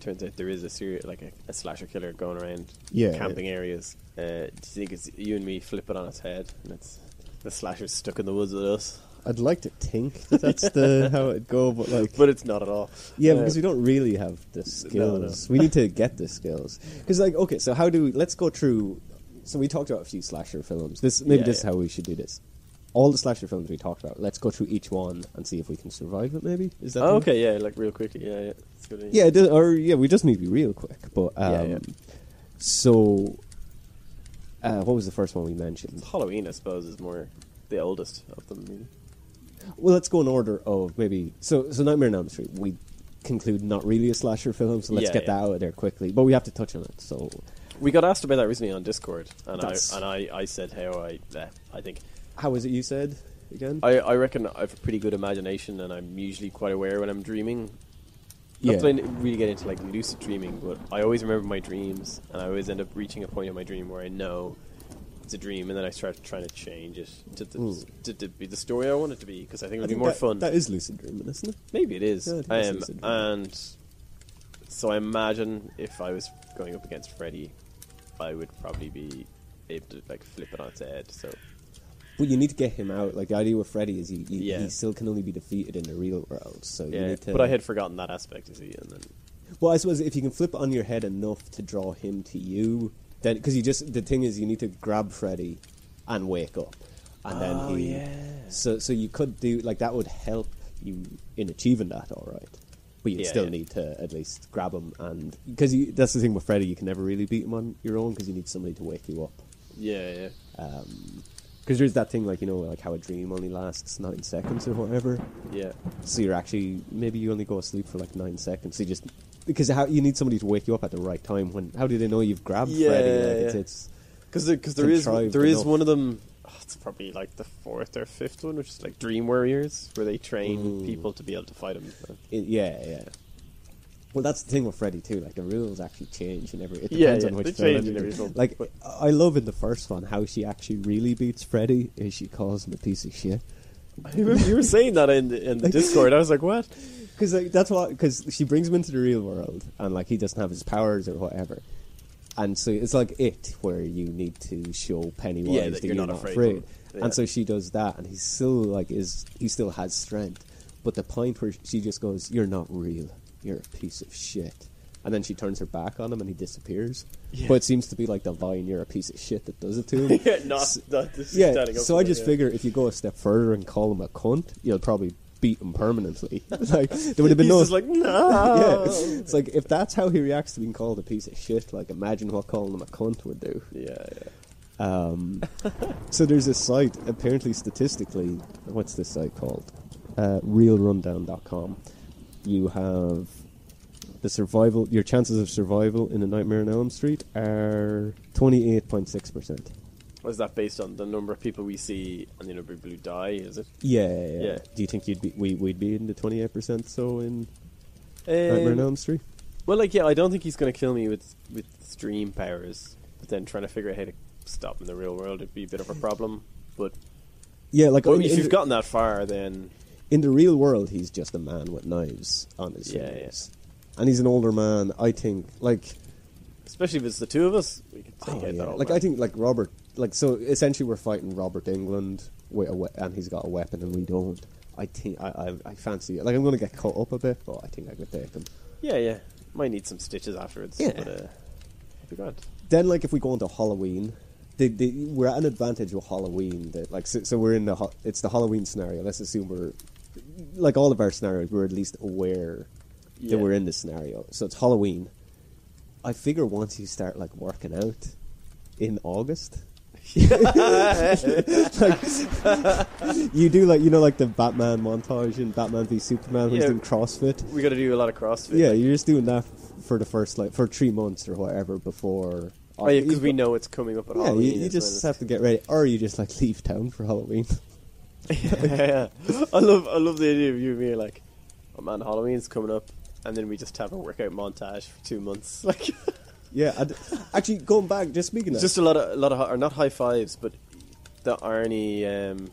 S2: turns out there is a serial like a, a slasher killer going around
S1: Yeah,
S2: camping areas. Uh, do you think it's you and me flip it on its head and it's the slasher's stuck in the woods with us?
S1: I'd like to think that that's the how it'd go, but like.
S2: but it's not at all.
S1: Yeah,
S2: Uh,
S1: because we don't really have the
S2: no, no.
S1: skills. We need to get the skills. Because, like, okay, so how do we? Let's go through. So we talked about a few slasher films. This maybe
S2: Yeah,
S1: this is
S2: yeah.
S1: how we should do this. All the slasher films we talked about. Let's go through each one and see if we can survive it. Maybe is that
S2: Oh,
S1: the-
S2: okay, yeah, like real quickly, yeah, yeah. It's good,
S1: Yeah, it does- or yeah, we just need to be real quick. But um,
S2: Yeah, yeah.
S1: so uh, what was the first one we mentioned?
S2: Halloween, I suppose, is more the oldest of them. Really.
S1: Well, let's go in order of maybe. So, so Nightmare on Elm Street. We conclude not really a slasher film, so let's
S2: Yeah,
S1: get
S2: yeah.
S1: that out of there quickly. But we have to touch on it. So
S2: We got asked about that recently on Discord, and
S1: That's-
S2: I and I, I said how I uh, I think
S1: How is it you said again?
S2: I, I reckon I have a pretty good imagination, and I'm usually quite aware when I'm dreaming.
S1: Yeah.
S2: Not that I n- really get into like lucid dreaming, but I always remember my dreams, and I always end up reaching a point in my dream where I know it's a dream, and then I start trying to change it to, the,
S1: Mm.
S2: to, to be the story I want it to be because I think
S1: I
S2: it'll be
S1: think
S2: more
S1: that-
S2: fun.
S1: That is lucid dreaming, isn't it?
S2: Maybe it is.
S1: Yeah, I think that's
S2: um,
S1: lucid dreaming.
S2: and so I imagine if I was going up against Freddy, I would probably be able to like flip it on its head. So
S1: But you need to get him out. Like the idea with Freddy is, you, you,
S2: Yeah.
S1: he still can only be defeated in the real world. So you
S2: yeah,
S1: need to.
S2: but I had forgotten that aspect of it, and then
S1: Well, I suppose if you can flip on your head enough to draw him to you, then because you just the thing is you need to grab Freddy and wake up, and
S2: Oh,
S1: then he.
S2: yeah.
S1: So so you could do like that would help you in achieving that. All right. But you would
S2: Yeah,
S1: still
S2: yeah.
S1: need to at least grab him, and because that's the thing with Freddy, you can never really beat him on your own because you need somebody to wake you up.
S2: yeah, yeah,
S1: Because there's that thing, like, you know, like how a dream only lasts nine seconds or whatever.
S2: yeah,
S1: So you're actually, maybe you only go asleep for like nine seconds. So you just, because how, you need somebody to wake you up at the right time. When How do they know you've grabbed
S2: Yeah,
S1: Freddy?
S2: yeah,
S1: Like, It's,
S2: yeah.
S1: it's,
S2: because because there is
S1: Contrived
S2: there is
S1: enough.
S2: one of them. oh, it's probably like the fourth or fifth one, which is like Dream Warriors, where they train
S1: Ooh.
S2: people to be able to fight him.
S1: it- yeah, yeah. Well, that's the thing with Freddy, too. Like, the rules actually change and every. It
S2: Yeah,
S1: depends
S2: yeah,
S1: on
S2: they
S1: which
S2: change
S1: film.
S2: in
S1: you
S2: every
S1: do.
S2: film,
S1: Like,
S2: but-
S1: I love in the first one how she actually really beats Freddy is she calls him a piece of shit.
S2: I remember you were saying that in the, in the Discord. I was like, what?
S1: Because like, that's why. Because she brings him into the real world, and like he doesn't have his powers or whatever. and so it's like it where you need to show Pennywise
S4: Yeah, that
S1: that,
S4: you're
S1: you're,
S4: not
S1: not,
S4: afraid.
S1: afraid,
S2: Yeah.
S1: and so she does that, and he's still like is he still has strength, but the point where she just goes, "You're not real. You're a piece of shit," and then she turns her back on him and he disappears.
S2: Yeah.
S1: But it seems to be like the line, "You're a piece of shit," that does it to him.
S2: yeah, not,
S1: S-
S2: not this is
S1: yeah.
S2: standing up
S1: So
S2: for
S1: I
S2: it,
S1: just
S2: yeah.
S1: figure if you go a step further and call him a cunt, you'll probably beat him permanently. like there would have been
S2: He's
S1: no
S2: just like, "Oh." no.
S1: yeah, it's like if that's how he reacts to being called a piece of shit, like imagine what calling him a cunt would do.
S2: yeah, yeah.
S1: Um, so there's a site, apparently statistically, what's this site called? Uh, realrundown.com. You have the survival, your chances of survival in a Nightmare on Elm Street are 28.6%.
S2: Was that based on the number of people we see and the number of people who die? Is it?
S1: Yeah, yeah, yeah.
S2: Yeah.
S1: Do you think you'd be, we, we'd be in the 28% so in Nightmare on
S2: Um,
S1: Elm Street?
S2: well, like, yeah, I don't think he's going to kill me with with stream powers. But then trying to figure out how to stop him in the real world would be a bit of a problem. But
S1: Yeah, like
S2: well,
S1: in-
S2: if
S1: in
S2: you've
S1: the-
S2: gotten that far, then
S1: in the real world, he's just a man with knives on his
S2: Yeah,
S1: fingers, and he's an older man. I think, like,
S2: especially if it's the two of us, we could take
S1: oh,
S2: out
S1: yeah.
S2: that old
S1: like
S2: man.
S1: I think, like Robert, like so. Essentially, we're fighting Robert England with a we- and he's got a weapon, and we don't. I think I, I, I fancy it. Like I'm going to get caught up a bit, but I think I could take him.
S2: Yeah, yeah. Might need some stitches afterwards.
S1: Yeah.
S2: But, uh, be good.
S1: Then, like, if we go into Halloween, the, the, we're at an advantage with Halloween. That like, so, so we're in the ho- it's the Halloween scenario. Let's assume we're like all of our scenarios, we're at least aware
S2: Yeah.
S1: that we're in this scenario. So it's Halloween. I figure once you start like working out in August. like, you do like you know like the Batman montage in Batman v Superman when
S2: Yeah.
S1: he's doing CrossFit.
S2: We got to do a lot of CrossFit.
S1: Yeah, you're just doing that f- for the first like for three months or whatever before.
S2: Oh, yeah, because we know it's coming up at
S1: Yeah,
S2: Halloween.
S1: you, you
S2: as
S1: just
S2: well.
S1: have to get ready, or you just like leave town for Halloween.
S2: yeah. I love I love the idea of you and me like, oh man, Halloween's coming up, and then we just have a workout montage for two months. Like,
S1: yeah, I'd- actually, going back, just speaking of
S2: just a lot of a lot of hi- or not high fives, but the Arnie, um,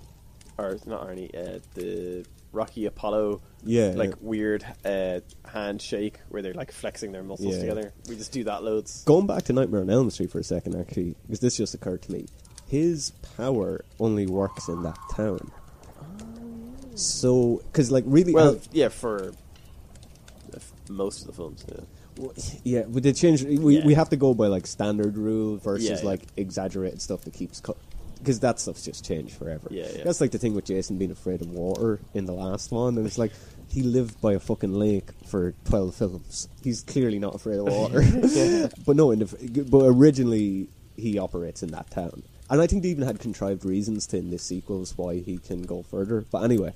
S2: or not Arnie, uh, the Rocky Apollo,
S1: Yeah,
S2: like
S1: yeah.
S2: weird uh, handshake where they're like flexing their muscles
S1: Yeah.
S2: together. We just do that loads.
S1: Going back to Nightmare on Elm Street for a second, actually, because this just occurred to me. His power only works in that town. So, because like really,
S2: Well,
S1: uh,
S2: yeah, for uh, f- most of the films. Yeah.
S1: w- yeah, with the change, we,
S2: Yeah.
S1: we have to go by like standard rule versus
S2: Yeah, yeah.
S1: like exaggerated stuff that keeps cut. Because that stuff's just changed forever.
S2: Yeah, yeah.
S1: That's like the thing with Jason being afraid of water in the last one, and it's like he lived by a fucking lake for twelve films. He's clearly not afraid of water. But no, in the, but originally he operates in that town, and I think they even had contrived reasons to in the sequels why he can go further. But anyway,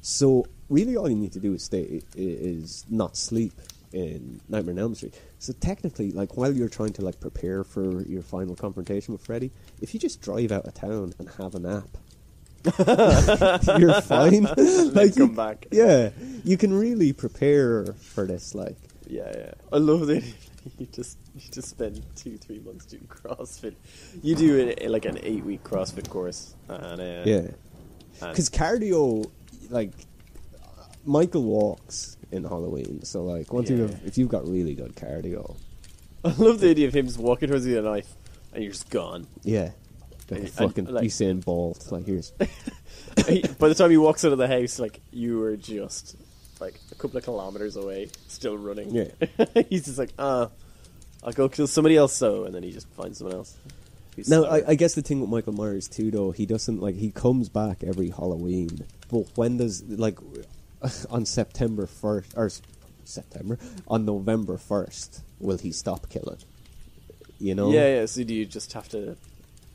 S1: so really all you need to do is stay i- is not sleep in Nightmare on Elm Street. So technically, like while you're trying to like prepare for your final confrontation with Freddy, if you just drive out of town and have a nap. you're fine. like you-
S2: come back.
S1: Yeah, you can really prepare for this. Like,
S2: Yeah, yeah. I love that you just you just spend two three months doing CrossFit. You do it like an eight week CrossFit course, and uh,
S1: yeah.
S2: and-
S1: Because cardio, like Michael walks in Halloween, so like once you
S2: Yeah.
S1: have, if you've got really good cardio,
S2: I love the idea of him just walking towards you with a knife, and you're just gone.
S1: yeah, like
S2: And-
S1: a
S2: and,
S1: fucking
S2: like-
S1: Usain Bolt, like here's
S2: He- By the time he walks out of the house, like you were just like a couple of kilometers away, still running.
S1: Yeah.
S2: he's just like, ah, I'll go kill somebody else. So, and then he just finds someone else. who's
S1: Now,
S2: slower.
S1: I, I guess the thing with Michael Myers too, though, he doesn't like he comes back every Halloween, but when does like on September first or s- September on November first will he stop killing? You know,
S2: yeah, yeah. So do you just have to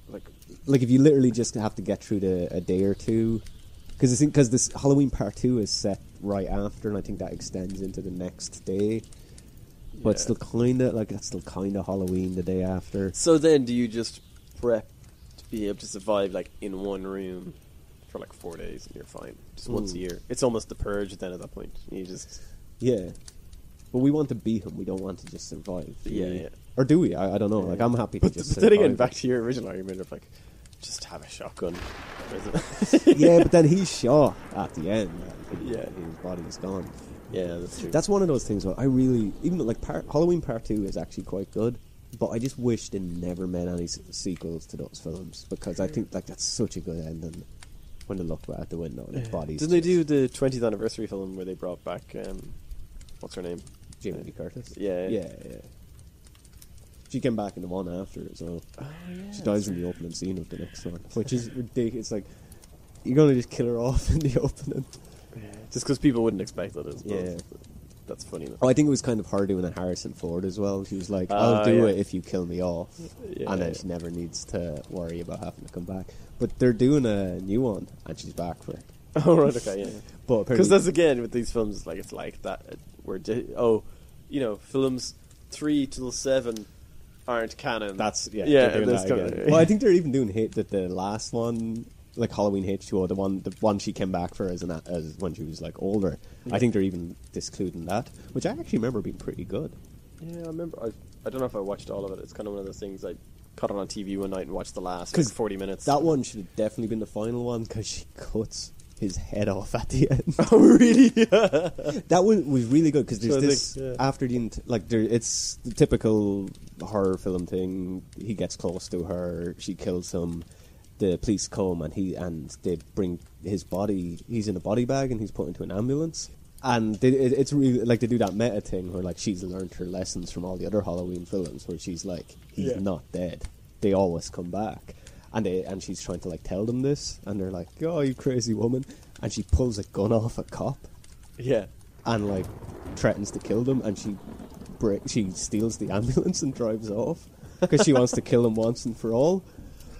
S2: like
S1: like if you literally just have to get through the, a day or two because I think because this Halloween part two is set right after, and I think that extends into the next day. But it's still
S2: Yeah.
S1: kind of like that's still kind of Halloween the day after.
S2: So then, do you just prep to be able to survive, like in one room for like four days, and you're fine? Just once a
S1: Mm.
S2: year. It's almost the purge. Then at that point, you just
S1: Yeah, but we want to beat him. We don't want to just survive. do
S2: Yeah,
S1: we?
S2: yeah.
S1: Or do we? I, I don't know. Like I'm happy to
S2: but,
S1: just.
S2: but then again,
S1: survive.
S2: back to your original argument of like, just have a shotgun.
S1: yeah, but then he's shot at the end.
S2: Yeah.
S1: his body's gone.
S2: yeah, that's true.
S1: That's one of those things where I really, even though, like part, Halloween Part Two is actually quite good, But I just wish they never made any s- sequels to those films because I think like that's such a good ending when they looked out the window and his body's
S2: Didn't they do the 20th anniversary film where they brought back um, what's her name?
S1: Jamie Lee Curtis.
S2: Yeah, yeah.
S1: yeah, yeah. She came back in the one after as well. she dies in the opening scene of the next one, which is ridiculous. It's like you're gonna just kill her off in the opening.
S2: Just because people wouldn't expect that. I suppose.
S1: Yeah.
S2: that's funny. Enough.
S1: Oh, I think it was kind of her doing a Harrison Ford as well. She was like, "I'll
S2: Ah,
S1: do
S2: yeah.
S1: it if you kill me off,"
S2: Yeah,
S1: and then
S2: yeah.
S1: she never needs to worry about having to come back. But they're doing a new one, and she's back for it.
S2: oh right, okay, yeah.
S1: But
S2: Because that's
S1: apparently,
S2: again with these films, like it's like that. uh, We're di- oh, you know, films three till seven aren't canon.
S1: that's yeah,
S2: yeah.
S1: they're doing
S2: that's
S1: that
S2: gonna-
S1: again. Well, I think they're even doing hit that the last one, like Halloween H two O, the one the one she came back for as an a- as when she was like older.
S2: Mm.
S1: I think they're even discluding that, which I actually remember being pretty good.
S2: yeah, I remember. I, I don't know if I watched all of it. It's kind of one of those things I caught it on TV one night and watched the last like,
S1: 'Cause
S2: forty minutes.
S1: That one should have definitely been the final one because she cuts his head off at the end.
S2: oh really?
S1: That one was really good because there's
S2: So I
S1: this
S2: think, yeah.
S1: after the int- like there, it's the typical horror film thing. He gets close to her, she kills him. The police come and he and they bring his body. He's in a body bag and he's put into an ambulance. And they, it, it's really like they do that meta thing where like she's learned her lessons from all the other Halloween films where she's like he's
S2: Yeah.
S1: not dead. They always come back. And they, and she's trying to like tell them this, and they're like, "Oh, you crazy woman!" And she pulls a gun off a cop,
S2: yeah.
S1: and like threatens to kill them and she break, she steals the ambulance and drives off because she wants to kill him once and for all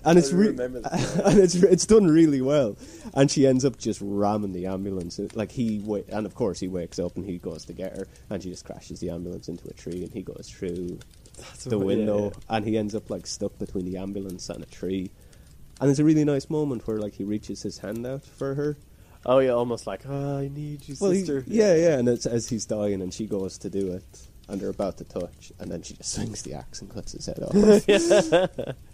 S1: and it's re-
S2: remember that.
S1: and it's it's done really well and she ends up just ramming the ambulance uh, like he wa- and of course he wakes up and he goes to get her and she just crashes the ambulance into a tree and he goes through the
S2: what- yeah,
S1: window
S2: yeah.
S1: and he ends up like stuck between the ambulance and a tree and it's a really nice moment where like he reaches his hand out for her
S2: Oh yeah, almost like oh, I need
S1: he-
S2: you, sister.
S1: yeah, yeah, and it's as he's dying, and she goes to do it, and they're about to touch, and then she just swings the axe and cuts his head off.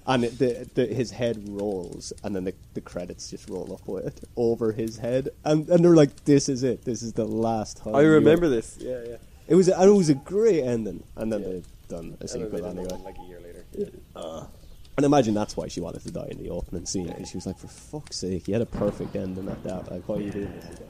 S1: and it, the, the, his head rolls, and then the, the credits just roll up with it over his head, and, and they're like, "This is it. This is the last time."
S2: I remember
S1: you-"
S2: this. Yeah, yeah.
S1: It was, and it was a great ending, and then
S2: Yeah.
S1: they've done a
S2: And then they
S1: sequel
S2: did
S1: anyway.
S2: one, like a year later. Yeah.
S1: And imagine that's why she wanted to die in the opening scene because she was like, "For fuck's sake, you had a perfect ending at that. Like, why are you doing this again?"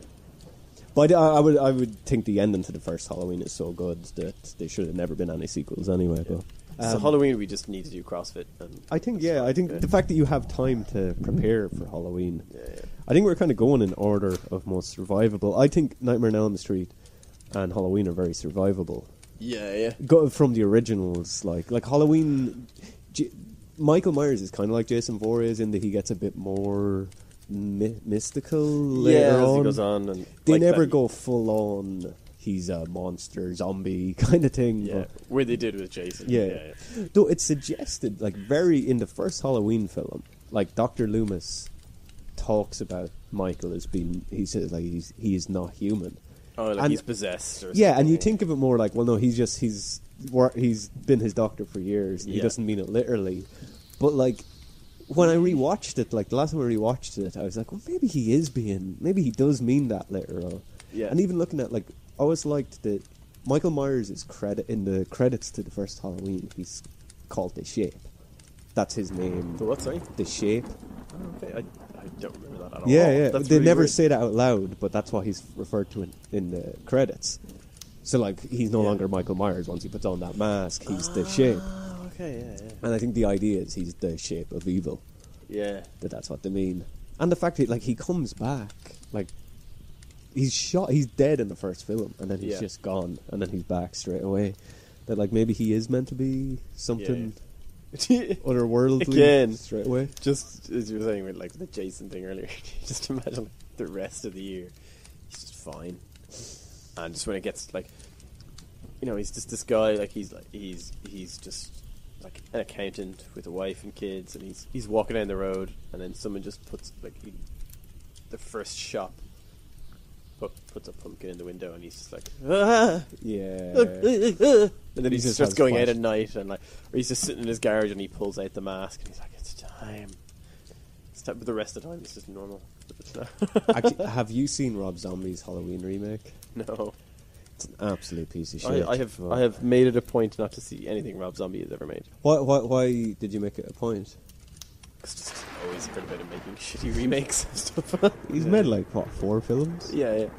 S1: But I, I would, I would think the ending to the first Halloween is so good that there should have never been any sequels anyway. But
S2: so Halloween, we just need to do CrossFit. And
S1: I think, yeah, I think
S2: Yeah.
S1: the fact that you have time to prepare for Halloween,
S2: Yeah, yeah.
S1: I think we're kind of going in order of most survivable. I think Nightmare on Elm Street and Halloween are very survivable
S2: yeah, yeah.
S1: go from the originals, like like Halloween. J- Michael Myers is kind of like Jason Voorhees in that he gets a bit more mi- mystical later
S2: yeah, as
S1: on.
S2: he goes on, and
S1: They
S2: like
S1: never
S2: that-
S1: go full on. He's a monster zombie kind of thing.
S2: Yeah,
S1: but-
S2: where they did with Jason.
S1: yeah. Though it's suggested, like very in the first Halloween film, like Doctor Loomis talks about Michael as being. He says like he's he is not human.
S2: Oh, like
S1: And-
S2: he's possessed. Or
S1: Yeah, and you
S2: something.
S1: think of it more like, well, no, he's just he's wor- he's been his doctor for years. He
S2: Yeah.
S1: doesn't mean it literally, but like when I rewatched it, like the last time I rewatched it, I was like, well, maybe he is being, maybe he does mean that literal.
S2: Yeah.
S1: and even looking at like, I always liked that Michael Myers is credit in the credits to the first Halloween. He's called the Shape. That's his name.
S2: The what? Sorry. Oh,
S1: The Shape.
S2: Okay, I, I don't remember that at all.
S1: Yeah, yeah.
S2: That's
S1: they
S2: really
S1: never
S2: weird.
S1: say that out loud, but that's what he's referred to in, in the credits. So, like, he's no
S2: Yeah.
S1: longer Michael Myers once he puts on that mask. He's the shape.
S2: Oh, okay, yeah, yeah.
S1: And I think the idea is he's the shape of evil,
S2: Yeah,
S1: that that's what they mean. And the fact that, like, he comes back, like, he's shot, he's dead in the first film, and then he's
S2: Yeah.
S1: just gone, and then he's back straight away. That, like, maybe he is meant to be something otherworldly
S2: Again.
S1: straight away.
S2: just as you were saying with like the Jason thing earlier, just imagine like, the rest of the year, he's just fine, and just when it gets like, you know, he's just this guy like he's like he's he's just like an accountant with a wife and kids, and he's he's walking down the road, and then someone just puts like he, the first shop. pu- Puts a pumpkin in the window and he's just like, ah,
S1: Yeah.
S2: and then he,
S1: He just
S2: starts
S1: has
S2: going out
S1: flash-
S2: at night, and like, or he's just sitting in his garage, and he pulls out the mask, and he's like, "It's time." It's time. But the rest of the time, it's just normal.
S1: Actually, have you seen Rob Zombie's Halloween remake?
S2: no,
S1: It's an absolute piece of
S2: I,
S1: shit.
S2: I have I have made it a point not to see anything Rob Zombie has ever made.
S1: Why, why, why did you make it a point?
S2: 'Cause it's just always good about him making shitty remakes and stuff.
S1: He's made like what four films?
S2: yeah, yeah.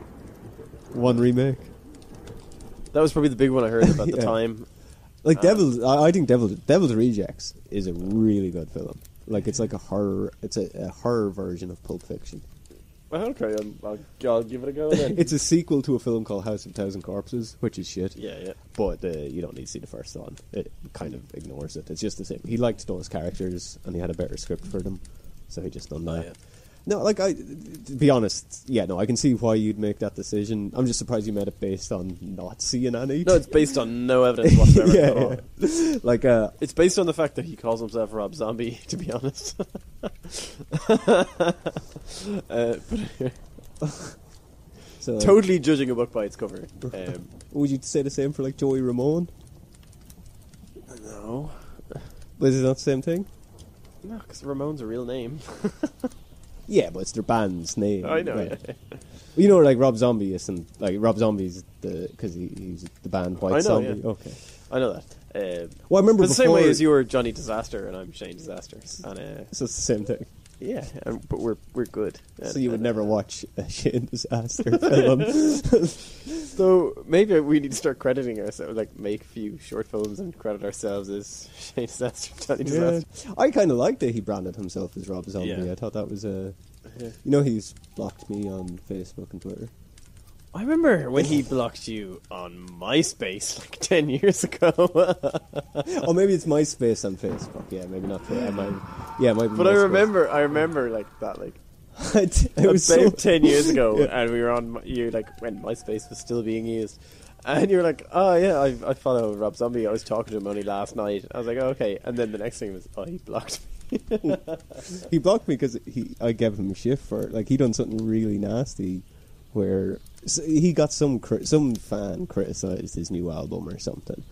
S1: One remake.
S2: That was probably the big one I heard about the
S1: Yeah.
S2: time.
S1: Like
S2: Um,
S1: Devil's, I, I think Devil's Devil's Rejects is a really good film. Like it's like a horror, it's a, a horror version of Pulp Fiction.
S2: Well, okay, I'll, I'll, I'll give it a go then.
S1: It's a sequel to a film called House of Thousand Corpses, which is shit.
S2: yeah, yeah.
S1: But uh, you don't need to see the first one. It kind of ignores it. It's just the same. He liked those characters, and he had a better script for them, so he just done that.
S2: Yeah.
S1: No, like I, to be honest, yeah, no, I can see why you'd make that decision. I'm just surprised you made it based on not seeing any.
S2: No, it's based on no evidence whatsoever. at all.
S1: yeah, yeah. like uh,
S2: It's based on the fact that he calls himself Rob Zombie, to be honest. uh, but
S1: so like,
S2: totally judging a book by its cover. Um,
S1: Would you say the same for like Joey Ramone?
S2: no,
S1: Is it not the same thing?
S2: Um, no, because Ramon's a real name.
S1: Yeah, but it's their band's name.
S2: I know.
S1: right?
S2: yeah.
S1: You know, like Rob Zombie isn't like Rob Zombie's the because he, he's the band White
S2: I know,
S1: Zombie.
S2: yeah.
S1: Okay.
S2: I know that. Uh,
S1: Well, I remember
S2: but the same way
S1: before-
S2: as you were Johnny Disaster and I'm Shane Disaster, and uh,
S1: So it's the same thing.
S2: yeah, and, but we're we're good.
S1: So
S2: And-
S1: you would
S2: and- uh,
S1: never watch a Shane Disaster film.
S2: So maybe we need to start crediting ourselves, like make a few short films and credit ourselves as Shane Disaster, Johnny
S1: yeah.
S2: Disaster.
S1: I kind of liked that he branded himself as Rob Zombie.
S2: Yeah.
S1: I thought that was a.
S2: Yeah.
S1: You know, he's blocked me on Facebook and Twitter.
S2: I remember when he blocked you on MySpace like ten years ago.
S1: or maybe it's MySpace on Facebook. Yeah, maybe not. Twitter. Am I, yeah, it might be
S2: but I
S1: MySpace.
S2: remember, I remember like that, like
S1: it was so
S2: about ten years ago,
S1: Yeah.
S2: and we were on my- you like when MySpace was still being used, and you were like, oh yeah, I, I follow Rob Zombie. I was talking to him only last night. I was like, oh, okay, and then the next thing was, oh, he blocked me.
S1: he blocked me because he I gave him a shift for it. like he done something really nasty, where s he got some cri- some fan criticized his new album or something,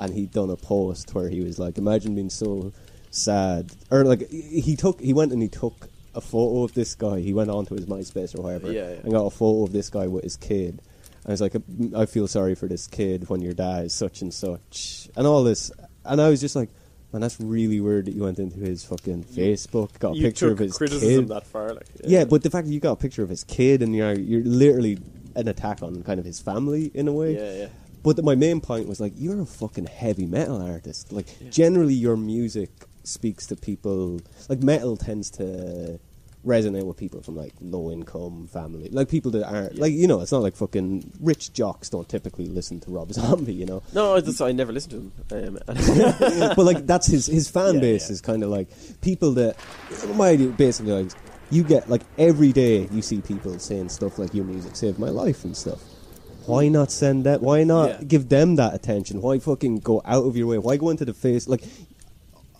S1: and he done a post where he was like, imagine being so sad or like he he took he went and he took a photo of this guy. He went onto his MySpace or whatever
S2: Yeah, yeah.
S1: and got a photo of this guy with his kid. And it's like, "Mm, I feel sorry for this kid when your dad is such and such, and all this. And I was just like, man, that's really weird that you went into his fucking Facebook, got a
S2: you
S1: picture
S2: took
S1: of his
S2: criticism
S1: kid.
S2: that far, like
S1: yeah. but the fact that you got a picture of his kid and you're you're literally an attack on kind of his family in a way.
S2: yeah, yeah.
S1: But my main point was like, you're a fucking heavy metal artist. Like, generally, your music speaks to people. Like, metal tends to resonate with people from like low income family, like people that aren't like you know. It's not like fucking rich jocks don't typically listen to Rob Zombie, you know.
S2: No, that's, I never listened to him. Um,
S1: but like, that's his his fan
S2: Yeah,
S1: base
S2: yeah.
S1: is kind of like people that my idea basically like you get like every day you see people saying stuff like your music saved my life and stuff. Why not send that? Why not
S2: Yeah.
S1: give them that attention? Why fucking go out of your way? Why go into the face? Like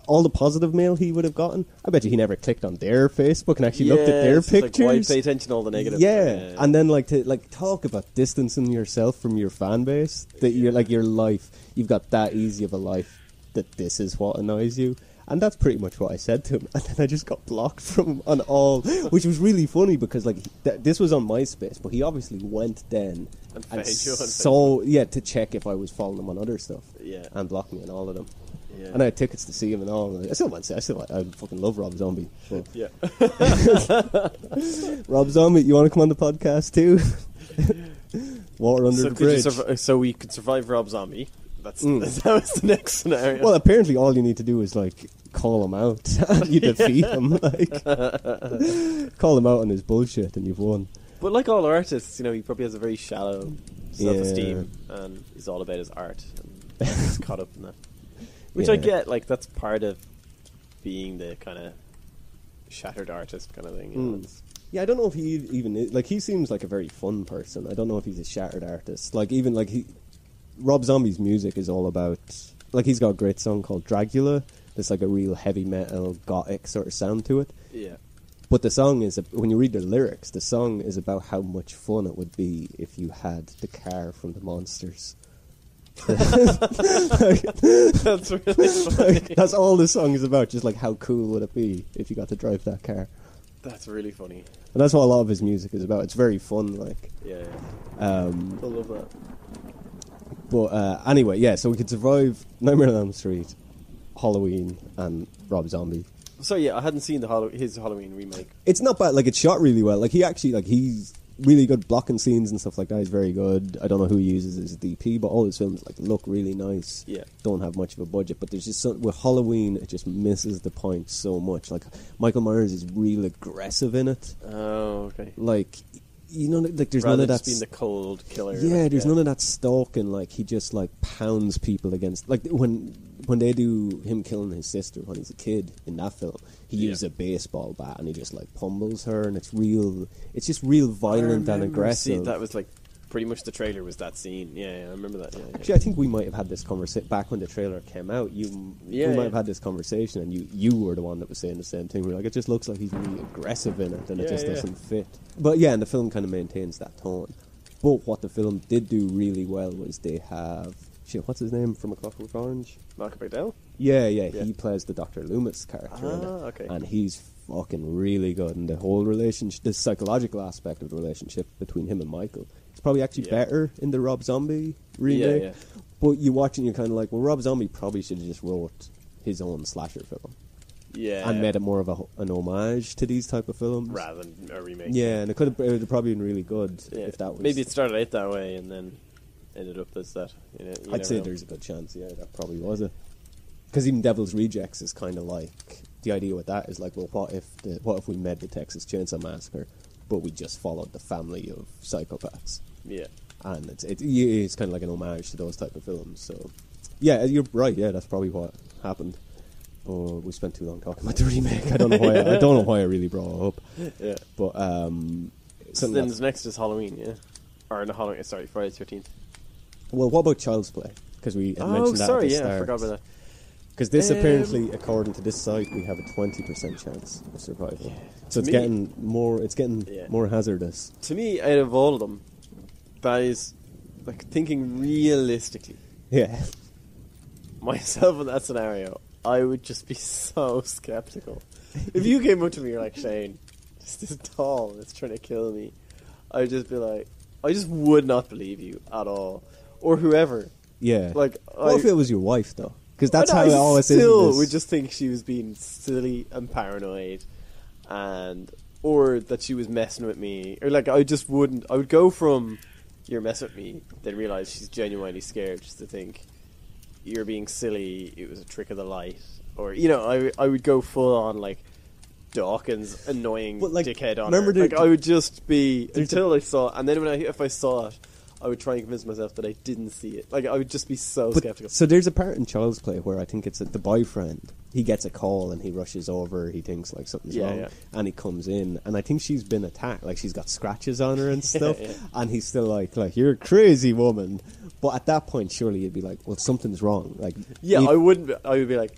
S1: all the positive mail he would have gotten, I bet you he never clicked on their Facebook and actually looked at their
S2: Yes, it's like,
S1: pictures.
S2: why pay attention to all the negative?
S1: Yeah, and then like to like talk about distancing yourself from your fan base. That you're like your life, you've got that easy of a life that this is what annoys you, and that's pretty much what I said to him. And then I just got blocked from him on all, which was really funny because like th- this was on MySpace, but he obviously went then
S2: And
S1: and
S2: found you on
S1: so yeah to check if I was following him on other stuff.
S2: Yeah.
S1: and blocked me on all of them.
S2: Yeah.
S1: And I had tickets to see him and all. I still went. to see- I still I fucking love Rob Zombie. but-
S2: yeah,
S1: Rob Zombie, you want to come on the podcast too? Water under
S2: so,
S1: the
S2: could you
S1: bridge.
S2: survi- so we could survive Rob Zombie. That's
S1: Mm.
S2: that was the next scenario.
S1: well, uh, apparently, all you need to do is like call him out. and you defeat him. Like call him out on his bullshit, and you've won.
S2: but like all artists, you know, he probably has a very shallow self-esteem, and he's all about his art. And he's caught up in that, which I
S1: Yeah.
S2: get. Like that's part of being the kind of shattered artist kind of thing. You know,
S1: Mm.
S2: it's-
S1: Yeah, I don't know if he even is, like he seems like a very fun person. I don't know if he's a shattered artist. Like even like he, Rob Zombie's music is all about like he's got a great song called Dracula. That's like a real heavy metal gothic sort of sound to it.
S2: yeah.
S1: But the song is when you read the lyrics, the song is about how much fun it would be if you had the car from the monsters.
S2: that's really funny.
S1: That's all the song is about. Just like how cool would it be if you got to drive that car,
S2: that's really funny.
S1: and that's what a lot of his music is about. It's very fun, like.
S2: Yeah, yeah.
S1: Um,
S2: I love that.
S1: But uh, anyway, yeah, so we could survive Nightmare on Elm Street, Halloween, and Rob Zombie.
S2: So yeah, I hadn't seen the Hallow- his Halloween remake.
S1: It's not bad. Like it's shot really well. Like he actually like he's really good blocking scenes and stuff like that. He's very good. I don't know who he uses as a DP, but all his films like look really nice.
S2: Yeah.
S1: don't have much of a budget, but there's just some, with Halloween it just misses the point so much. Like Michael Myers is real aggressive in it.
S2: Oh, okay.
S1: Like you know, like there's
S2: Rather
S1: none of
S2: than
S1: that.
S2: just being the cold killer.
S1: Yeah,
S2: like, uh,
S1: there's none of that stalking. Like he just like pounds people against. Like when when they do him killing his sister when he's a kid in that film, he
S2: Yeah.
S1: uses a baseball bat and he just like pummels her, and it's real. It's just real
S2: I
S1: violent and
S2: remember seeing-
S1: aggressive.
S2: that was like pretty much the trailer was that scene. Yeah, yeah I remember that. Yeah, yeah.
S1: Actually, I think we might have had this conversation back when the trailer came out. You,
S2: Yeah,
S1: we might
S2: yeah.
S1: have had this conversation, and you, you were the one that was saying the same thing. We were like, it just looks like he's really aggressive in it, and it
S2: Yeah,
S1: just
S2: yeah.
S1: doesn't fit. But yeah, and the film kind of maintains that tone. But what the film did do really well was they have shit. What's his name from A Clockwork Orange?
S2: Malcolm McDowell.
S1: Yeah, yeah,
S2: Yeah.
S1: he plays the Doctor Loomis character, in it,
S2: Ah, okay.
S1: and he's fucking really good. And the whole relationship, the psychological aspect of the relationship between him and Michael, it's probably actually
S2: Yeah.
S1: better in the Rob Zombie remake.
S2: yeah.
S1: But you watch and you're kind of like, well, Rob Zombie probably should have just wrote his own slasher film
S2: Yeah,
S1: and made it more of a, an homage to these type of films.
S2: rather than a remake.
S1: Yeah, and it could have it would have probably been really good
S2: Yeah.
S1: if that was.
S2: maybe it started out that way and then ended up as that. You know, you never
S1: I'd say
S2: know.
S1: there's a good chance, yeah, that probably was it. Because even Devil's Rejects is kind of like the idea with that is like, well, what if the, what if we made the Texas Chainsaw Massacre, but we just followed the family of psychopaths,
S2: yeah.
S1: and it's it, it's kind of like an homage to those type of films. So, yeah, you're right. Yeah, that's probably what happened. Or we spent too long talking about the remake. I don't know why. I don't know why I really brought it up.
S2: Yeah.
S1: But um,
S2: So
S1: something
S2: then
S1: that's-
S2: next is Halloween, yeah. Or no, Halloween, sorry, Friday the 13th.
S1: well, what about Child's Play? Because we had
S2: Oh,
S1: mentioned that
S2: sorry,
S1: at the
S2: yeah, I
S1: start.
S2: forgot about that.
S1: Because this
S2: Um,
S1: apparently, according to this site, we have a twenty percent chance of survival. so
S2: To
S1: it's
S2: me-
S1: getting more. It's getting
S2: Yeah.
S1: more hazardous.
S2: To me, out of all of them, that is, like, thinking realistically,
S1: Yeah,
S2: myself in that scenario, I would just be so skeptical. if you came up to me, you're like, Shane, just this doll that's trying to kill me, I'd just be like, I just would not believe you at all. Or whoever.
S1: yeah.
S2: Like,
S1: what
S2: I-
S1: if it was your wife though? Because that's
S2: I
S1: how
S2: know,
S1: it
S2: I
S1: always is.
S2: still
S1: in this.
S2: would just think she was being silly and paranoid, and or that she was messing with me, or like I just wouldn't. I would go from you're messing with me, then realize she's genuinely scared, just to think you're being silly. It was a trick of the light, or you know, I I would go full on like. Dawkins annoying
S1: But, like,
S2: dickhead on
S1: remember
S2: her.
S1: there-
S2: Like I would just be
S1: there's a-
S2: until I saw, and then when I if I saw it, I would try and convince myself that I didn't see it. Like I would just be so skeptical.
S1: But, so there's a part in Child's Play where I think it's that the boyfriend. He gets a call and he rushes over. He thinks like something's
S2: Yeah,
S1: wrong,
S2: yeah.
S1: and he comes in. And I think she's been attacked. Like she's got scratches on her and stuff.
S2: yeah.
S1: And he's still like, like you're a crazy woman. But at that point, surely you'd be like, well, something's wrong. Like
S2: Yeah,
S1: you-
S2: I wouldn't. be- I would be like,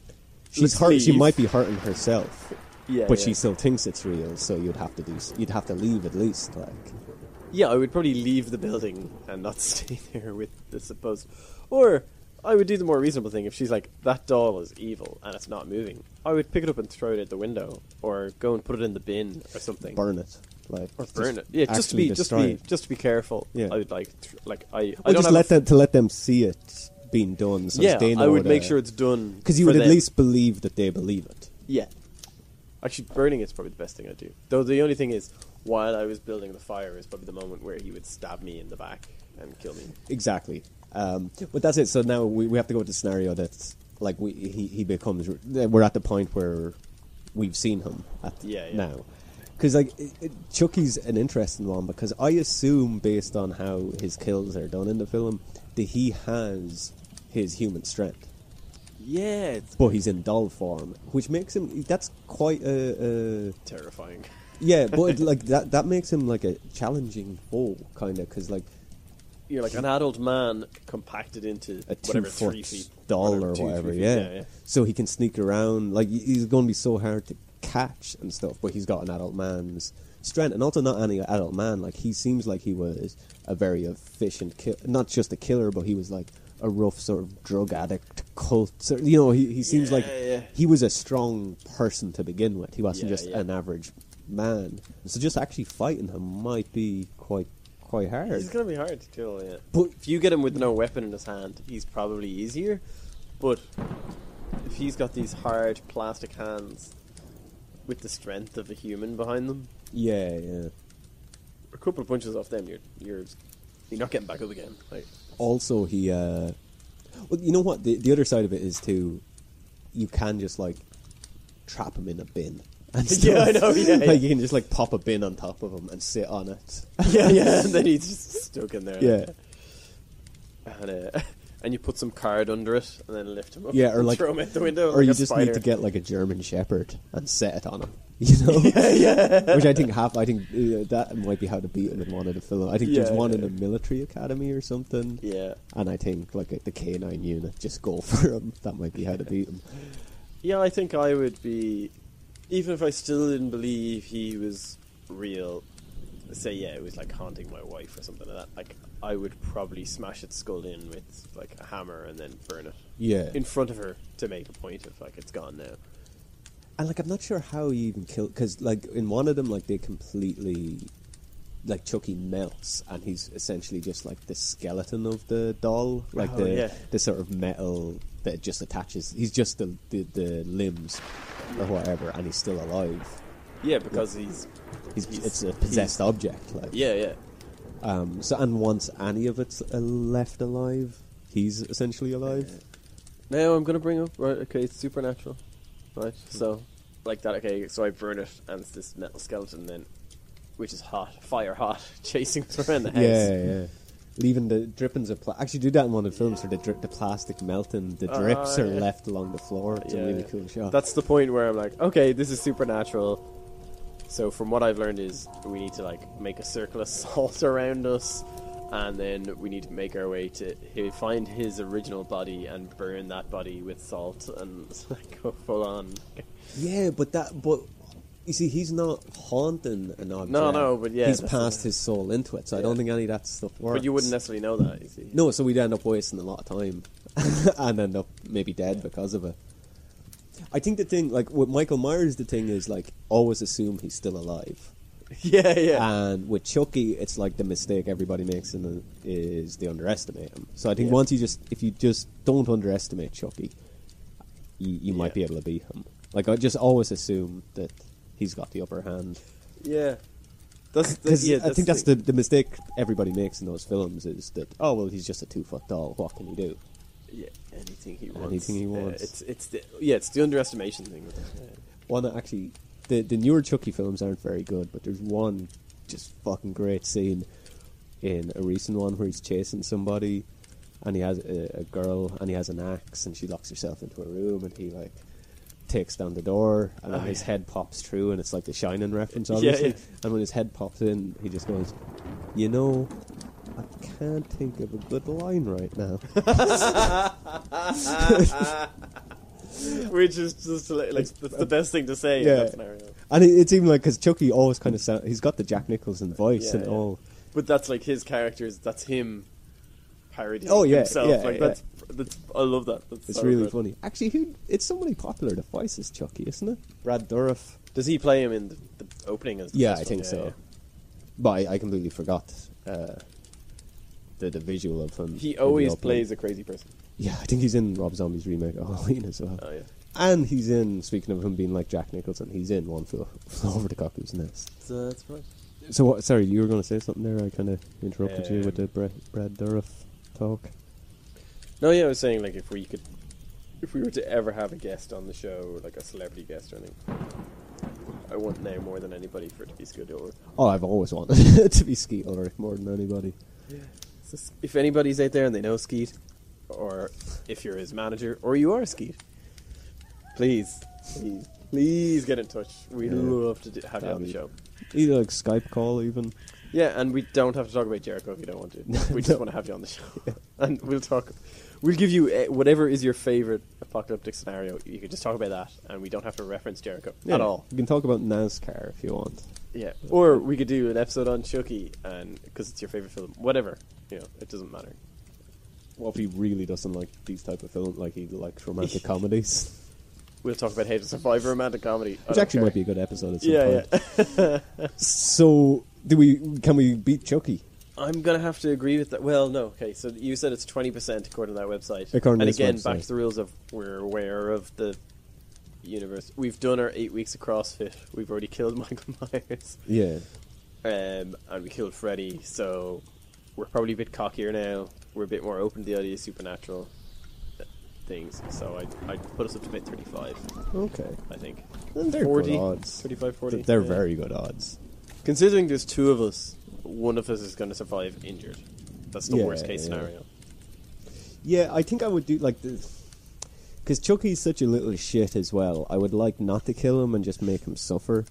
S1: she's
S2: "Let's
S1: hurt. She
S2: leave."
S1: might be hurting herself.
S2: Yeah,
S1: but
S2: yeah.
S1: she still thinks it's real, so you'd have to do. s- You'd have to leave at least. Like,
S2: Yeah, I would probably leave the building and not stay there with the supposed. Or I would do the more reasonable thing. If she's like, that doll is evil and it's not moving, I would pick it up and throw it out the window, or go and put it in the bin or something,
S1: burn it. Like,
S2: or burn it. Yeah, just to
S1: actually
S2: be, just
S1: destroy
S2: be,
S1: it.
S2: just to be careful.
S1: Yeah.
S2: I would like, thr like I. I
S1: Or
S2: don't
S1: just
S2: have
S1: let
S2: a-
S1: them to let them see it being done. So
S2: Yeah,
S1: they know
S2: I would
S1: to-
S2: make sure it's done
S1: because you
S2: for
S1: would at
S2: them.
S1: least believe that they believe it.
S2: Yeah. Actually, burning is probably the best thing I do. Though the only thing is, while I was building the fire, is probably the moment where he would stab me in the back and kill me.
S1: Exactly. Um, but that's it. So now we, we have to go with the scenario that's like we he, he becomes. We're at the point where we've seen him at
S2: Yeah, yeah.
S1: now. Because like it, it, Chucky's an interesting one because I assume based on how his kills are done in the film that he has his human strength,
S2: Yeah, it's
S1: but he's in doll form, which makes him. That's quite a. a
S2: terrifying.
S1: yeah, but it, like that that makes him like a challenging foe kind of because like
S2: You're like an adult man compacted into
S1: a two
S2: whatever
S1: foot
S2: three feet
S1: doll
S2: whatever,
S1: or
S2: two, three
S1: whatever.
S2: feet,
S1: Yeah. so he can sneak around. Like he- he's going to be so hard to catch and stuff. But he's got an adult man's strength, and also not any adult man. Like he seems like he was a very efficient, ki- not just a killer, but he was like a rough sort of drug addict cult. So, you know, he, he seems like
S2: Yeah, yeah.
S1: he was a strong person to begin with. He wasn't
S2: Yeah,
S1: just
S2: yeah.
S1: an average man. So just actually fighting him might be quite quite hard.
S2: He's gonna be hard to kill, yeah. But if you get him with no weapon in his hand, he's probably easier. But if he's got these hard plastic hands with the strength of a human behind them,
S1: Yeah, yeah.
S2: a couple of punches off them, you're you're you're not getting back up again. Like,
S1: Also, he. Uh, well, you know what? The, the other side of it is too. You can just like trap him in a bin. And
S2: Yeah, I
S1: stuff.
S2: know, yeah, yeah.
S1: Like you can just like pop a bin on top of him and sit on it.
S2: yeah, yeah. And then he's just stuck in there.
S1: Yeah.
S2: And, uh, and you put some card under it, and then lift him up.
S1: Yeah, or
S2: and
S1: like-
S2: throw him out the window.
S1: or
S2: like
S1: you
S2: a
S1: just
S2: spider.
S1: need to get like a German Shepherd and set it on him. You know, yeah, yeah. which I think half. I think uh, that might be how to beat him in one of the film. I think there's
S2: Yeah,
S1: one in
S2: yeah.
S1: a military academy or something.
S2: yeah.
S1: And I think like the K9 unit just go for him. That might be how to beat him.
S2: Yeah, I think I would be, even if I still didn't believe he was real. Say yeah, it was like haunting my wife or something like that. Like I would probably smash its skull in with like a hammer and then burn it
S1: Yeah,
S2: in front of her to make a point of like it's gone now.
S1: and like I'm not sure how you even kill because like in one of them like they completely like Chucky melts and he's essentially just like the skeleton of the doll, like
S2: Oh,
S1: the
S2: yeah.
S1: the sort of metal that just attaches. He's just the the, the limbs or whatever, and he's still alive.
S2: Yeah, because he's
S1: He's,
S2: He's-
S1: it's a possessed object, like
S2: yeah yeah
S1: Um, so and once any of it's uh, left alive, he's essentially alive.
S2: Now I'm gonna bring up right. Okay, it's supernatural, right?
S1: Hmm.
S2: So, like that. Okay, so I burn it, and it's this metal skeleton then, which is hot, fire hot, chasing us around the house.
S1: Yeah, yeah. Leaving the drippings of pla- actually do that in one of the films where the drip, the plastic melting, the
S2: Oh,
S1: drips are
S2: yeah.
S1: left along the floor. It's
S2: Yeah,
S1: a really
S2: yeah.
S1: cool shot.
S2: That's the point where I'm like, okay, this is supernatural. So from what I've learned is we need to like make a circle of salt around us, and then we need to make our way to he- find his original body and burn that body with salt and like go full on.
S1: yeah, but that but you see, he's not haunting an object.
S2: no, but yeah,
S1: he's
S2: that's-
S1: passed his soul into it. So I don't
S2: Yeah.
S1: think any of that stuff works.
S2: But you wouldn't necessarily know that. You see.
S1: No, so we'd end up wasting a lot of time and end up maybe dead because of it. I think the thing, like with Michael Myers, the thing is like always assume he's still alive.
S2: Yeah, yeah.
S1: And with Chucky, it's like the mistake everybody makes in the, is they underestimate him. So I think
S2: Yeah.
S1: once you just, if you just don't underestimate Chucky, you, you might be
S2: Yeah.
S1: able to beat him. Like I just always assume that he's got the upper hand.
S2: Yeah. That's, that's
S1: Because
S2: yeah,
S1: I think that's
S2: the
S1: the, the mistake everybody makes in those films is that oh well he's just a two foot doll what can he do
S2: yeah, anything he wants.
S1: Anything he
S2: Uh,
S1: wants.
S2: it's it's the yeah, it's the underestimation thing.
S1: One that actually, the the newer Chucky films aren't very good, but there's one just fucking great scene in a recent one where he's chasing somebody, and he has a, a girl, and he has an axe, and she locks herself into a room, and he like takes down the door, and then
S2: Oh,
S1: his
S2: yeah.
S1: head pops through, and it's like the Shining reference,
S2: Yeah,
S1: obviously.
S2: yeah.
S1: And when his head pops in, he just goes, "You know, I can't think of a good line right now."
S2: Which is just like, like that's the best thing to say in
S1: Yeah.
S2: that scenario.
S1: and it, it's even like because Chucky always kind of sound, he's got the Jack Nicholson voice
S2: Yeah,
S1: and
S2: yeah.
S1: all.
S2: But that's like his characters. That's him parodying
S1: Oh, yeah,
S2: himself.
S1: yeah,
S2: like
S1: yeah.
S2: that's that's I love that. That's
S1: It's
S2: so
S1: really
S2: good.
S1: funny. Actually, who? It's somebody popular that voices Chucky, isn't it? Brad Dourif.
S2: Does he play him in the, the opening? As the
S1: Yeah,
S2: first
S1: I
S2: one?
S1: think so.
S2: yeah.
S1: But I, I completely forgot uh, the the visual of him. in
S2: He
S1: the
S2: always
S1: opening.
S2: plays a crazy person.
S1: Yeah, I think he's in Rob Zombie's remake of Halloween as well.
S2: Oh yeah.
S1: And he's in. Speaking of him being like Jack Nicholson, he's in One Flew, Flew Over the Cuckoo's Nest.
S2: So that's right.
S1: So what? Sorry, you were going to say something there. I kind of interrupted you with
S2: Um,
S1: the Brad, Brad Dourif talk.
S2: No, yeah, I was saying like if we could, if we were to ever have a guest on the show, like a celebrity guest or anything, I want now more than anybody for it to be Scoot Ulrich.
S1: Oh, I've always wanted to be Skeet Ulrich more than anybody.
S2: So s- if anybody's out there and they know Skeet, or if you're his manager, or you are Skeet, please, please, please get in touch. We'd
S1: Yeah.
S2: love to d- have you on
S1: That'd
S2: the
S1: be-
S2: show.
S1: Either like Skype call, even.
S2: Yeah, and we don't have to talk about Jericho if you don't want to. We just want to have you on the show, and we'll talk. We'll give you eh, whatever is your favorite apocalyptic scenario. You can just talk about that, and we don't have to reference Jericho at all.
S1: You can talk about NASCAR if you want.
S2: Yeah, or we could do an episode on Chucky, and because it's your favorite film, whatever. You know, it doesn't matter.
S1: Well, if he really doesn't like these type of films, like he likes romantic comedies,
S2: We'll talk about Hate to Survive a romantic comedy, I
S1: which
S2: don't
S1: actually might be
S2: care.
S1: a good episode at some
S2: yeah,
S1: point. So, do we? Can we beat Chucky?
S2: I'm gonna have to agree with that. Well, no, okay. So you said it's twenty percent according to that website.
S1: According to
S2: and
S1: this
S2: again,
S1: website.
S2: back to the rules of we're aware of the universe. We've done our eight weeks of CrossFit. We've already killed Michael Myers,
S1: Yeah.
S2: um, and we killed Freddy. So we're probably a bit cockier now. We're a bit more open to the idea of supernatural uh, things. So I I put us up to about thirty-five.
S1: Okay.
S2: I think
S1: They're
S2: 40,
S1: good odds.
S2: 35, 40.
S1: They're
S2: yeah.
S1: very good odds.
S2: Considering there's two of us, one of us is going to survive injured. That's the
S1: Yeah,
S2: worst case
S1: yeah.
S2: scenario.
S1: Yeah, I think I would do like the because Chucky's such a little shit as well. I would like not to kill him and just make him suffer,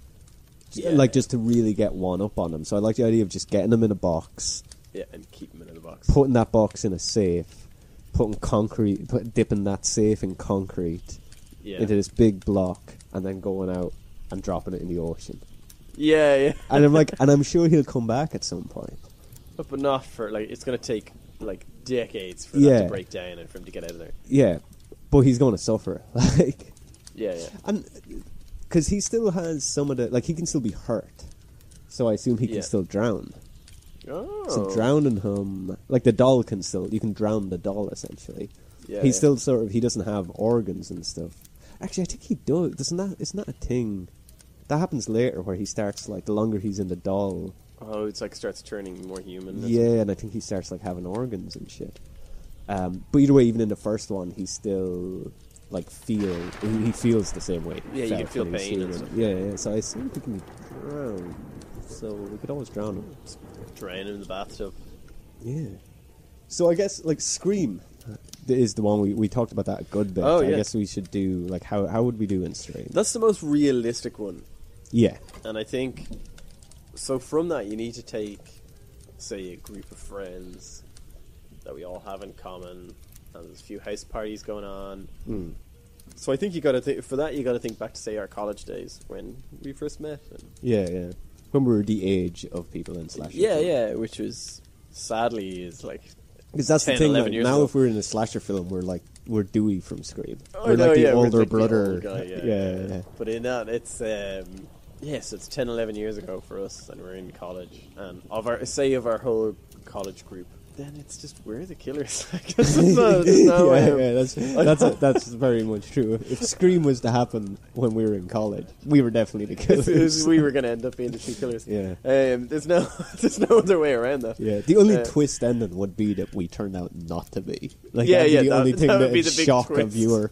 S1: Just-
S2: Yeah.
S1: like just to really get one up on him. So I like the idea of just getting him in a box,
S2: Yeah, and keep him in the box.
S1: putting that box in a safe, putting concrete, put, dipping that safe in concrete
S2: yeah.
S1: into this big block, and then going out and dropping it in the ocean.
S2: yeah, yeah.
S1: And I'm like, and I'm sure he'll come back at some point.
S2: But, but not for, like, it's going to take, like, decades for that
S1: Yeah.
S2: to break down and for him to get out of there.
S1: Yeah, but he's going to suffer. Like.
S2: Yeah, yeah.
S1: And because he still has some of the like, he can still be hurt. So I assume he
S2: Yeah.
S1: can still drown.
S2: Oh.
S1: So drowning him, like the doll can still, you can drown the doll essentially.
S2: Yeah,
S1: He's
S2: yeah.
S1: still sort of he doesn't have organs and stuff. Actually, I think he does. Isn't that isn't that a thing? That happens later where he starts like the longer he's in the doll.
S2: Oh, it's like starts turning more human. or
S1: Yeah, and I think he starts like having organs and shit. Um, but either way, even in the first one, he still like feel he he feels the same way.
S2: Yeah, you
S1: felt
S2: can feel
S1: when he was
S2: pain
S1: seeing
S2: and
S1: it.
S2: stuff.
S1: Yeah, yeah. So I assume he can be drowned. So we could always drown him.
S2: something. Drown him in the bathtub.
S1: Yeah. So I guess like Scream is the one we, we talked about that a good bit.
S2: Oh,
S1: I
S2: yeah.
S1: guess we should do like how how would we do in Scream?
S2: That's the most realistic one.
S1: yeah.
S2: And I think so. From that, you need to take, say, a group of friends that we all have in common, and there's a few house parties going on. So I think you got to think for that. You got to think back to say our college days when we first met. And,
S1: Yeah, yeah. When we were the age of people in slasher.
S2: yeah,
S1: films.
S2: yeah, which was sadly is like
S1: Because that's
S2: 10,
S1: the thing.
S2: 11
S1: Like,
S2: years
S1: now,
S2: ago.
S1: if we're in a slasher film, we're like we're Dewey from Scream.
S2: Oh,
S1: we're
S2: no,
S1: like the
S2: yeah, we're
S1: older
S2: like the old
S1: brother.
S2: guy, yeah,
S1: yeah, yeah.
S2: But in that, it's um, yes, it's 10, 11 years ago for us, and we're in college. And of our say of our whole college group, then it's just we're the killers. Like, there's no, there's no
S1: yeah,
S2: um,
S1: yeah, that's that's that's very much true. If Scream was to happen when we were in college, we were definitely the
S2: It's- it's-
S1: killers.
S2: we were going to end up being the two killers.
S1: Yeah.
S2: Um, there's no, there's no other way around that.
S1: Yeah, the only
S2: Uh,
S1: twist ending would be that we turned out not to be. Like,
S2: Yeah,
S1: that'd
S2: yeah,
S1: be the
S2: that-
S1: only thing
S2: that would
S1: that
S2: be
S1: would
S2: the big
S1: shock a
S2: twist.
S1: viewer.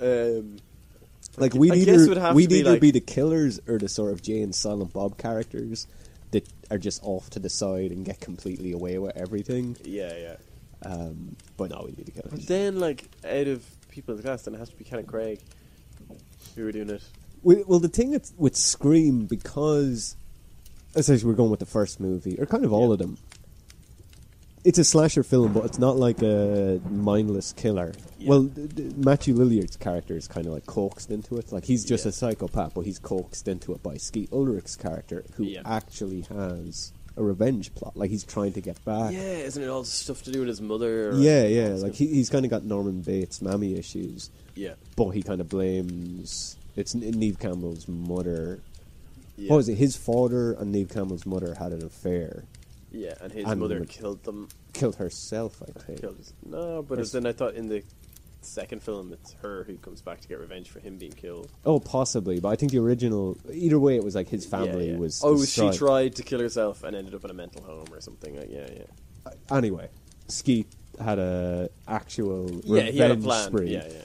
S2: Um,
S1: Like we'd
S2: I guess it would
S1: either
S2: have
S1: we'd
S2: to be
S1: either
S2: like-
S1: be the killers or the sort of Jay and Silent Bob characters that are just off to the side and get completely away with everything.
S2: yeah, yeah.
S1: Um, but no, we need to get
S2: But
S1: it.
S2: then, like, out of people in the class, then it has to be Ken and Craig who were doing it.
S1: Well, well, the thing that's with Scream because essentially we're going with the first movie or kind of all
S2: Yeah.
S1: of them. It's a slasher film, but it's not like a mindless killer.
S2: Yeah.
S1: Well, th- th- Matthew Lilliard's character is kind of like coaxed into it. Like he's just
S2: Yeah.
S1: a psychopath, but he's coaxed into it by Skeet Ulrich's character, who
S2: Yeah.
S1: actually has a revenge plot. Like he's trying to get back.
S2: Yeah, isn't it all stuff to do with his mother? Or
S1: Ah. yeah, yeah. Like he, he's kind of got Norman Bates' mammy issues
S2: yeah,
S1: but he kind of blames it's N- Neve Campbell's mother.
S2: yeah.
S1: What was it? His father and Neve Campbell's mother had an affair.
S2: Yeah, and his
S1: And-
S2: mother killed them.
S1: Killed herself, I think.
S2: Killed his, no, but
S1: Pers-
S2: then I thought in the second film, it's her who comes back to get revenge for him being killed.
S1: Oh, possibly, but I think the original. Either way, it was like his
S2: Yeah,
S1: family
S2: yeah.
S1: was.
S2: Oh,
S1: was
S2: she
S1: strike-
S2: tried to kill herself and ended up in a mental home or something. Like, yeah, yeah.
S1: Anyway, Skeet had a actual
S2: Yeah,
S1: revenge
S2: he had a plan.
S1: spree.
S2: Yeah, yeah.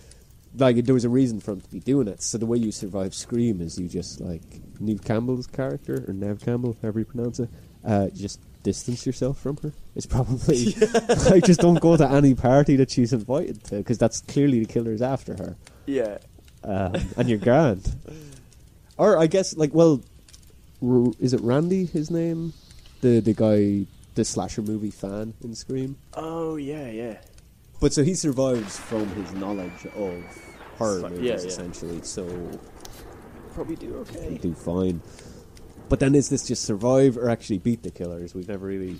S1: Like there was a reason for him to be doing it. So the way you survive Scream is you just like Neve Campbell's character or Nev Campbell, however you pronounce it. Uh, you just distance yourself from her. It's probably like just don't go to any party that she's invited to because that's clearly the killer's after her,
S2: Yeah.
S1: um, and you're gone. Or I guess like well, R- is it Randy his name? The the guy, the slasher movie fan in Scream.
S2: Oh, yeah, yeah.
S1: But so he survives from his knowledge of horror
S2: Sli-
S1: movies,
S2: yeah, yeah.
S1: essentially. So
S2: Probably do
S1: they
S2: okay.
S1: do fine. But then is this just survive or actually beat the killers? We've never really.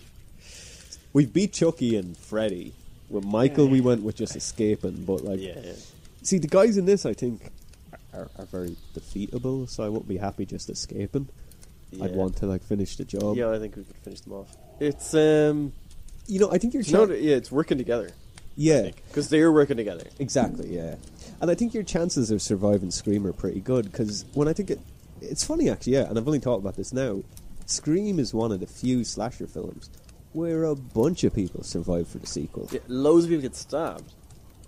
S1: We've beat Chucky and Freddy. With Michael, we went with just escaping. But like,
S2: Yeah, yeah.
S1: see, the guys in this, I think, are, are very defeatable. So I won't be happy just escaping. I'd
S2: Yeah.
S1: want to like finish the job.
S2: yeah, I think we could finish them off. It's um,
S1: You know, I think your
S2: you know,
S1: chan-
S2: yeah, it's working together
S1: yeah,
S2: because they're working together.
S1: exactly, yeah, and I think your chances of surviving Scream are pretty good because when I think it, it's funny actually, yeah, and I've only thought about this now. Scream is one of the few slasher films where a bunch of people survive for the sequel.
S2: Yeah, loads of people get stabbed.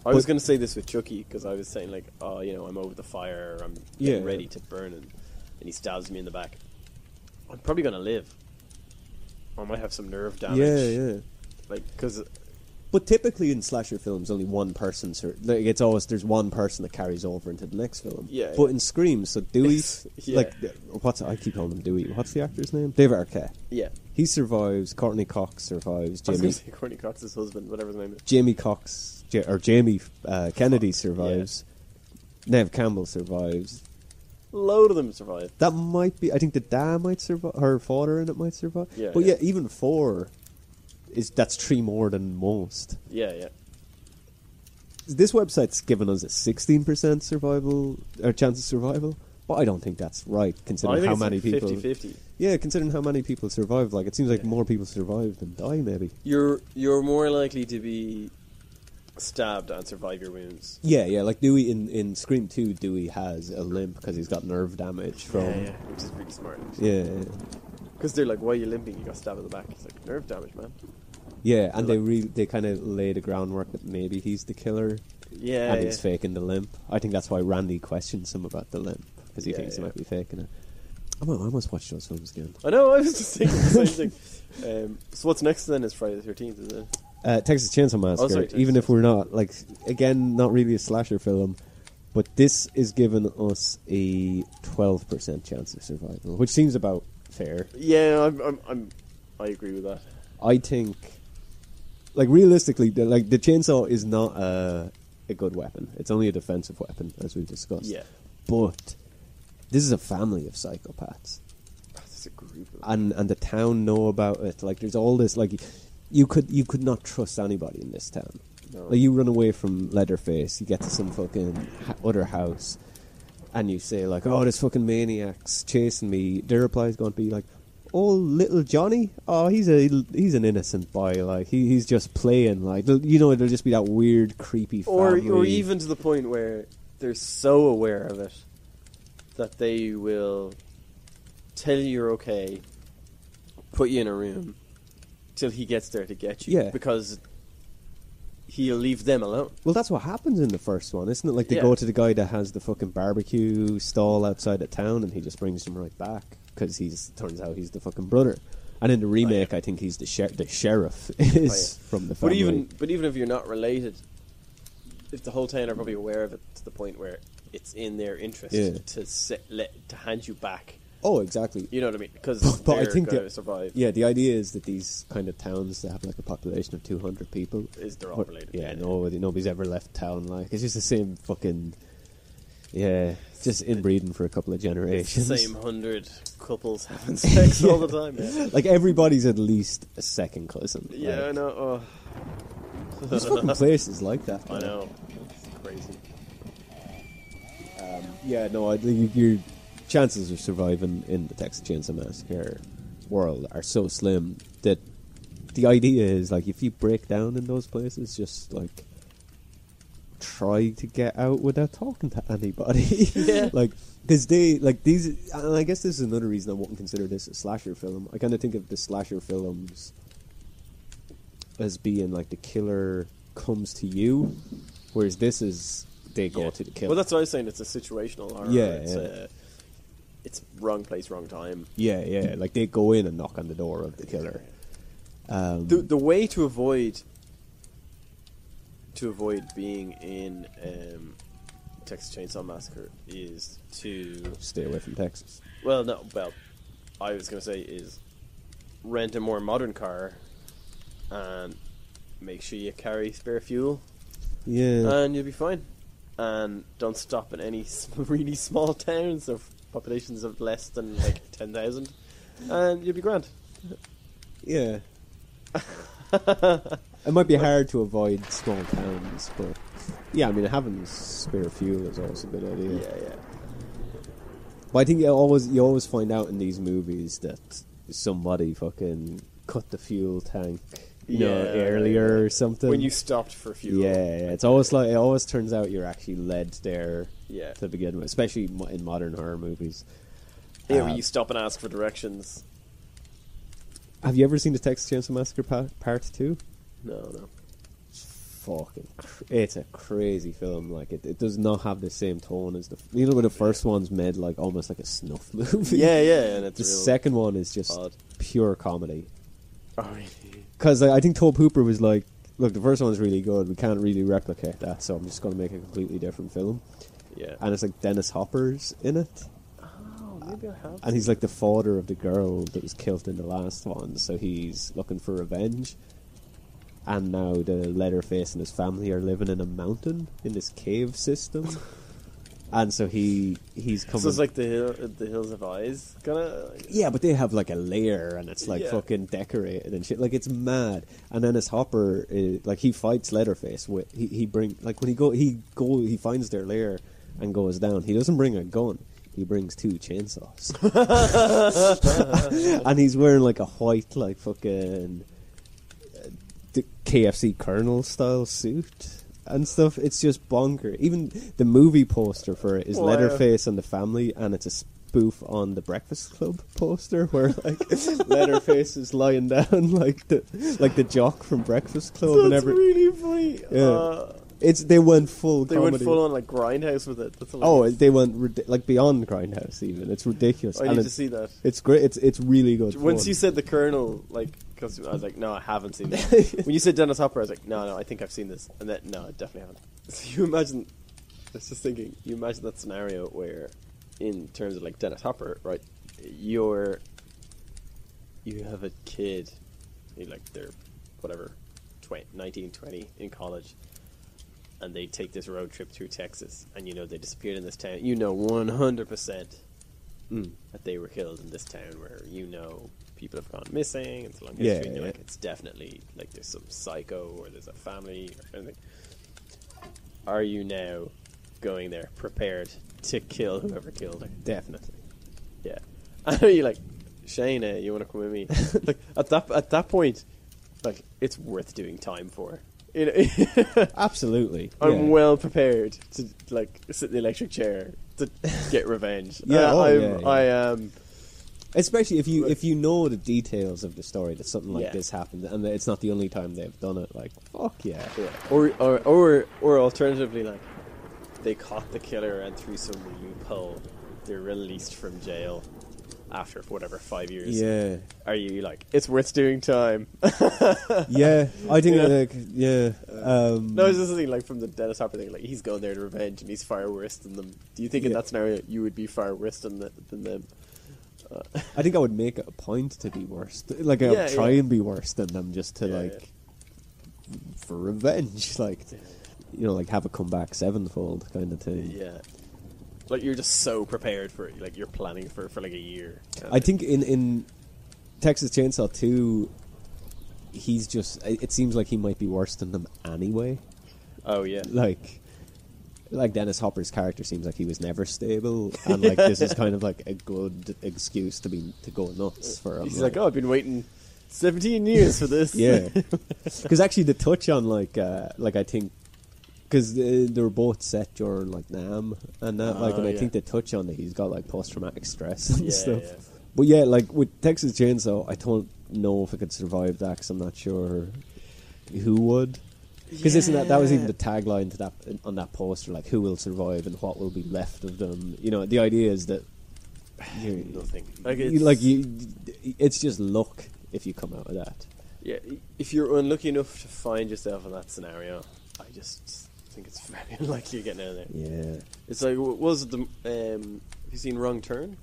S2: I was
S1: But-
S2: going to say this with Chucky because I was saying like, oh, you know, I'm over the fire, I'm getting
S1: Yeah.
S2: ready to burn, and, and he stabs me in the back. I'm probably going to live. I might have some nerve damage.
S1: yeah, yeah.
S2: Like because
S1: But typically in slasher films, only one person. Sur- like it's always there's one person that carries over into the next film.
S2: Yeah,
S1: But
S2: yeah.
S1: in Scream, so Dewey,
S2: Yeah.
S1: like the- what's I keep calling him Dewey. What's the actor's name? David Arquette.
S2: yeah,
S1: He survives. Courtney Cox survives.
S2: I was going
S1: Jamie
S2: to say Courtney Cox's husband, whatever his name is.
S1: Jamie Cox Ja- or Jamie uh, Kennedy survives. Nev Campbell survives.
S2: Load of them survive.
S1: That might be. I think the dad might survive. Her father in it might survive.
S2: Yeah,
S1: but
S2: yeah.
S1: yeah. even four is that's three more than most.
S2: Yeah, yeah.
S1: this website's given us a 16% survival or chance of survival but i don't think that's right
S2: I
S1: considering
S2: think
S1: how
S2: it's
S1: many
S2: like
S1: people
S2: 50-50.
S1: yeah considering how many people survive like it seems like
S2: Yeah.
S1: more people survive than die maybe
S2: You're you're more likely to be stabbed and survive your wounds.
S1: yeah yeah like dewey in, in scream 2 dewey has a limp because he's got nerve damage from
S2: yeah, yeah, which is really smart.
S1: yeah yeah,
S2: Because they're like, why are you limping? You got stabbed in the back. It's like nerve damage, man.
S1: Yeah, and they re- they kind of lay the groundwork that maybe he's the killer
S2: Yeah,
S1: and
S2: yeah.
S1: he's faking the limp. I think that's why Randy questions him about the limp because he
S2: Yeah,
S1: thinks
S2: yeah.
S1: he might be faking it. I might I must watch those films again.
S2: I know. I was just thinking the same thing. Um, so what's next then is Friday the Thirteenth, is it?
S1: uh, Texas Chainsaw Massacre,
S2: Oh, sorry, Texas
S1: even if we're not like again not really a slasher film, but this is giving us a twelve percent chance of survival, which seems about fair.
S2: Yeah, I'm, I'm, I'm, I agree with that.
S1: I think, like realistically, the, like the chainsaw is not a a good weapon. It's only a defensive weapon, as we've discussed.
S2: Yeah.
S1: but this is a family of psychopaths.
S2: That's a group. Of
S1: and and the town know about it. Like there's all this like you could you could not trust anybody in this town.
S2: No.
S1: Like you run away from Leatherface, you get to some fucking ha- other house, and you say like, "Oh, this fucking maniac's chasing me." Their reply is going to be like, "Oh, little Johnny, oh he's a he's an innocent boy. Like he, he's just playing. Like they'll- you know, it'll just be that weird, creepy
S2: or,
S1: family.
S2: or even to the point where they're so aware of it that they will tell you you're okay, put you in a room till he gets there to get you.
S1: Yeah.
S2: Because he'll leave them alone.
S1: Well, that's what happens in the first one, isn't it? Like they
S2: Yeah.
S1: go to the guy that has the fucking barbecue stall outside of town, and he just brings them right back because he's turns out he's the fucking brother. And in the remake, I think he's the sher- the sheriff
S2: Oh,
S1: is from the
S2: But
S1: family.
S2: even but even if you're not related, if the whole town are probably aware of it to the point where it's in their interest
S1: Yeah.
S2: to set, let, to hand you back.
S1: oh, exactly.
S2: You know what I mean? Because
S1: But- but I
S2: they're
S1: think
S2: going to
S1: that-
S2: survive.
S1: Yeah, the idea is that these kind of towns that have like a population of two hundred people
S2: Is they're all
S1: what-
S2: related,
S1: Yeah,
S2: yeah.
S1: nobody nobody's ever left town. Like it's just the same fucking yeah, just inbreeding for a couple of generations.
S2: Same hundred couples having sex all the time. Yeah,
S1: Like everybody's at least a second cousin.
S2: yeah I
S1: like.
S2: know. Oh,
S1: There's fucking places like that.
S2: I
S1: man.
S2: know. It's crazy.
S1: Yeah, no, I, think you- your chances of surviving in the Texas Chainsaw Massacre world are so slim that the idea is like if you break down in those places, just like try to get out without talking to anybody.
S2: Yeah.
S1: like because they like these, and I guess this is another reason I wouldn't consider this a slasher film. I kind of think of the slasher films as being like the killer comes to you, whereas this is they go
S2: Yeah.
S1: to the killer.
S2: Well, that's what I was saying. It's a situational horror.
S1: Yeah,
S2: it's,
S1: yeah.
S2: Uh, it's wrong place, wrong time.
S1: Yeah, yeah. Like they go in and knock on the door of the killer. Um,
S2: The the way to avoid to avoid being in um, Texas Chainsaw Massacre is to
S1: stay away from Texas.
S2: well, no, well, I was going to say is rent a more modern car and make sure you carry spare fuel.
S1: Yeah.
S2: and you'll be fine. And don't stop in any s- really small towns of populations of less than like ten thousand, and you'll be grand.
S1: yeah. it might be hard to avoid small towns, but yeah, I mean having spare fuel is always a good idea.
S2: yeah.
S1: But I think you always you always find out in these movies that somebody fucking cut the fuel tank, you know,
S2: Yeah.
S1: earlier or something.
S2: when you stopped for fuel.
S1: Yeah, yeah, it's always like it always turns out you're actually led there
S2: Yeah.
S1: to begin with, especially mo- in modern horror movies.
S2: Yeah,
S1: Uh,
S2: where you stop and ask for directions.
S1: Have you ever seen the Texas Chainsaw Massacre pa- Part Two?
S2: No, no.
S1: Fucking, cr- it's a crazy film. Like it, it does not have the same tone as the. f- You know, where the first one's made like almost like a snuff movie.
S2: Yeah, yeah, and it's
S1: The
S2: real
S1: second one is just
S2: odd.
S1: pure comedy.
S2: Oh, really?
S1: Because I, I think Tobe Hooper was like, look, the first one's really good. We can't really replicate that, so I'm just going to make a completely different film.
S2: Yeah.
S1: And it's like Dennis Hopper's in it.
S2: oh, maybe I have.
S1: And he's like the father of the girl that was killed in the last one, so he's looking for revenge. And now the Leatherface and his family are living in a mountain in this cave system. and so he he's coming.
S2: so it's like the hill, the hills have eyes, kind of.
S1: Yeah, but they have like a lair and it's like
S2: Yeah.
S1: fucking decorated and shit. Like it's mad. And then his Hopper, uh, like he fights Leatherface. With, he he bring like when he go he go he finds their lair and goes down. He doesn't bring a gun. He brings two chainsaws. and he's wearing like a white like fucking uh, the KFC Colonel style suit. And stuff, it's just bonker. Even the movie poster for it is
S2: Wow.
S1: Leatherface face on the family, and it's a spoof on the Breakfast Club poster where like Leatherface is lying down like the like the jock from Breakfast Club, and
S2: That's
S1: every
S2: really funny.
S1: Yeah.
S2: Uh,
S1: it's they went full
S2: they
S1: comedy.
S2: went full on like grindhouse with it. That's
S1: oh,
S2: hilarious.
S1: they went rid- like beyond Grindhouse even. It's ridiculous.
S2: I
S1: and
S2: Oh, need
S1: it's,
S2: to see that.
S1: it's great. It's it's really good.
S2: Once
S1: fun.
S2: you said the Colonel, like, because I was like, no, I haven't seen it. when you said Dennis Hopper, I was like, no, no, I think I've seen this, and then no, I definitely haven't. So you imagine, I was just thinking, you imagine that scenario where, in terms of like Dennis Hopper, right, you're, you have a kid, you like they're, whatever, 20, 19, 20 in college. And they take this road trip through Texas, and you know they disappeared in this town. You know, one hundred percent
S1: Mm.
S2: that they were killed in this town where you know people have gone missing. It's a long
S1: Yeah,
S2: history. and you're
S1: yeah.
S2: like, it's definitely like there's some psycho or there's a family or anything. Are you now going there prepared to kill whoever killed her?
S1: definitely.
S2: Yeah, I know you're like Shayna. You want to come with me? like at that at that point, like it's worth doing time for. You know,
S1: Absolutely,
S2: I'm
S1: yeah.
S2: well prepared to like sit in the electric chair to get revenge.
S1: Yeah,
S2: I,
S1: oh,
S2: I'm,
S1: yeah, yeah.
S2: I um, am.
S1: Especially if you if you know the details of the story that something like
S2: Yeah.
S1: this happened, and that it's not the only time they've done it. Like fuck yeah,
S2: Yeah. Or, or or or alternatively, like they caught the killer and through some loophole, they're released from jail after whatever five years.
S1: yeah.
S2: Are you like it's worth doing time?
S1: yeah, I think
S2: Yeah.
S1: like yeah. Um,
S2: no, it's just something like from the Dennis Hopper thing. Like he's going there to revenge and he's far worse than them. Do you think in
S1: Yeah.
S2: that scenario you would be far worse than the, than them?
S1: I think I would make it a point to be worse. Like I
S2: Yeah,
S1: would try
S2: yeah.
S1: and be worse than them just to
S2: Yeah,
S1: like for revenge, like you know, like have a comeback sevenfold kind of thing.
S2: Yeah. Like you're just so prepared for it. Like you're planning for it for like a year.
S1: I think in in Texas Chainsaw Two, he's just. It it seems like he might be worse than them anyway.
S2: Oh yeah.
S1: Like. Like Dennis Hopper's character seems like he was never stable, and like this is kind of like a good excuse to be to go nuts for him.
S2: He's like, oh, I've been waiting 17 years for this.
S1: Yeah, because actually the touch on like uh, like I think because they, they were both set during like Nam and that like
S2: Oh,
S1: and I
S2: yeah.
S1: think the touch on that he's got like post traumatic stress and
S2: Yeah,
S1: stuff.
S2: yeah.
S1: But yeah, like with Texas Chainsaw, I don't know if I could survive that 'cause I'm not sure who would. Because isn't that that was even the tagline to that on that poster? Like, who will survive and what will be left of them? You know, the idea is that you're,
S2: Nothing. Like,
S1: you-
S2: it's-
S1: like you, it's just luck if you come out of that.
S2: Yeah, if you're unlucky enough to find yourself in that scenario, I just think it's very unlikely you're getting out of there.
S1: Yeah.
S2: It's like, what was it the. Um, have you seen Wrong Turn?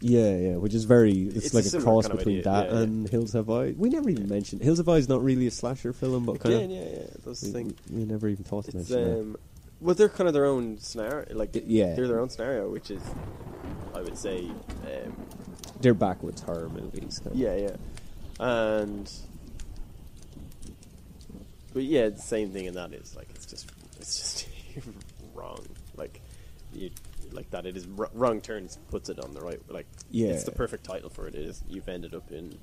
S1: Yeah, yeah, which is very. It's,
S2: It's a
S1: like a,
S2: similar
S1: cross
S2: kind of
S1: between
S2: idea,
S1: that
S2: yeah, yeah.
S1: and Hills Have Eyes. We never even mentioned Hills Have Eyes. Not really a slasher film, but kind of.
S2: Again, yeah, yeah. Those
S1: we-
S2: things.
S1: We, never even thought to
S2: It's,
S1: mention that.
S2: um, well, they're kind of their own scenario. Like,
S1: Y- yeah.
S2: they're their own scenario, which is, I would say, um,
S1: They're backwards horror movies. Kind
S2: yeah, yeah, and but yeah, the same thing, and that is like it's just it's just wrong. Like you, like that. It is r- wrong turns puts it on the right. Like
S1: Yeah.
S2: it's the perfect title for it. It is you've ended up in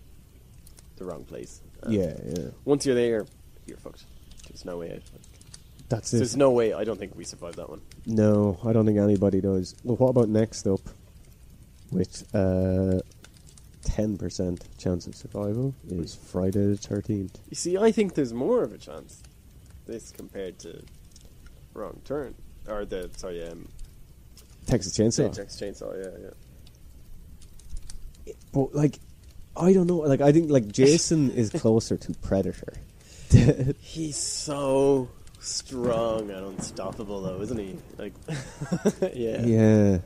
S2: the wrong place. And
S1: yeah, yeah.
S2: Once you're there, you're fucked. There's no way out. Like,
S1: That's it.
S2: there's no way. I don't think we survive that one.
S1: No, I don't think anybody does. Well, what about next up? With uh, 10% chance of survival is Friday the 13th.
S2: You see, I think there's more of a chance this compared to wrong turn or the sorry um,
S1: Texas Chainsaw.
S2: Jack's chainsaw. Yeah, yeah.
S1: But, like, I don't know. Like, I think, like, Jason is closer to Predator. Th-
S2: He's so strong and unstoppable, though, isn't he? Like, yeah,
S1: yeah.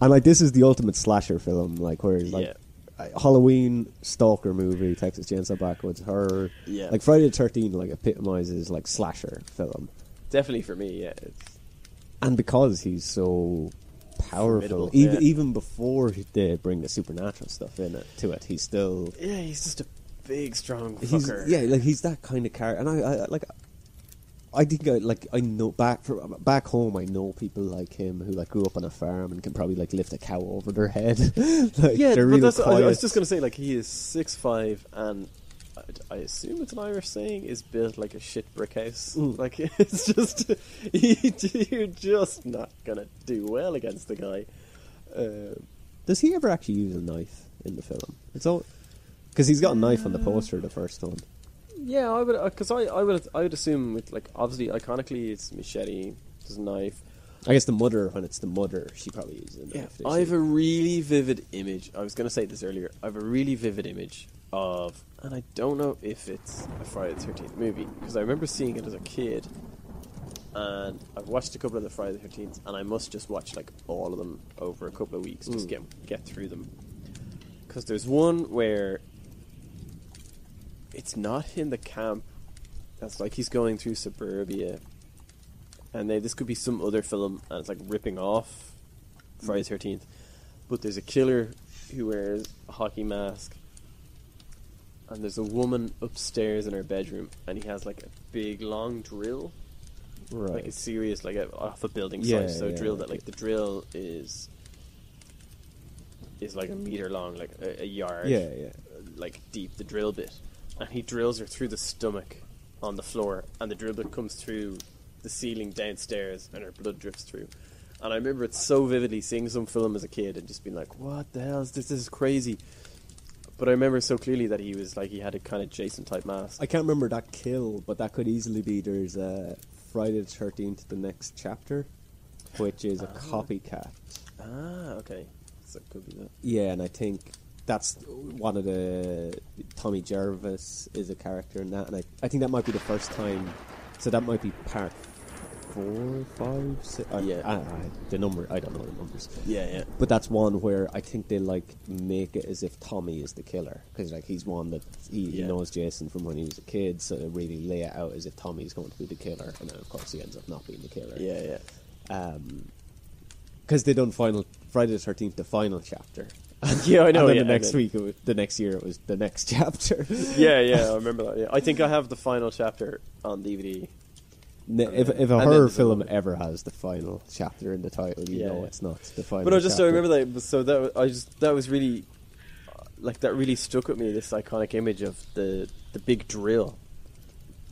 S1: And, like, this is the ultimate slasher film, like, where, like,
S2: Yeah.
S1: uh, Halloween, stalker movie, Texas Chainsaw Backwoods, horror.
S2: Yeah.
S1: Like, Friday the 13th, like, epitomizes, like, slasher film.
S2: definitely for me. Yeah, it's,
S1: and because he's so powerful,
S2: Formidable,
S1: even
S2: yeah.
S1: even before they bring the supernatural stuff in it to it, he's still
S2: yeah, he's just a big, strong
S1: he's,
S2: fucker.
S1: yeah, like he's that kind of character. And I, I like I think I like I know back from back home, I know people like him who like grew up on a farm and can probably like lift a cow over their head. like,
S2: yeah.
S1: they're
S2: But
S1: real
S2: that's, I, I
S1: quiet.
S2: was just gonna say, like, he is six five, and I, I assume it's an Irish saying, is built like a shit brick house. Like, it's just you- you're just not gonna do well against the guy. Uh,
S1: Does he ever actually use a knife in the film? It's all because he's got a knife on the poster the first one.
S2: Yeah, I would because I, I would I would assume with like obviously iconically it's machete, it's knife.
S1: I guess the mother when it's the mother, she probably uses a knife. does
S2: I
S1: she?
S2: have a really vivid image. I was going to say this earlier. I have a really vivid image of, and I don't know if it's a Friday the Thirteenth movie because I remember seeing it as a kid, and I've watched a couple of the Friday the Thirteenth, and I must just watch like all of them over a couple of weeks just get get through them. Because there's one where it's not in the camp. That's like he's going through suburbia, and they, this could be some other film, and it's like ripping off Friday Thirteenth. But there's a killer who wears a hockey mask, and there's a woman upstairs in her bedroom, and he has like a big long drill,
S1: right.
S2: like a serious, like a, off a building
S1: Yeah,
S2: site. So
S1: yeah,
S2: drill
S1: like
S2: that like
S1: it-
S2: the drill is is like a meter long, like a, a yard
S1: yeah, yeah.
S2: like deep the drill bit, and he drills her through the stomach on the floor, and the drill bit comes through the ceiling downstairs, and her blood drips through. And I remember it so vividly seeing some film as a kid and just being like, "What the hell is this? This is crazy." But I remember so clearly that he was like he had a kind of Jason type mask.
S1: I can't remember that kill, but that could easily be there's a Friday the Thirteenth, the next chapter, which is a copycat.
S2: ah, okay, so it could be that.
S1: Yeah, and I think that's one of the Tommy Jarvis is a character in that, and I, I think that might be the first time. So that might be part four, five, six. I,
S2: Yeah.
S1: I, I, the number I don't know the numbers.
S2: Yeah, yeah.
S1: But that's one where I think they like make it as if Tommy is the killer because like he's one that he, he
S2: Yeah.
S1: knows Jason from when he was a kid, so they really lay it out as if Tommy's going to be the killer, and then of course he ends up not being the killer.
S2: Yeah, yeah.
S1: because they done final Friday the Thirteenth, the final chapter.
S2: Yeah, I know.
S1: and then
S2: yeah,
S1: the
S2: I
S1: next
S2: know.
S1: week, it was, the next year, it was the next chapter.
S2: Yeah, yeah, I remember that. Yeah. I think I have the final chapter on DVD.
S1: N- if, if
S2: then-
S1: a
S2: and then
S1: horror
S2: there's
S1: film
S2: another-
S1: ever has the final chapter in the title, you
S2: Yeah,
S1: know
S2: yeah.
S1: it's not the final.
S2: But I just I
S1: chapter.
S2: remember that. but So that wa- I just that was really, uh, like that really stuck with me. This iconic image of the the big drill.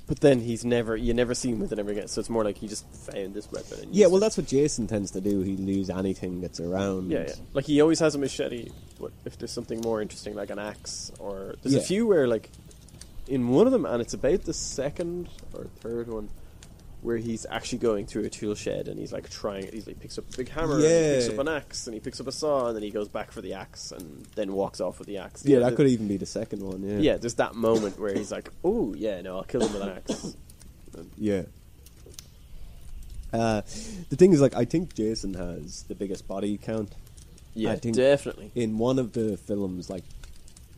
S2: But then he's never you never see him with it ever again. So it's more like he just found this weapon. And
S1: Yeah,
S2: used
S1: well,
S2: it.
S1: that's what Jason tends to do. He lose anything that's around.
S2: yeah, yeah. Like he always has a machete. But if there's something more interesting, like an axe, or there's
S1: Yeah.
S2: a few where like in one of them, and it's about the second or third one. Where he's actually going through a tool shed and he's like trying, he's like picks up a big hammer, and he picks
S1: Yeah.
S2: up an axe, and he picks up a saw, and then he goes back for the axe and then walks off with the axe.
S1: Yeah, that
S2: the-
S1: could even be the second one. Yeah,
S2: Yeah, there's that moment where he's like, "Oh yeah, no, I'll kill him with an axe."
S1: Yeah. Uh, the thing is, like, I think Jason has the biggest body count
S2: Yeah,
S1: I think-
S2: definitely.
S1: in one of the films. Like,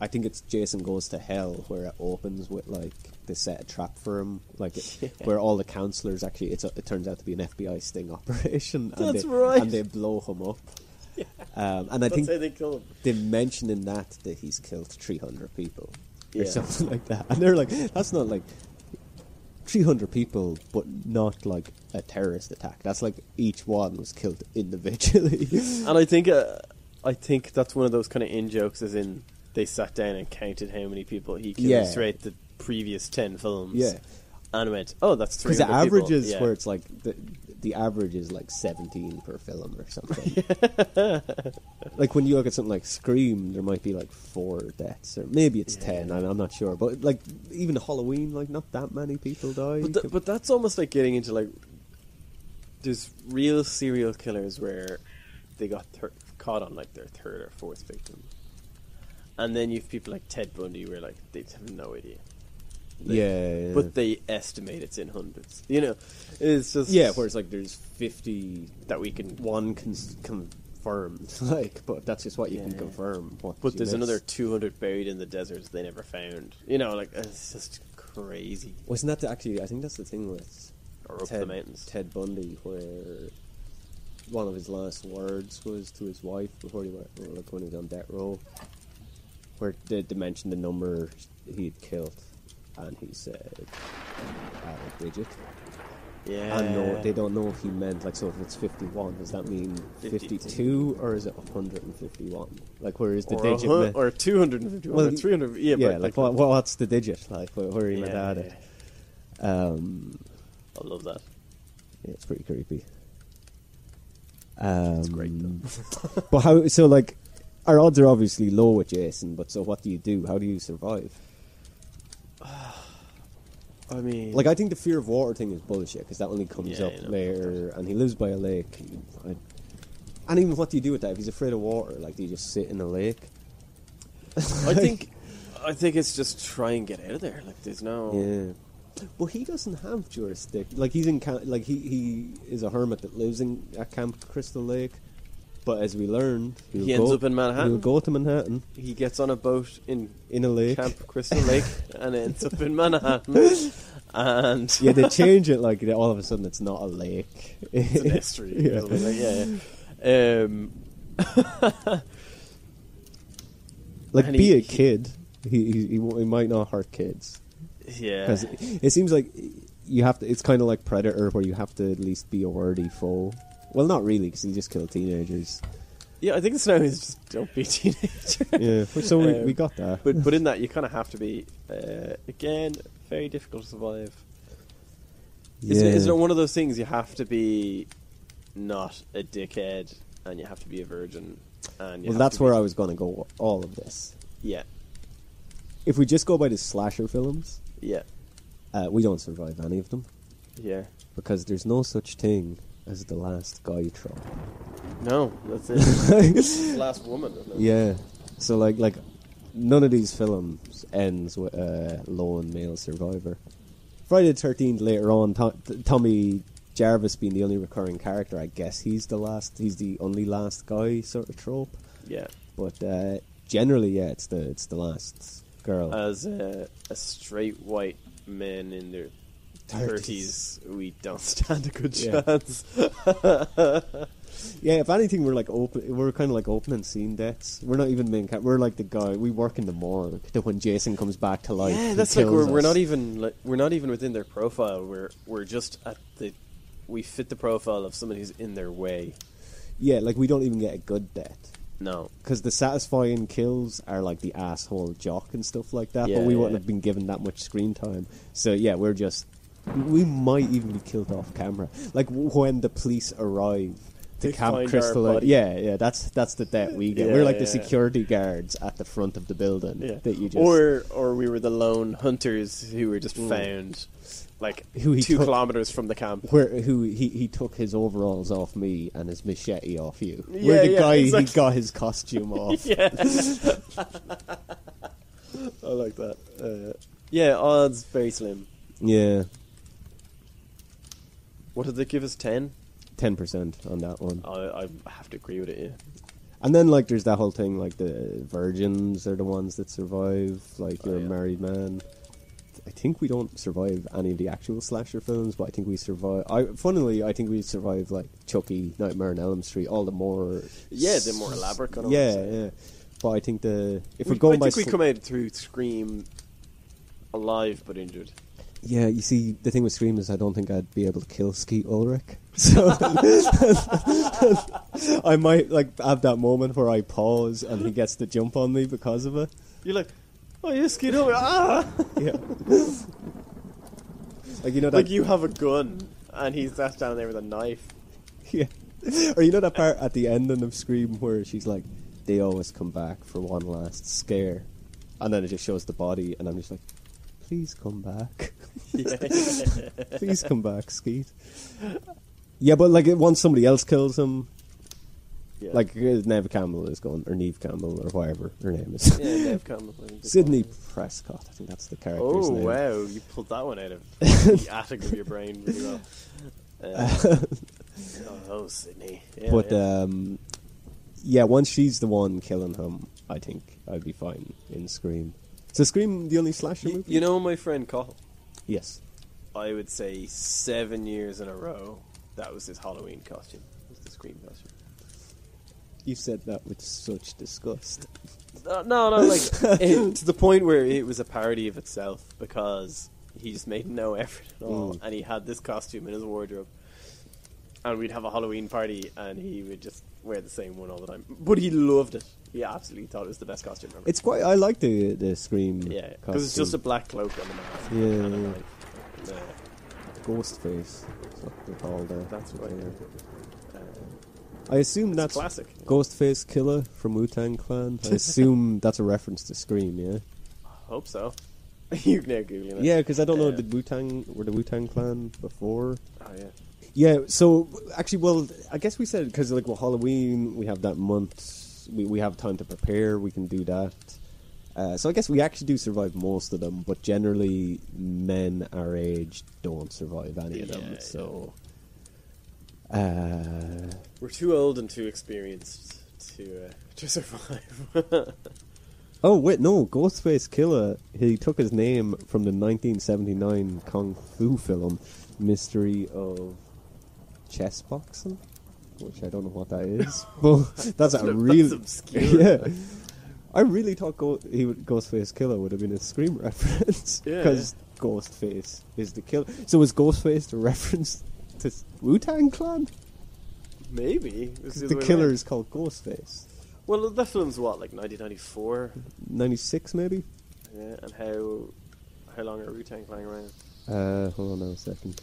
S1: I think it's Jason Goes to Hell, where it opens with like they set a trap for him, like it-
S2: Yeah.
S1: where all the counselors actually it's a, it turns out to be an FBI sting operation. And
S2: That's
S1: they,
S2: right.
S1: and they blow him up. Um, and I
S2: That's
S1: think
S2: how they kill him.
S1: they mention in that that he's killed 300 people or
S2: Yeah.
S1: something like that and they're like that's not like 300 people, but not like a terrorist attack. That's like each one was killed individually.
S2: And I think uh, I think that's one of those kind of in jokes, as in they sat down and counted how many people he killed
S1: Yeah.
S2: straight the previous ten films.
S1: Yeah.
S2: and went, oh, that's three.
S1: Because the average is where it's like the, the average is like 17 per film or something. like when you look at something like Scream, there might be like four deaths or maybe it's 10. I, I'm not sure, but like even Halloween, like not that many people die.
S2: But, th- but that's almost like getting into like there's real serial killers where they got thir- caught on like their third or fourth victim, and then you've people like Ted Bundy where like they have no idea,
S1: yeah,
S2: but they estimate it's in hundreds. You know, it's just
S1: yeah, whereas like there's 50
S2: that we can.
S1: one con- confirmed, like, but that's just what you
S2: Yeah.
S1: can confirm. What
S2: But
S1: you
S2: there's
S1: miss.
S2: another 200 buried in the deserts they never found. You know, like it's just crazy.
S1: Wasn't that the, actually? I think that's the thing with
S2: Or up
S1: Ted,
S2: the mountains.
S1: Ted Bundy, where one of his last words was to his wife before he went, or, like when he was on death row, where they, they mentioned the number he had killed, and he said out of digit.
S2: Yeah.
S1: And no, they don't know if he meant like so. If it's fifty-one, does that mean
S2: 52.
S1: fifty-two or is it one hundred and fifty-one? Like, where is the
S2: or, a
S1: digit?
S2: hun-
S1: meant?
S2: or 251 or 300 yeah,
S1: yeah
S2: but,
S1: like, what, what's the digit? Like, where, where are you
S2: Yeah,
S1: at
S2: yeah,
S1: it? Um,
S2: I love that.
S1: yeah, it's pretty creepy. Um, it's
S2: great,
S1: though. but how? So, like, our odds are obviously low with Jason. But so, what do you do? How do you survive?
S2: I mean,
S1: Like, I think the fear of water thing is bullshit because that only comes
S2: Yeah,
S1: up
S2: I know.
S1: later, and he lives by a lake. I- and even what do you do with that? If he's afraid of water, like, do you just sit in a lake?
S2: I think, I think it's just try and get out of there. Like, there's no.
S1: Yeah. Well, he doesn't have jurisdiction. Like he's in Ca- like he he is a hermit that lives in at Camp Crystal Lake. But as we learned, he'll
S2: He
S1: go,
S2: ends up in Manhattan?
S1: He'll go to Manhattan
S2: He gets on a boat in
S1: in a lake.
S2: Camp Crystal Lake and ends up in Manhattan, and
S1: Yeah, they change it like all of a sudden it's not a lake.
S2: it's an estuary.
S1: Yeah.
S2: yeah. Like, yeah, yeah. Um,
S1: like
S2: And
S1: be
S2: he-
S1: a kid. He he, he, won't- he might not hurt kids
S2: yeah.
S1: because it, it seems like you have to. It's kind of like Predator, where you have to at least be a worthy foe. Well, not really, because he just killed teenagers.
S2: Yeah, I think it's now is just don't be a teenager.
S1: yeah, so we,
S2: Um,
S1: we got that.
S2: but but in that you kind of have to be uh, again very difficult to survive. Isn't, it, isn't it one of those things you have to be not a dickhead and you have to be a virgin? And you
S1: Well,
S2: have
S1: that's
S2: to
S1: where
S2: be,
S1: I was going to go. with All of this.
S2: yeah
S1: If we just go by the slasher films,
S2: yeah
S1: uh, we don't survive any of them
S2: yeah.
S1: because there's no such thing as the last guy trope.
S2: No, that's it. Last woman. Isn't it?
S1: yeah. So like like none of these films ends with a lone male survivor. Friday the Thirteenth later on, Tom, Tommy Jarvis being the only recurring character, I guess he's the last. He's the only last guy sort of trope.
S2: yeah.
S1: But uh, generally, yeah, it's the it's the last girl.
S2: As a, a straight white man in their thirties, we don't stand a good
S1: Yeah.
S2: chance.
S1: Yeah, if anything, we're like open. We're kind of like open and scene deaths. We're not even main. Ca- we're like the guy. We work in the morgue. That when Jason comes back to life,
S2: yeah,
S1: he
S2: that's like
S1: kills
S2: we're, we're
S1: us.
S2: not even like, we're not even within their profile. We're we're just at the we fit the profile of someone who's in their way.
S1: Yeah, like we don't even get a good death
S2: No,
S1: because the satisfying kills are like the asshole jock and stuff like that.
S2: Yeah,
S1: but we wouldn't
S2: yeah.
S1: have been given that much screen time. So yeah, we're just. We might even be killed off camera. Like w- when the police arrive.
S2: They
S1: To
S2: find
S1: Camp
S2: our
S1: Crystal,
S2: body.
S1: yeah, yeah, that's that's the debt we get.
S2: Yeah,
S1: We're like the
S2: yeah, yeah.
S1: security guards at the front of the building that you just
S2: or or we were the lone hunters who were just
S1: Mm.
S2: found like
S1: Who he
S2: two
S1: took-
S2: kilometers from the camp.
S1: where who he, he took his overalls off me and his machete off you.
S2: Yeah,
S1: We're the
S2: yeah,
S1: guy he
S2: exactly.
S1: got his costume off.
S2: yeah, I like that. Uh, yeah, odds very slim.
S1: yeah,
S2: What did they give us? Ten?
S1: ten percent on that one.
S2: I, I have to agree with it. Yeah.
S1: And then like there's that whole thing like the virgins are the ones that survive. Like
S2: Oh,
S1: you're
S2: yeah.
S1: a married man. I think we don't survive any of the actual slasher films, but I think we survive. I, funnily, I think we survive like Chucky, Nightmare on Elm Street, all the more.
S2: Yeah, they're more elaborate kind of
S1: Yeah,
S2: ones, yeah.
S1: yeah. But I think the if
S2: We-
S1: we're going
S2: I
S1: by
S2: think we
S1: sl-
S2: come out through Scream alive but injured.
S1: Yeah, you see, the thing with Scream is I don't think I'd be able to kill Skeet Ulrich. So I might like have that moment where I pause and he gets the jump on me because of it.
S2: You're like, oh, you skid over. Ah!
S1: Yeah. like you know that
S2: Like you have a gun, and he's that's down there with a knife.
S1: Yeah. Or you know that part at the ending of Scream where she's like, they always come back for one last scare. And then it just shows the body, and I'm just like, please come back. please come back, Skeet. Yeah, but like it- once somebody else kills him,
S2: Yeah.
S1: like uh, Neve Campbell is gone, or Neve Campbell, or whatever her name is.
S2: yeah, they've come. up with-
S1: Sydney Prescott, I think that's the character's
S2: Oh
S1: name.
S2: wow, you pulled that one out of the attic of your brain really well. Uh, oh, Sydney. Yeah,
S1: but
S2: yeah.
S1: um, yeah, once she's the one killing him, I think I'd be fine in Scream. So Scream the only slasher
S2: you,
S1: movie?
S2: you know my friend Cole.
S1: Yes.
S2: I would say seven years in a row. That was his Halloween costume. Was the scream costume?
S1: You said that with such disgust.
S2: No, no, no, like it, to the point where it was a parody of itself because he just made no effort at all,
S1: Mm.
S2: and he had this costume in his wardrobe. And we'd have a Halloween party, and he would just wear the same one all the time. But he loved it. He absolutely thought it was the best costume ever.
S1: It's quite. I like the the scream.
S2: yeah, because it's just a black cloak and a mask.
S1: Yeah,
S2: and a
S1: yeah.
S2: knife. And, uh,
S1: ghost face. That's what they called it.
S2: that's right. Uh,
S1: I assume
S2: it's
S1: that's
S2: classic.
S1: Ghostface Killer from Wu Tang Clan. I assume that's a reference to Scream. Yeah.
S2: Hope so. you can now Google it.
S1: Yeah, because I don't know.
S2: Yeah.
S1: Did Wu Tang were the Wu Tang Clan before?
S2: Oh yeah.
S1: Yeah, so actually, well, I guess we said because like well, Halloween, we have that month, we, we have time to prepare, we can do that. Uh, so I guess we actually do survive most of them, but generally, men our age don't survive any of them.
S2: Yeah,
S1: so, uh,
S2: We're too old and too experienced to uh, to survive.
S1: oh wait, no, Ghostface Killer, he took his name from the 1979 kung fu film Mystery of Chess Boxing, which I don't know what that is, but that's, a
S2: Look,
S1: really
S2: that's obscure.
S1: yeah. I really thought Go- he would, Ghostface Killer would have been a Scream reference
S2: Yeah,
S1: because Ghostface is the killer. So is Ghostface the reference to Wu Tang Clan?
S2: Maybe It
S1: 'Cause
S2: was the,
S1: the
S2: other way
S1: killer
S2: around.
S1: is called Ghostface.
S2: Well, that film's what like 1994,
S1: Ninety six, maybe.
S2: yeah, and how how long are Wu Tang playing around? Oh,
S1: Uh, hold on now a second.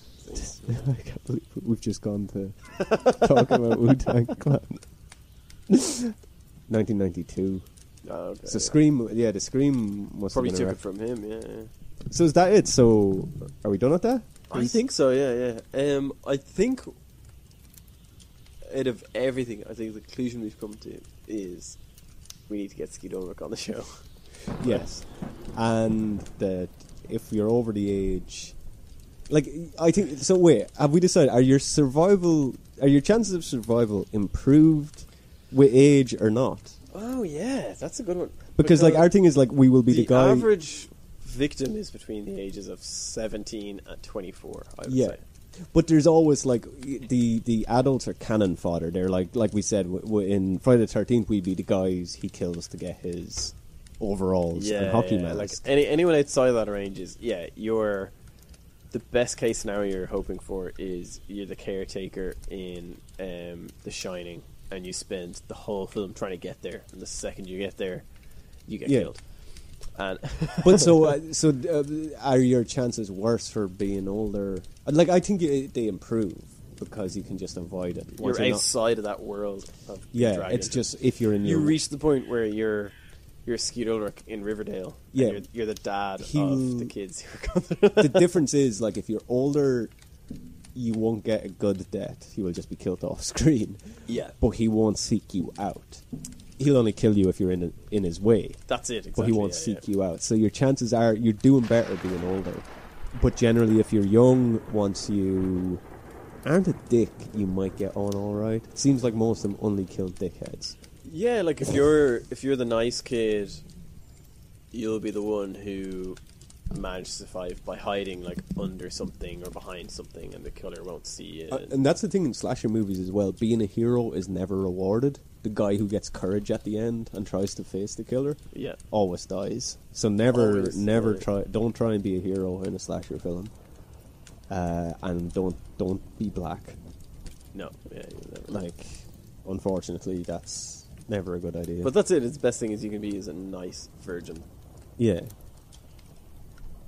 S1: I can't believe we've just gone to talk about Wu Tang Clan. Nineteen ninety two.
S2: Oh, okay,
S1: So
S2: yeah.
S1: Scream, yeah, the Scream must
S2: probably
S1: have been
S2: took
S1: a
S2: it from him. Yeah, yeah.
S1: ref- So is that it? So are we done at that?
S2: I think so. Yeah, yeah. Um, I think out of everything, I think the conclusion we've come to is we need to get Skeet Ulrich on the show.
S1: Yes, and that if you're over the age, like I think. So wait, have we decided? Are your survival? Are your chances of survival improved with age or not?
S2: Oh yeah, that's a good one.
S1: Because, like our thing is like we will be the, guy.
S2: average victim is between the ages of 17 and 24 i would
S1: yeah.
S2: say
S1: But there's always like the the adults are cannon fodder. They're like like we said w- w- in Friday the Thirteenth, we'd be the guys he kills to get his overalls and hockey
S2: yeah, like
S1: mask.
S2: any, anyone outside of that range is yeah you're the best case scenario you're hoping for is you're the caretaker in um, the shining and you spend the whole film trying to get there and the second you get there you get
S1: Yeah.
S2: killed and
S1: but so uh, so uh, are your chances worse for being older? Like I think uh, they improve because you can just avoid it. Once
S2: you're
S1: you're not-
S2: outside of that world of
S1: yeah,
S2: dragon.
S1: it's just if you're in
S2: you
S1: your
S2: reach the point where you're you're Skeet Ulrich in Riverdale. and
S1: Yeah.
S2: you're, you're the dad
S1: He'll-
S2: of the kids who are coming.
S1: the difference is like if you're older, you won't get a good death. You will just be killed off screen.
S2: yeah,
S1: But he won't seek you out. He'll only kill you if you're in in his way.
S2: that's it. Exactly.
S1: but he won't
S2: yeah,
S1: seek
S2: yeah.
S1: you out. So your chances are you're doing better being older. But generally, if you're young, once you aren't a dick, you might get on all right. It seems like most of them only kill dickheads.
S2: Yeah, like if you're if you're the nice kid, you'll be the one who manages to survive by hiding like under something or behind something, and the killer won't see you.
S1: Uh, and that's the thing in slasher movies as well. Being a hero is never rewarded. the guy who gets courage at the end and tries to face the killer
S2: Yeah.
S1: always dies. So never,
S2: Always,
S1: never
S2: yeah.
S1: try. Don't try and be a hero in a slasher film. Uh, and don't don't be black.
S2: No. Yeah. you never-
S1: Like, unfortunately, that's never a good idea.
S2: But that's it. It's the best thing is you can be is a nice virgin.
S1: Yeah.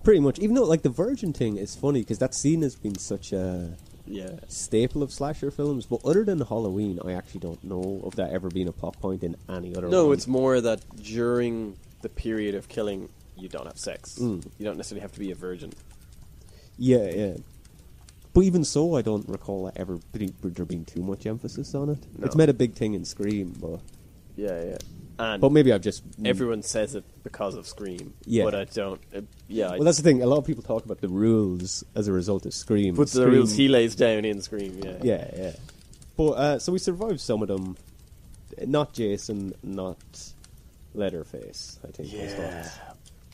S1: Pretty much. Even though, like, the virgin thing is funny because that scene has been such a
S2: Yeah.
S1: staple of slasher films. But other than Halloween, I actually don't know of that ever being a plot point in any other.
S2: No,
S1: one.
S2: it's more that during the period of killing, you don't have sex.
S1: Mm.
S2: You don't necessarily have to be a virgin.
S1: yeah, yeah. But even so, I don't recall it ever be, there being too much emphasis on it.
S2: No.
S1: It's made a big thing in Scream, but
S2: Yeah, yeah. And
S1: but maybe I've just
S2: everyone says it because of Scream.
S1: Yeah.
S2: But I don't. Uh, yeah. I
S1: Well, that's the thing. A lot of people talk about the rules as a result of Scream.
S2: put the
S1: Scream-
S2: rules he lays down in Scream. Yeah.
S1: Yeah, yeah. But uh, so we survived some of them. Not Jason, not Leatherface. I think. was
S2: Yeah.
S1: what-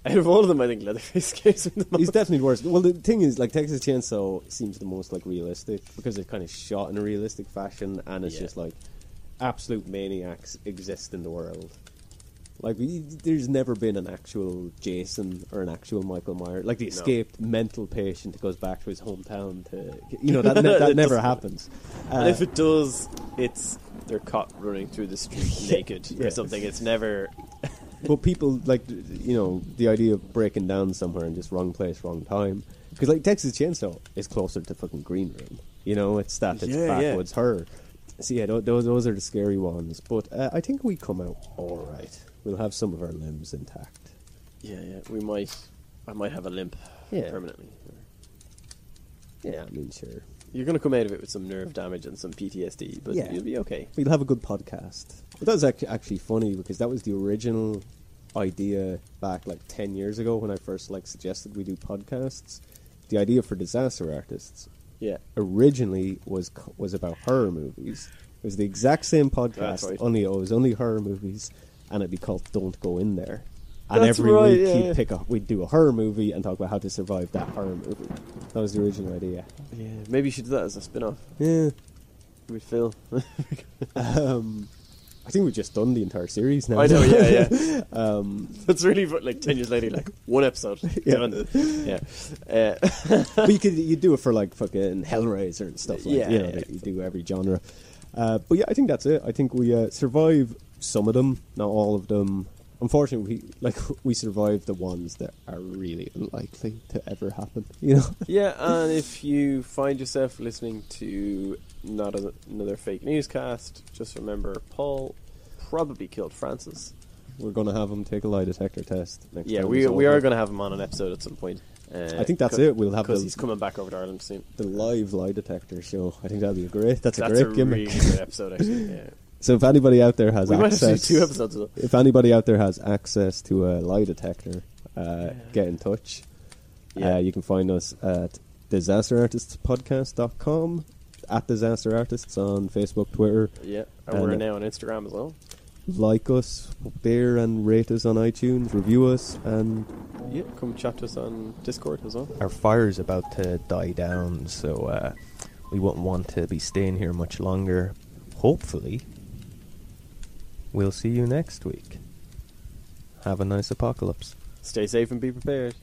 S2: Out of all of them, I think Leatherface scares me the most.
S1: He's definitely worse. Well, the thing is, like Texas Chainsaw seems the most like realistic because it's kind of shot in a realistic fashion, and it's
S2: Yeah.
S1: just like absolute maniacs exist in the world. Like we, there's never been an actual Jason or an actual Michael Myers. Like the escaped mental patient that goes back to his hometown to, you know, that ne- that
S2: It
S1: never
S2: doesn't-
S1: happens.
S2: and if it does, it's they're caught running through the street naked
S1: yeah.
S2: or something. It's never.
S1: but people like th- you know the idea of breaking down somewhere and just wrong place, wrong time. Because like Texas Chainsaw is closer to fucking Green Room. You know, it's that it's
S2: Yeah, yeah.
S1: backwoods horror. So yeah, tho- those those are the scary ones. But uh, I think we come out all right. We'll have some of our limbs intact.
S2: Yeah, yeah. We might. I might have a limp
S1: Yeah.
S2: permanently.
S1: Yeah, I mean sure.
S2: You're going to come out of it with some nerve damage and some PTSD, but
S1: Yeah.
S2: you'll be okay.
S1: We'll have a good podcast. But that was act- actually funny because that was the original idea back like 10 years ago when I first like suggested we do podcasts. The idea for disaster artists
S2: Yeah.
S1: originally was c- was about horror movies. It was the exact same
S2: That's
S1: podcast,
S2: right.
S1: only it was only horror movies, and it'd be called "Don't Go In There." And
S2: That's
S1: every
S2: right,
S1: week
S2: yeah,
S1: he'd
S2: yeah.
S1: pick a, we'd do a horror movie and talk about how to survive that horror movie. That was the original idea.
S2: Yeah. Maybe you should do that as a spin off
S1: Yeah,
S2: with Phil.
S1: I think we've just done the entire series now.
S2: I know, yeah, yeah. um, That's really fu- like 10 years later, like one episode.
S1: Yeah.
S2: Done. Yeah. Uh,
S1: but you could you do it for like fucking Hellraiser and stuff like
S2: Yeah,
S1: you know
S2: yeah.
S1: that you do every genre. Uh, but yeah, I think that's it. I think we uh, survive some of them, not all of them. Unfortunately, we, like we survive the ones that are really unlikely to ever happen. You know,
S2: yeah, and if you find yourself listening to not a, another fake newscast, just remember Paul probably killed Francis.
S1: we're gonna have them take a lie detector test. Next
S2: Yeah,
S1: time
S2: we,
S1: it's
S2: we
S1: over.
S2: are going to have him on an episode at some point. Uh,
S1: I think that's
S2: co-
S1: it. We'll have
S2: because
S1: the-
S2: he's coming back over to Ireland soon.
S1: the live lie detector show. I think that'd be a great. That's,
S2: That's
S1: a
S2: a
S1: great gimmick.
S2: really good episode, actually. Yeah.
S1: So if anybody out there has
S2: We might have
S1: access,
S2: to do two episodes of that.
S1: if anybody out there has access to a lie detector, uh, get in touch.
S2: Yeah.
S1: Uh, you can find us at disasterartistspodcast.com, at Disaster Artists on Facebook, Twitter.
S2: Yeah, and
S1: And,
S2: we're
S1: uh,
S2: now on Instagram as well.
S1: Like us there and rate us on iTunes, review us, and
S2: Yeah, come chat to us on Discord as well.
S3: Our fire's about to die down, so uh, we wouldn't want to be staying here much longer. Hopefully, we'll see you next week. Have a nice apocalypse.
S2: Stay safe and be prepared.